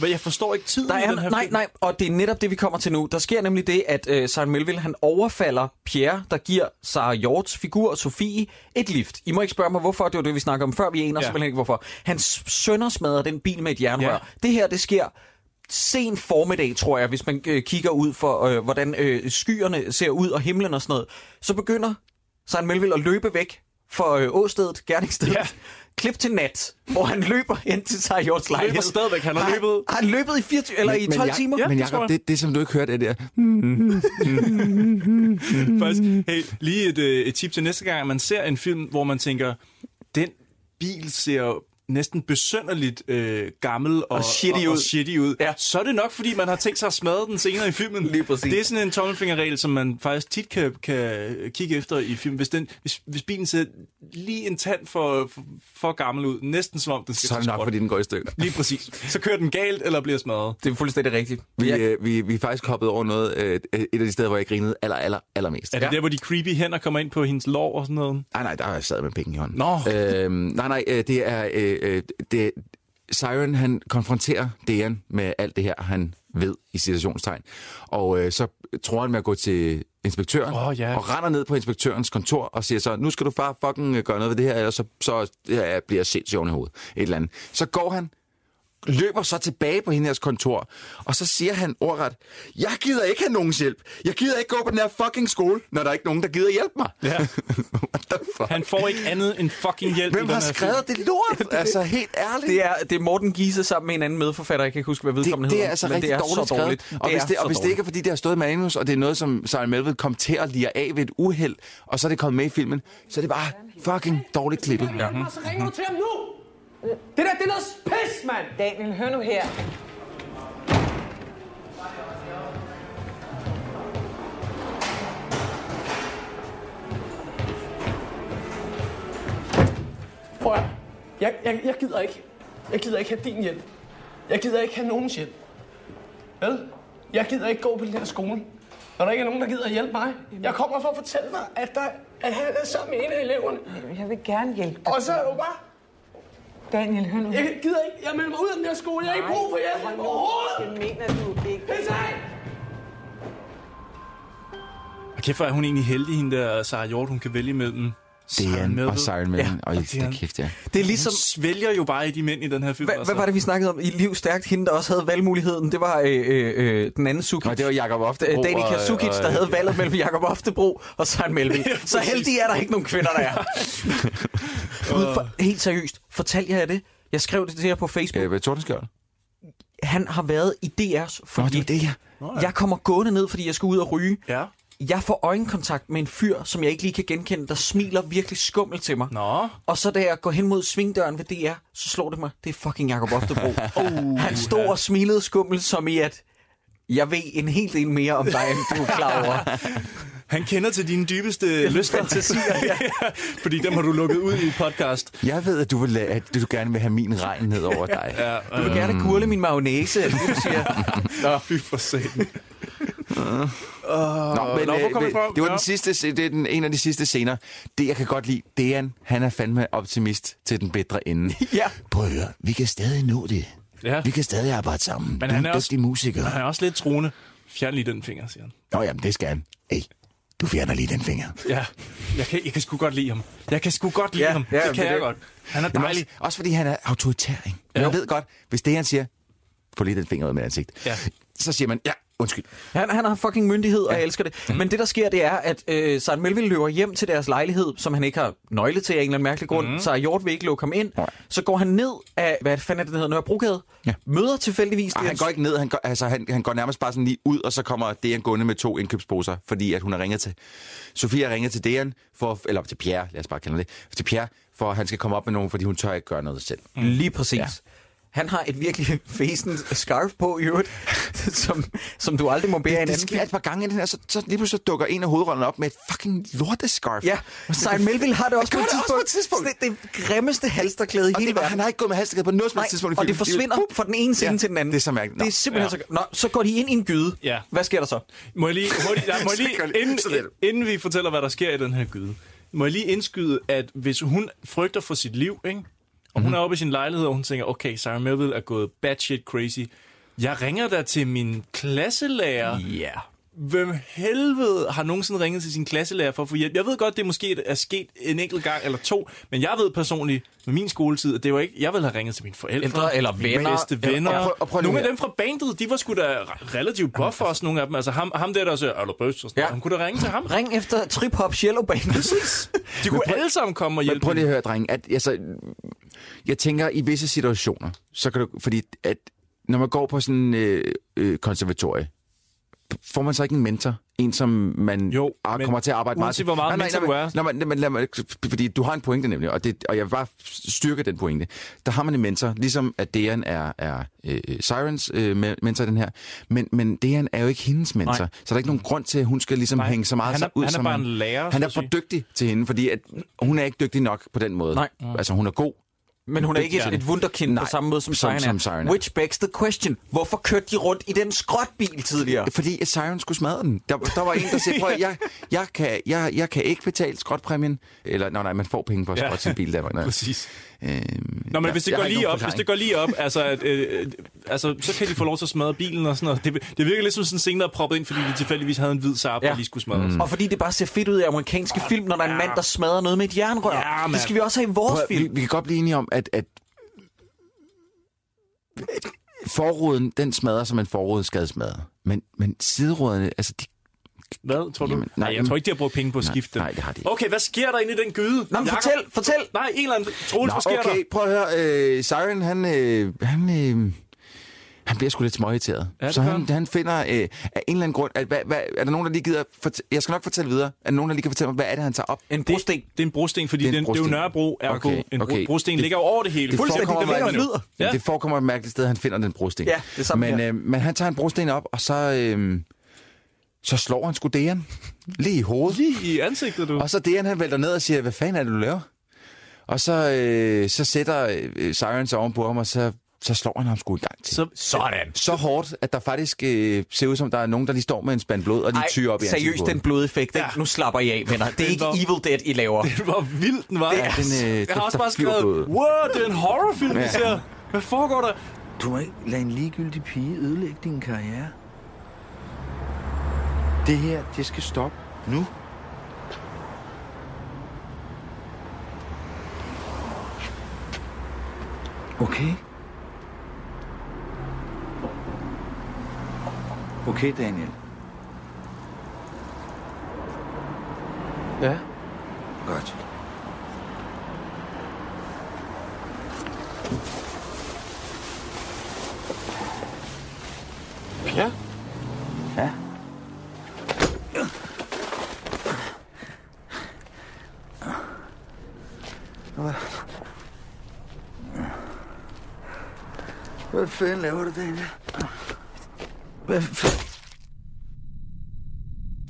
S1: Men jeg forstår ikke tiden
S4: Der
S1: i den her
S4: er, nej,
S1: film.
S4: nej, og det er netop det, vi kommer til nu. Der sker nemlig det, at øh, Søren Melville han overfalder Pierre, der giver Sarah Hjorts figur, Sofie, et lift. I må ikke spørge mig, hvorfor. Det var det, vi snakkede om før. Vi aner
S1: Ja.
S4: ja. simpelthen ikke, hvorfor. Han s- søndersmadrer den bil med et jernrør.
S1: Ja.
S4: Ja. Det her, det sker sen formiddag, tror jeg, hvis man øh, kigger ud for, øh, hvordan øh, skyerne ser ud og himlen og sådan noget. Så begynder Søren Melville at løbe væk for øh, åstedet, gerningsstedet. Ja. Klip til nat, hvor han løber hen til Sarah Hjorts
S1: Løber
S4: lejlighed.
S1: stadigvæk. Han har løbet-
S4: Har han løbet i 24, eller i 12
S2: Jak-
S4: timer?
S2: Men Jacob, det, det som du ikke hørte, er det der...
S1: Faktisk, hey, lige et, øh, et tip til næste gang, at man ser en film, hvor man tænker, den bil ser næsten besønderligt øh, gammel og,
S4: Og shitty
S1: og, og
S4: ud.
S1: shitty ud. Ja. Så er det nok, fordi man har tænkt sig at smadre den senere i filmen. Lige
S4: præcis.
S1: Det er sådan en tommelfingerregel, som man faktisk tit kan, kan kigge efter i film. Hvis, den, hvis, hvis bilen ser lige en tand for, for, for gammel ud, næsten som om den skal
S2: Så er det
S1: til
S2: nok,
S1: skrot.
S2: fordi den går i stykker.
S1: Lige præcis. Så kører den galt, eller bliver smadret.
S4: Det er fuldstændig rigtigt.
S2: Vi, øh, vi, vi er faktisk hoppet over noget, øh, et af de steder, hvor jeg grinede aller, aller, allermest.
S1: Er det ja. der, hvor de creepy hænder kommer ind på hendes lår og sådan noget?
S2: Ah, Nej, nej, der har jeg sad med penge i hånden.
S1: Nå.
S2: Øhm, nej, nej, øh, det er... Øh, øh, det, Siren, han konfronterer Dejan med alt det her, han ved i situationstegn. Og øh, så tror han med at gå til inspektøren,
S1: Åh, ja.
S2: og render ned på inspektørens kontor og siger så, nu skal du bare fucking øh, gøre noget ved det her, ellers så, så ja, bliver jeg sindssyg oven i hovedet. Et eller andet. Så går han, løber så tilbage på hendes kontor, og så siger han ordret, jeg gider ikke have nogens hjælp. Jeg gider ikke gå på den her fucking skole, når der er ikke nogen, der gider hjælpe mig.
S1: Ja.
S2: What the fuck?
S1: Han får ikke andet end fucking hjælp. i
S2: Hvem
S1: den
S2: har
S1: her film.
S2: skrevet det lort? Altså, helt ærligt.
S4: Det er, det er Morten Giese sammen med en anden medforfatter, jeg kan ikke huske, hvad vedkommende
S2: det, det
S4: hedder,
S2: er altså
S4: men
S2: rigtig
S4: det er
S2: dårligt
S4: så dårligt.
S2: skrevet. Og, hvis,
S4: er
S2: det, og
S4: så
S2: hvis det
S4: dårligt.
S2: ikke er, fordi det har stået i manus, og det er noget, som Simon Melville kom til at lire af ved et uheld, og så er det kommet med i filmen, så er det bare fucking dårligt klippet. Ja.
S17: Og så ringer du til ham nu! Det der, det er noget pis, mand! Daniel, hør nu her.
S5: Jeg, jeg, jeg gider ikke. Jeg gider ikke have din hjælp. Jeg gider ikke have nogens hjælp. Vel? Jeg gider ikke gå på den her skole. Når der ikke er nogen, der gider hjælpe mig. Jeg kommer for at fortælle mig, at, der, at han er sammen med en af eleverne.
S11: Jeg vil gerne hjælpe dig.
S5: Og så er du bare...
S11: Daniel, hør nu.
S5: Jeg gider ikke. Jeg melder mig ud af den her skole. Jeg har ikke brug for hjælp overhovedet.
S11: Det mener du ikke.
S5: Pisse af!
S1: Og kæft, hvor er hun egentlig heldig, hende der Sarah Hjort, hun kan vælge mellem
S2: Dejan og Siren Mellem. Ja, og jeg
S1: Dejan.
S2: kæft, ja.
S1: Det er ligesom... Hun svælger jo bare i de mænd i den her film. altså.
S4: Hva,
S2: Altså.
S4: hvad var det, vi snakkede om i Liv Stærkt? Hende, der også havde valgmuligheden, det var øh, øh, den anden Sukic.
S2: Nå, det var Jakob Oftebro
S4: Danny
S2: og-
S4: Kasukic,
S2: og-
S4: der havde valget mellem Jakob Oftebro og Søren Melvin.
S2: Ja,
S4: Så heldig er der ikke nogen kvinder, der er. Gud, for, helt seriøst, fortalte jeg jer det? Jeg skrev det til jer på Facebook.
S2: Øh, Tordenskjold?
S4: Han har været i DR's foyer. Nå, det
S2: det, ja.
S4: Jeg kommer gående ned, fordi jeg skal ud og ryge.
S1: Ja.
S4: Jeg får øjenkontakt med en fyr, som jeg ikke lige kan genkende, der smiler virkelig skummel til mig.
S1: Nå.
S4: Og så da jeg går hen mod svingdøren ved DR, så slår det mig, det er fucking Jacob Oftebro. oh, Han stod og smilede skummel, som i at, jeg ved en hel del mere om dig, end du er klar over.
S1: Han kender til dine dybeste lyster.
S4: fantasier, ja.
S1: Fordi dem har du lukket ud i et podcast.
S2: Jeg ved, at du, vil, lade- at du gerne vil have min regn ned over dig.
S1: Ja,
S4: Du vil gerne kurle min mayonnaise, eller det, du siger.
S1: Nå, fy for satan.
S2: Nå, men,
S1: nå,
S2: øh,
S1: hvor kom vi
S2: men,
S1: fra?
S2: det var
S1: Ja.
S2: den sidste, se- det er den, en af de sidste scener. Det, jeg kan godt lide, Dejan, han er fandme optimist til den bedre ende.
S4: ja.
S2: Prøv at høre, vi kan stadig nå det.
S1: Ja.
S2: Vi kan stadig arbejde sammen.
S1: Men
S2: du
S1: han
S2: er
S1: er
S2: en
S1: også-
S2: dygtig musiker.
S1: Han er også lidt truende. Fjern lige den finger, siger han.
S2: Nå jamen, det skal han. Hey, du fjerner lige den finger.
S1: Ja, jeg kan, jeg kan sgu godt lide ham. Jeg kan sgu godt lide
S2: Ja,
S1: ham.
S2: ja,
S1: det kan
S2: det er
S1: jeg
S2: det.
S1: godt. Han er
S2: Jamen, også,
S1: dejlig.
S2: også fordi han er autoritær, ikke? Ja. Man ved godt, hvis Dejan siger, få lige den finger ud af mit ansigt, ja. så siger man, ja, undskyld.
S4: Han, han har fucking myndighed, og jeg elsker det. Mm. Men det, der sker, det er, at øh, Søren Melville løber hjem til deres lejlighed, som han ikke har nøgle til af en eller anden mærkelig grund. Mm. Så Hjort vil ikke lukke ham ind. Så går han ned af, hvad fanden er det, den hedder, Nørrebrogade. Ja. Møder tilfældigvis...
S2: Ej, han
S4: Jens-
S2: går ikke ned, han går, altså, han, han går nærmest bare sådan lige ud, og så kommer Dejan gående med to indkøbsposer, fordi at hun har ringet til... Sofie har ringet til Dejan, for, eller til Pierre, lad os bare kalde ham det, til Pierre, for at han skal komme op med nogen, fordi hun tør ikke gøre noget selv.
S4: Mm. Lige præcis. Ja. Han har et virkelig fæsent scarf på i øvrigt, som, som du aldrig må bære
S2: Det,
S4: en
S2: det
S4: anden.
S2: sker et par gange, i den her, så, så lige pludselig dukker en af hovedrollerne op med et fucking lortescarf.
S4: Ja, Simon Melville har det også på
S2: Gør
S4: et
S2: det også
S4: tidspunkt.
S2: på et tidspunkt.
S4: Det, det grimmeste halsterklæde i
S2: Og
S4: hele
S2: det var,
S4: verden.
S2: han har ikke gået med halsterklæde på noget som helst tidspunkt i
S4: og det
S2: filmen. Det er jo-
S4: forsvinder fra den ene scene ja, til den anden. Det er
S2: så mærkeligt.
S4: Det er simpelthen ja. så... Nå, så går de ind i en gyde.
S1: Ja.
S4: Hvad sker der så?
S1: Må jeg lige, hurtigt, ja, må jeg lige inden, inden vi fortæller, hvad der sker i den her gyde, må jeg lige indskyde, at hvis hun frygter for sit liv, ikke? og
S4: Mhm.
S1: hun er oppe i sin lejlighed, og hun tænker, okay, Sarah Melville er gået batshit crazy. Jeg ringer da til min klasselærer.
S4: Ja. Yeah.
S1: Hvem helvede har nogensinde ringet til sin klasselærer for at få hjælp? Jeg ved godt, det måske er sket en enkelt gang eller to, men jeg ved personligt med min skoletid, at det var ikke, jeg ville have ringet til mine forældre.
S4: Ældre eller
S1: mine
S4: venner.
S1: Bedste
S4: Eller-
S1: venner.
S4: og prøv- og prøv nu
S1: Nogle af
S4: her.
S1: dem fra bandet, de var sgu da re- relativt buff for os, nogle af dem. Altså ham, ham der, der siger, er du bøs? Og sådan ja. Han kunne da ringe til ham.
S4: Ring efter Trip Hop Shallow Band.
S1: Præcis. De kunne alle sammen komme og
S2: Men
S1: hjælpe.
S2: prøv lige at høre, drenge. At, altså, jeg tænker, i visse situationer, så kan du, fordi at, når man går på sådan en øh, øh, konservatorie, får man så ikke en mentor? En, som man jo,
S1: men
S2: kommer til at arbejde meget
S1: uanset hvor meget mentor
S2: nej,
S1: du er.
S2: nej, men- nej, men lad mig, fordi du har en pointe nemlig, og, det, og jeg vil bare styrke den pointe. Der har man en mentor, ligesom at Dejan er, er øh, Sirens øh, me- mentor i den her, men, men Dejan er jo ikke hendes mentor,
S1: Nej.
S2: nej. så der er ikke nogen grund til, at hun skal ligesom
S1: Nej,
S2: nej. hænge så meget
S1: han er-
S2: ud.
S1: han er
S2: som
S1: bare en lærer,
S2: Han er
S1: så at
S2: for dygtig til hende, fordi at hun er ikke dygtig nok på den måde.
S4: Nej.
S2: Altså, hun er god.
S4: Men hun er ikke et, et wunderkind Nej, på samme måde som,
S2: som-
S4: Siren
S2: som
S4: er.
S2: Siren er.
S4: Which begs the question. Hvorfor kørte de rundt i den skrotbil tidligere?
S2: Fordi at Siren skulle smadre den. Der, der var en, der sagde, prøv at, jeg, jeg, kan, jeg, jeg kan ikke betale skrotpræmien. Eller, nej, nej, man får penge for at
S1: Ja.
S2: skrotte sin bil. Der, nej.
S1: Præcis.
S2: Øhm,
S1: Nå, men hvis det,
S2: jeg
S1: går
S2: har ikke
S1: lige
S2: nogen
S1: op, hvis
S2: forklaring.
S1: det går lige op, altså, at, øh, øh, altså, så kan de få lov til at smadre bilen og sådan noget. Det, det virker lidt som sådan en scene, der er proppet ind, fordi de tilfældigvis havde en hvid sarp, ja. der lige skulle smadres.
S4: Mm. Og fordi det bare ser fedt ud i amerikanske film, når der er en mand, der smadrer noget med et jernrør.
S1: Ja,
S4: det
S1: mand.
S4: skal vi også have i vores
S2: Prøv at-
S4: film.
S2: Vi, vi kan godt blive enige om, at, at forruden, den smadrer, som en forrude skal smadre. Men, men sideruderne, altså de...
S1: Hvad, tror du?
S2: Jamen,
S1: nej,
S2: nej,
S1: jeg tror ikke, de har brugt penge på at skifte dem.
S2: nej, det har de ikke.
S1: Okay, hvad sker der inde i den gyde?
S4: Nå, men
S1: Jakob?
S4: fortæl, fortæl!
S1: Nej, en eller anden... Troels, hvad sker
S2: Nå, okay,
S1: der?
S2: prøv at høre. Øh, Siren, han, øh, han, øh, han bliver sgu lidt småirriteret.
S1: Ja, det
S2: så
S1: gør
S2: han, han finder øh, af en eller anden grund... At, hvad, hvad, er der nogen, der lige gider... Fort- jeg skal nok fortælle videre. Er der nogen, der lige kan fortælle mig, hvad er det, han tager op?
S4: En brosten.
S1: Det er en brosten, fordi det er, en, det er jo
S2: brosten.
S1: Nørrebro, ergo
S2: Okay,
S1: en bro-
S2: okay.
S1: brosten
S2: Det-
S1: ligger jo over det hele.
S2: Det forekommer,
S1: den ligger
S2: mig-
S1: jo.
S2: Ja.
S1: Ja.
S2: det forekommer et mærkeligt sted, at han finder den brosten.
S4: Ja, det er samme
S2: men,
S4: her.
S2: øh, men han tager en brosten op, og så, øh, så slår han sgu Dejan lige i hovedet.
S1: Lige i ansigtet, du.
S2: Og så Dejan han vælter ned og siger, hvad fanden er det, du laver? Og så, øh, så sætter øh, Siren sig ovenpå ham, og så, så slår han ham sgu i gang til.
S4: Så, sådan.
S2: Så hårdt, at der faktisk øh, ser ud som, der er nogen, der lige står med en spand blod, og de tyrer op i ansigtet
S4: seriøst,
S2: på
S4: den
S2: ham.
S4: blodeffekt. Ja. Nu slapper I af, venner. Det er ikke
S2: var-
S4: Evil Dead, I laver.
S1: Det var vildt, den var.
S4: Det er-
S2: Den, øh,
S1: jeg
S2: der-
S1: har også
S2: der
S1: bare
S2: flyver
S1: skrevet,
S2: blod.
S1: wow, det er en horrorfilm, vi
S2: Ja.
S1: ser. Hvad foregår der?
S16: Du må ikke lade en ligegyldig pige ødelægge din karriere. Det her, det skal stoppe nu. Okay? Okay, Daniel.
S1: Ja.
S16: Godt.
S1: Ja.
S16: Ja. Hvad? Hvad fanden laver du, Daniel? Hvad fanden?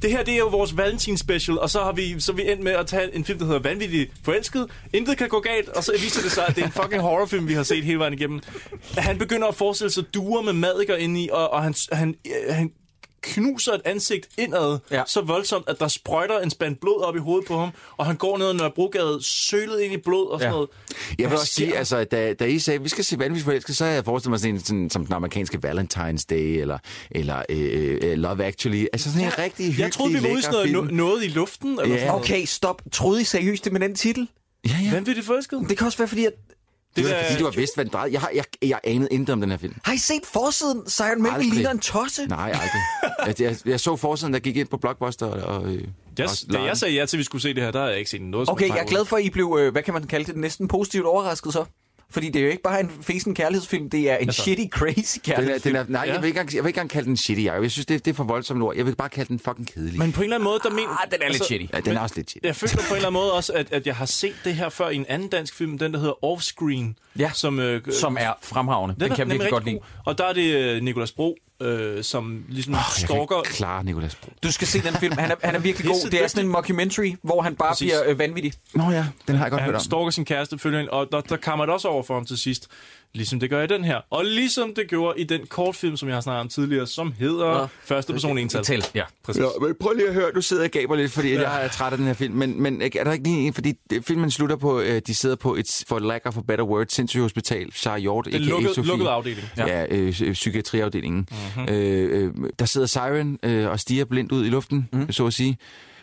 S1: Det her, det er jo vores Valentins special, og så har vi, så er vi endt med at tage en film, der hedder Vanvittig Forelsket. Intet kan gå galt, og så viser det sig, at det er en fucking horrorfilm, vi har set hele vejen igennem. Han begynder at forestille sig duer med madikker inde i, og, og han, han, øh, han knuser et ansigt indad ja. så voldsomt, at der sprøjter en spand blod op i hovedet på ham, og han går ned ad Nørrebrogade, sølet ind i blod og sådan ja. noget.
S2: Jeg vil
S1: Hvad
S2: også
S1: sker
S2: sige,
S1: der?
S2: altså, da, da I sagde, vi skal se vanvittigt forelsket, så havde jeg forestillet mig sådan, en, sådan som den amerikanske Valentine's Day, eller, eller øh, øh, Love Actually. Altså sådan en ja, rigtig hyggelig,
S1: Jeg troede, vi var ude i sådan
S2: lækker
S1: noget, no-
S2: film.
S1: noget i luften. Eller
S2: Ja.
S1: sådan noget.
S4: Okay, stop. Troede I seriøst det med den titel?
S2: Ja, ja.
S1: Vanvittig forelsket?
S4: Det kan også være, fordi at...
S2: Det var
S1: er-
S2: fordi, du har vidst, hvad den drejede. Jeg, har- jeg, jeg anede intet om den her film.
S4: Har I set forsiden? Siren Mængden
S2: Aldrig.
S4: ligner en tosse.
S2: Nej, aldrig. jeg, jeg, jeg så forsiden, der gik ind på Blockbuster. Og, og, øh,
S1: Jeg,
S2: og
S1: da
S2: lejede.
S1: jeg sagde ja til, at vi skulle se det her, der har jeg ikke set noget. som
S4: Okay,
S1: helst.
S4: jeg er glad for, at I blev, øh, hvad kan man kalde det, næsten positivt overrasket så. Fordi det er jo ikke bare en fesen kærlighedsfilm, det er en altså, shitty, crazy
S2: den er,
S4: kærlighedsfilm.
S2: den er, nej, jeg, vil ikke, engang- jeg vil ikke engang kalde den shitty, Jacob. Jeg synes, det, det er for voldsomt ord. Jeg vil bare kalde den fucking kedelig.
S1: Men på en eller anden måde, der mener... Altså-
S4: Ah, den er lidt shitty.
S2: Ja, den er også lidt shitty.
S1: Jeg føler på en eller anden måde også, at, at jeg har set det her før i en anden dansk film, den der hedder Offscreen.
S4: Ja,
S1: som, øh,
S4: som er fremragende. Den,
S1: er
S4: den kan jeg
S1: nemlig
S4: virkelig godt lide.
S1: rigtig god. Og der er det øh, Nicolas Bro, øh, som ligesom oh,
S2: Jeg kan
S1: stalker...
S2: ikke klare Nicolas Bro.
S4: Du skal se den film. Han er, han er virkelig god. Det er sådan en mockumentary, hvor han bare
S1: Præcis.
S4: Præcis. bliver øh, vanvittig.
S2: Nå ja, den har jeg godt hørt
S1: Han
S2: om.
S1: stalker sin kæreste, følger hende, og der, der kammer det også over for ham til sidst. Ligesom det gør i den her. Og ligesom det gjorde i den kortfilm, som jeg har snakket om tidligere, som hedder
S4: Nå.
S1: Første Person Ental.
S4: Ental, ja.
S1: Præcis.
S2: Ja, men prøv lige at høre, du sidder og gaber lidt, fordi ja. jeg er træt af den her film. Men, men ikke- er der ikke lige en, fordi øh, filmen slutter på, øh, de sidder på et, for lack of a better word, sindssygt hospital, Sarah Hjort,
S1: Den lukkede- lukkede afdeling.
S2: Ja, ja øh, øh, psykiatriafdelingen. Mm-hmm. Øh, øh, der sidder Siren øh, og stiger blindt ud i luften,
S4: Mhm.
S2: mm. så at sige.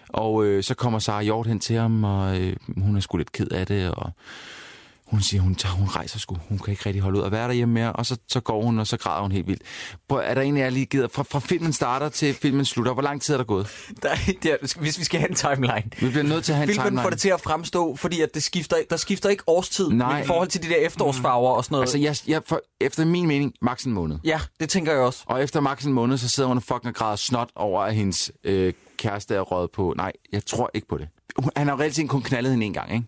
S2: Og øh, så kommer Sarah Hjort hen til ham, og øh, hun er sgu lidt ked af det, og hun siger, hun, tager, hun rejser sgu. Hun kan ikke rigtig holde ud at være derhjemme mere. Og så, så går hun, og så græder hun helt vildt. Prøv, er der en af jer lige gider? Fra, fra filmen starter til filmen slutter. Hvor lang tid er der gået?
S4: Der, der, hvis vi skal have en timeline.
S2: Vi bliver nødt til at have en
S4: Filmen
S2: timeline.
S4: får det til at fremstå, fordi at det skifter, der skifter ikke årstid
S2: Nej.
S4: Nej. i forhold til de der efterårsfarver og sådan noget.
S2: Altså, jeg, jeg, for, efter min mening, maks en måned.
S4: Ja, det tænker jeg også.
S2: Og efter maks en måned, så sidder hun og fucking og græder snot over, at hendes øh, kæreste er røget på. Nej, jeg tror ikke på det. Hun- Han har jo reelt set kun knaldet hende en gang, ikke?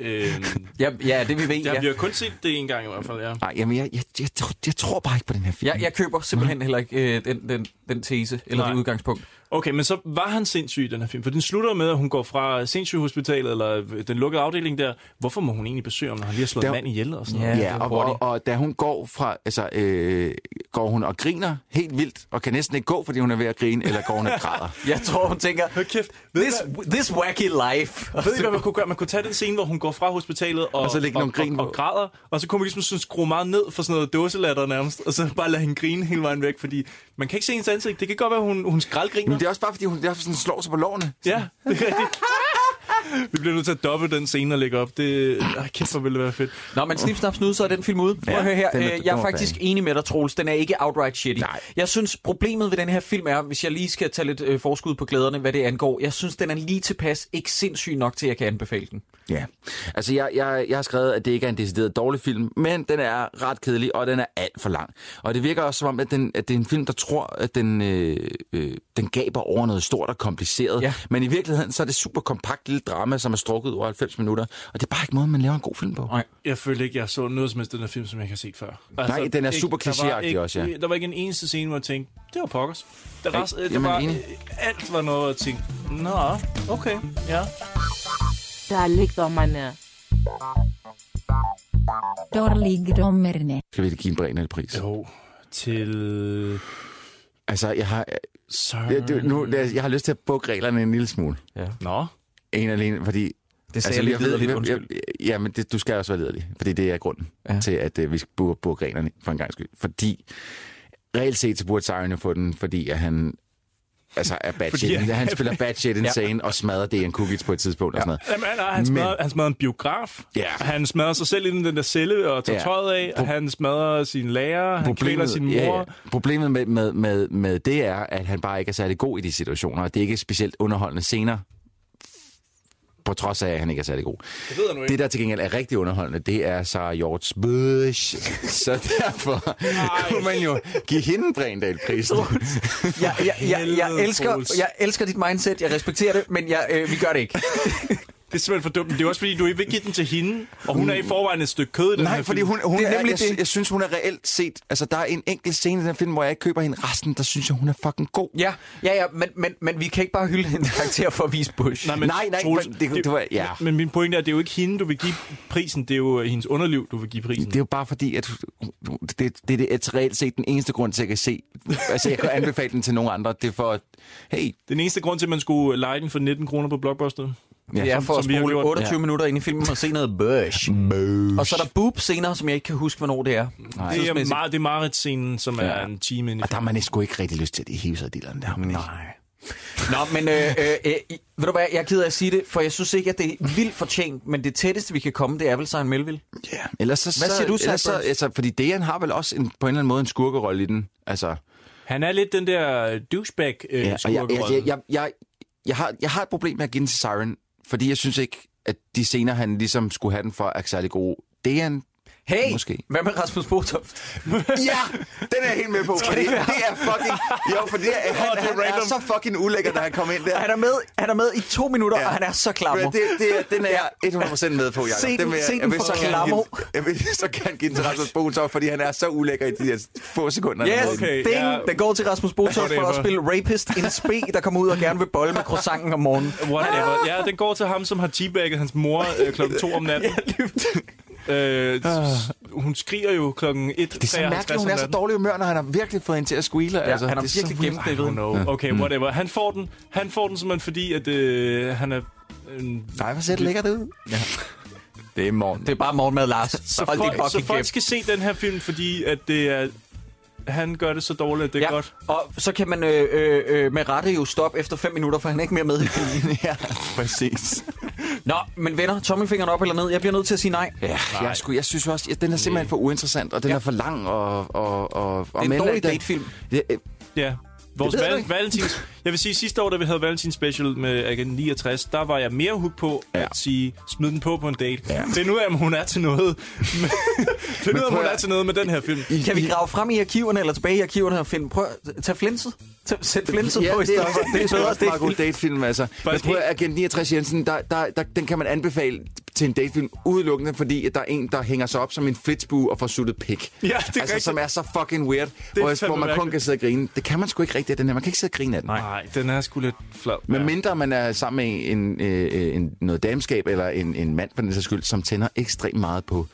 S1: Øhm,
S4: Ja, ja det vi ved.
S1: ja,
S4: Ja.
S1: vi har kun set det en gang i hvert fald, ja.
S2: Nej, jamen, jeg, jeg, jeg, tror, jeg tror bare ikke på den her film.
S4: Jeg, jeg køber simpelthen heller ikke øh, den, den, den tese eller
S1: Nej.
S4: det udgangspunkt.
S1: Okay, men så var han sindssyg i den her film, for den slutter med, at hun går fra sindssygehospitalet, eller den lukkede afdeling der. Hvorfor må hun egentlig besøge ham, når han lige har slået
S2: Der-
S1: en mand ihjel og sådan
S4: Ja,
S1: noget?
S4: det
S2: Ja,
S4: er
S2: og,
S4: hurtigt.
S2: og, og da hun går fra, altså, øh, går hun og griner helt vildt, og kan næsten ikke gå, fordi hun er ved at grine, eller går hun og græder.
S4: Jeg tror, hun tænker,
S1: Hold kæft. Ved,
S4: this, this wacky life.
S1: ved I, hvad man kunne gøre? Man kunne tage den scene, hvor hun går fra hospitalet og,
S2: Og så lægge
S1: og,
S2: nogle grin
S1: og,
S2: på.
S1: og, græder, og så kunne man ligesom sådan skrue meget ned for sådan noget dåselatter nærmest, og så bare lade hende grine hele vejen væk, fordi man kan ikke se hendes ansigt. Det kan godt være, hun, hun skraldgriner.
S2: Men det er også bare, fordi hun derfor sådan slår sig på lårene.
S1: Ja, det er rigtigt. Vi bliver nødt til at doppe den scene og lægge op. Det, ej, kæft, hvor ville det være fedt.
S4: Nå, men snip, snap, snud, så er den film ude. Prøv at høre her.
S2: den er-
S4: øh,
S2: den
S4: jeg er
S2: var
S4: faktisk enig med dig, Troels. Den er ikke outright shitty. Nej. Jeg synes, problemet ved den her film er, hvis jeg lige skal tage lidt øh, forskud på glæderne, hvad det angår. Jeg synes, den er lige tilpas ikke sindssyg nok til, at jeg kan anbefale den.
S2: Ja. Altså, jeg, jeg, jeg har skrevet, at det ikke er en decideret dårlig film, men den er ret kedelig, og den er alt for lang. Og det virker også som om, at, den, at det er en film, der tror, at den, øh, øh, den gaber over noget stort og kompliceret.
S4: Ja.
S2: Men i virkeligheden, så er det super kompakt lille drama, som er strukket over 90 minutter. Og det er bare ikke måden, man laver en god film på.
S4: Nej.
S1: Jeg følte ikke, jeg så noget som helst af den her film, som jeg ikke har set før.
S2: Nej, den er super
S1: der var
S2: klichéagtig
S1: ikke-
S2: også, ja.
S1: Der var ikke en eneste scene, hvor jeg tænkte, det var pokkers. Der var, øh, der
S2: jamen,
S1: var
S2: enig.
S1: øh, alt var noget, hvor jeg tænkte, nå, okay, ja.
S18: Der er lidt om mig nær.
S17: Dårligdommerne.
S2: Skal vi ikke give en Brenner-pris?
S1: Jo, til...
S2: Altså, jeg har... Jeg, det, nu, jeg, jeg har lyst til at bukke reglerne en lille smule.
S1: Ja. Nå.
S2: En alene, fordi...
S4: Det sagde Altså, jeg lidt liderligt,
S2: Altså, jeg, jeg, ja, men det, du skal også være lederlig, fordi det er grunden ja. til, at uh, vi skal burde bukke reglerne for en gang skyld. Fordi reelt set så burde Siren jo få den, fordi at han altså er bad
S1: Fordi
S2: shit.
S1: han-
S2: Han spiller bad shit insane ja. og smadrer DN Kukic på et tidspunkt og sådan noget.
S1: Jamen, han, han, smadrer, han smadrer en biograf.
S2: Ja.
S1: Han smadrer sig selv inden den der celle og tager
S2: Ja.
S1: ja. tøjet af. Pro- han smadrer sin lærer. Han kvæler sin mor.
S2: Ja, ja. Problemet med, med, med, med det er, at han bare ikke er særlig god i de situationer, og det er ikke specielt underholdende senere, på trods af, at han ikke er særlig god.
S1: Det, ved jeg nu ikke.
S2: det der til gengæld er rigtig underholdende, det er Sarah Hjorts Bush. Så derfor kunne man jo give hende Brændal-prisen.
S4: Jeg, jeg, jeg, jeg,
S2: Helvede,
S4: elsker,
S2: Troels.
S4: jeg elsker dit mindset, jeg respekterer det, men jeg, øh, vi gør det ikke.
S1: Det er simpelthen for dumt. Det er også fordi, du ikke vil give den til hende, og hun er i forvejen et stykke kød. i Den
S2: Mm. Nej,
S1: her
S2: fordi
S1: film.
S2: hun, hun er, jeg, Jeg, synes, hun er reelt set... Altså, der er en enkelt scene i den film, hvor jeg ikke køber hende. Resten, der synes jeg, hun er fucking god.
S4: Ja, ja, ja men, men, men vi kan ikke bare hylde hendes karakter for at vise Bush.
S1: Nej, men,
S2: Nej, nej,
S1: Troels,
S2: men det- det var- ja.
S1: Men min pointe er, at det er jo ikke hende, du vil give prisen. Det er jo hendes underliv, du vil give prisen.
S2: Det er jo bare fordi, at det, det, det er reelt set den eneste grund til, at jeg kan se. Altså, jeg kan anbefale den til nogen andre. Det er for, at- hey,
S1: Den eneste grund til, at man skulle lege den for 19 kroner på Blockbuster.
S4: Ja, det er for at spole 28 ja. minutter ind i filmen og se noget Bush.
S2: Bush.
S4: Og så er der boob scener, som jeg ikke kan huske, hvornår det er.
S1: Nej. Det er, meget, det er Marit-scenen, som ja. er en time inde i
S2: Og der har man ikke, sgu ikke rigtig lyst til, at de hiver sig af dilleren. Det har man ikke.
S4: Nå, men øh, øh, øh, i- ved du hvad, jeg er ked af at sige det, for jeg synes ikke, at det er vildt fortjent, men det tætteste, vi kan komme, det er vel Søren Melville.
S2: Ja, ellers så,
S4: Hvad siger du,
S2: så, ellers så,
S4: Sarah Burns?
S2: altså, Fordi Dejan har vel også en, på en eller anden måde en skurkerolle i den. Altså,
S1: Han er lidt den der douchebag øh,
S2: ja,
S1: ja,
S2: og jeg, jeg, jeg, jeg, jeg, jeg, har, jeg har et problem med at give den til Siren, fordi jeg synes ikke, at de scener, han ligesom skulle have den for, er særlig gode. Dejan,
S4: Hey,
S2: måske.
S4: hvad med Rasmus Botoft?
S2: Ja, den er jeg helt med på. Fordi det er fucking... Jo, for det er, han,
S4: Åh, det er
S2: han er
S4: random.
S2: så fucking ulækker, da han kom ind der.
S4: Han er med, han er med i to minutter, ja. og han er så klammer.
S2: Men Det, det, den er jeg 100% med på, Jacob.
S4: Se den-
S2: vil jeg,
S4: se den
S2: jeg vil
S4: for
S2: så gerne
S4: klammer.
S2: give- Jeg vil så gerne give den til Rasmus Botoft, fordi han er så ulækker i de her få sekunder. han er
S4: Yes,
S2: med i den.
S4: okay, ding,
S1: ja.
S4: yeah. den går til Rasmus Botoft for at
S1: Whatever.
S4: spille rapist, en spe, der kommer ud og gerne vil bolle med croissanten om morgenen.
S1: Whatever. Ja, den går til ham, som har teabagget hans mor øh, klokken 2 om natten. øh, s- hun skriger jo klokken 1.
S2: Det er så mærkeligt, hun er så dårlig i humør, når han har virkelig fået hende til at squeale. altså.
S4: Ja, han har
S2: det er
S4: virkelig
S2: så vildt.
S4: gennemknippet hende.
S1: Okay,
S2: Mm.
S1: whatever. Han får den, han får den simpelthen fordi, at øh, han er... En...
S2: Nej, hvor ser det lækkert ud. Ja. Det er morgen.
S4: Det er bare morgenmad, Lars.
S1: Så,
S4: Hold din
S1: folk, så
S4: fucking
S1: folk
S4: kæft.
S1: skal se den her film, fordi at det er... Han gør det så dårligt, at det er
S4: Ja,
S1: godt.
S4: og så kan man øh, øh, øh, med rette jo stoppe efter 5 minutter, for han er ikke mere med i filmen.
S2: ja, præcis.
S4: Nå, men venner, tommelfingeren op eller ned. Jeg bliver nødt til at sige nej.
S2: Ja, jeg, sku, jeg synes også, at den er simpelthen for uinteressant, og den er for lang. Og, og, og, og
S4: en
S2: men
S4: dårlig
S2: at den-
S4: datefilm.
S2: Ja, øh,
S1: Ja. Vores
S2: ved jeg
S1: val-
S2: ikke.
S1: valentins... Jeg vil sige, sidste år, da vi havde valentins special med Agent 69, der var jeg mere hooked på ja. at sige, smid den på på en date. Ja. Find ud af, om hun er til noget. Find ud af, om
S2: prøv
S1: hun
S2: at-
S1: er til noget med den her film.
S4: Kan vi grave frem i arkiverne eller tilbage i arkiverne og finde... Prøv at tage flinset. Tag, sæt flinset
S2: ja,
S4: på i
S2: det er
S4: stedet.
S2: også,
S4: for.
S2: det er
S4: bedre,
S2: også en meget god
S4: film.
S2: datefilm, altså. Men
S1: Faktisk
S2: prøv at Agent 69 Jensen, der, der, der, den kan man anbefale til en datefilm udelukkende, fordi at der er en, der hænger sig op som en flitsbue og får suttet pik.
S1: Ja, det er
S2: altså,
S1: rigtigt.
S2: som er så fucking weird,
S1: er
S2: hvor, hvor
S1: fandme
S2: man kun
S1: mærkeligt.
S2: kan sidde og grine. Det kan man sgu ikke rigtigt af den her. Man kan ikke sidde og grine af den.
S1: Nej, den er sgu lidt flad.
S2: Men mindre man er sammen med en, øh, øh, en, noget damskab eller en, en mand for den sags skyld, som tænder ekstremt meget på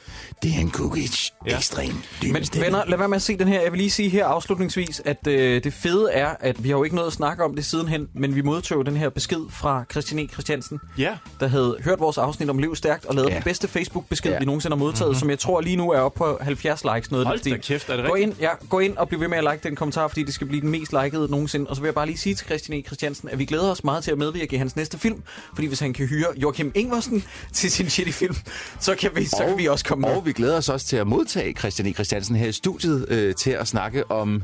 S2: Dan Kukic. Ja. Ekstremt dyb
S4: Men
S2: stemme.
S4: venner, lad være med at se den her. Jeg vil lige sige her afslutningsvis, at øh, det fede er, at vi har jo ikke noget at snakke om det sidenhen, men vi modtog jo den her besked fra Christian E. Christiansen,
S1: Ja.
S4: der havde hørt vores afsnit om Lev Stærkt og lavet
S2: Ja.
S4: den bedste Facebook-besked,
S2: Ja.
S4: vi nogensinde har modtaget, mm-hmm. som jeg tror lige nu er oppe på 70 likes. Noget i den
S1: Mhm. Hold
S4: stil.
S1: da kæft, er det
S4: gå
S1: rigtigt?
S4: ind, ja, gå ind og bliv ved med at like den kommentar, fordi det skal blive den mest likede nogensinde. Og så vil jeg bare lige sige til Christian E. Christiansen, at vi glæder os meget til at medvirke i hans næste film, fordi hvis han kan hyre Joachim Ingvarsen til sin shitty film, så kan vi, så kan vi også komme med.
S2: Og vi glæder os også til at modtage Christian E. Christiansen her i studiet øh, til at snakke om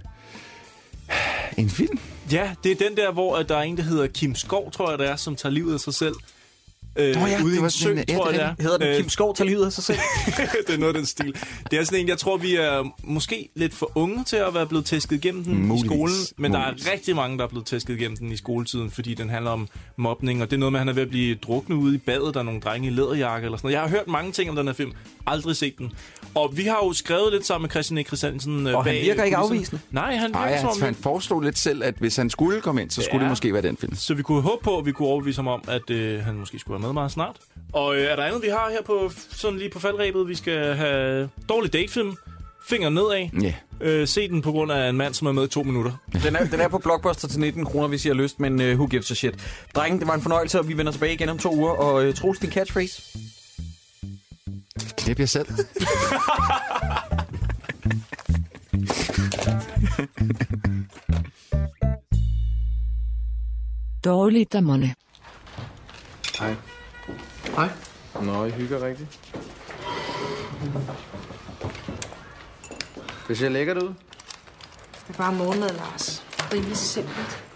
S2: en film.
S1: Ja, det er den der, hvor at der er en, der hedder Kim Skov, tror jeg det er, som tager livet af sig selv. Øh,
S2: Nå ja, det
S1: ude i
S2: var
S1: en sø,
S2: sådan en- ja,
S1: tror jeg
S2: det
S1: det
S2: er
S1: er.
S4: Hedder den Kim Skov tager livet af sig selv?
S1: det er noget af den stil. Det er sådan en, jeg tror, vi er måske lidt for unge til at være blevet tæsket igennem den
S2: Muligvis.
S1: i skolen. Men der
S2: Muligvis.
S1: er rigtig mange, der er blevet tæsket igennem den i skoletiden, fordi den handler om mobning. Og det er noget med, at han er ved at blive druknet ude i badet. Der er nogle drenge i læderjakke eller sådan noget. Jeg har hørt mange ting om den her film. Aldrig set den. Og vi har jo skrevet lidt sammen med Christian E. Christiansen. øh,
S4: Og han
S1: bag
S4: virker ikke
S1: kulisserne.
S4: afvisende.
S1: Nej, han virker
S2: Ej,
S1: som
S2: han,
S1: om...
S2: han foreslog lidt selv, at hvis han skulle komme ind, så skulle ja.
S1: Ja.
S2: det måske være den film.
S1: Så vi kunne håbe på, at vi kunne overbevise ham om, at øh, han måske skulle med meget snart. Og øh, er der andet, vi har her på sådan lige på faldrebet? Vi skal have dårlig datefilm. Finger nedad.
S2: Ja.
S1: Øh, se den på grund af en mand, som er med i to minutter.
S4: Den er, den er på Blockbuster til 19 kroner, hvis I har lyst, men uh, who gives a shit. Drenge, det var en fornøjelse, og vi vender tilbage igen om to uger. Og uh, Troels, din catchphrase?
S2: Knip jer selv.
S17: Dårligt, dommerne.
S16: Hej.
S5: Hej.
S16: Nå, I hygger rigtigt. Det ser lækkert ud.
S11: Det er bare morgenmad, Lars. Rimelig simpelt.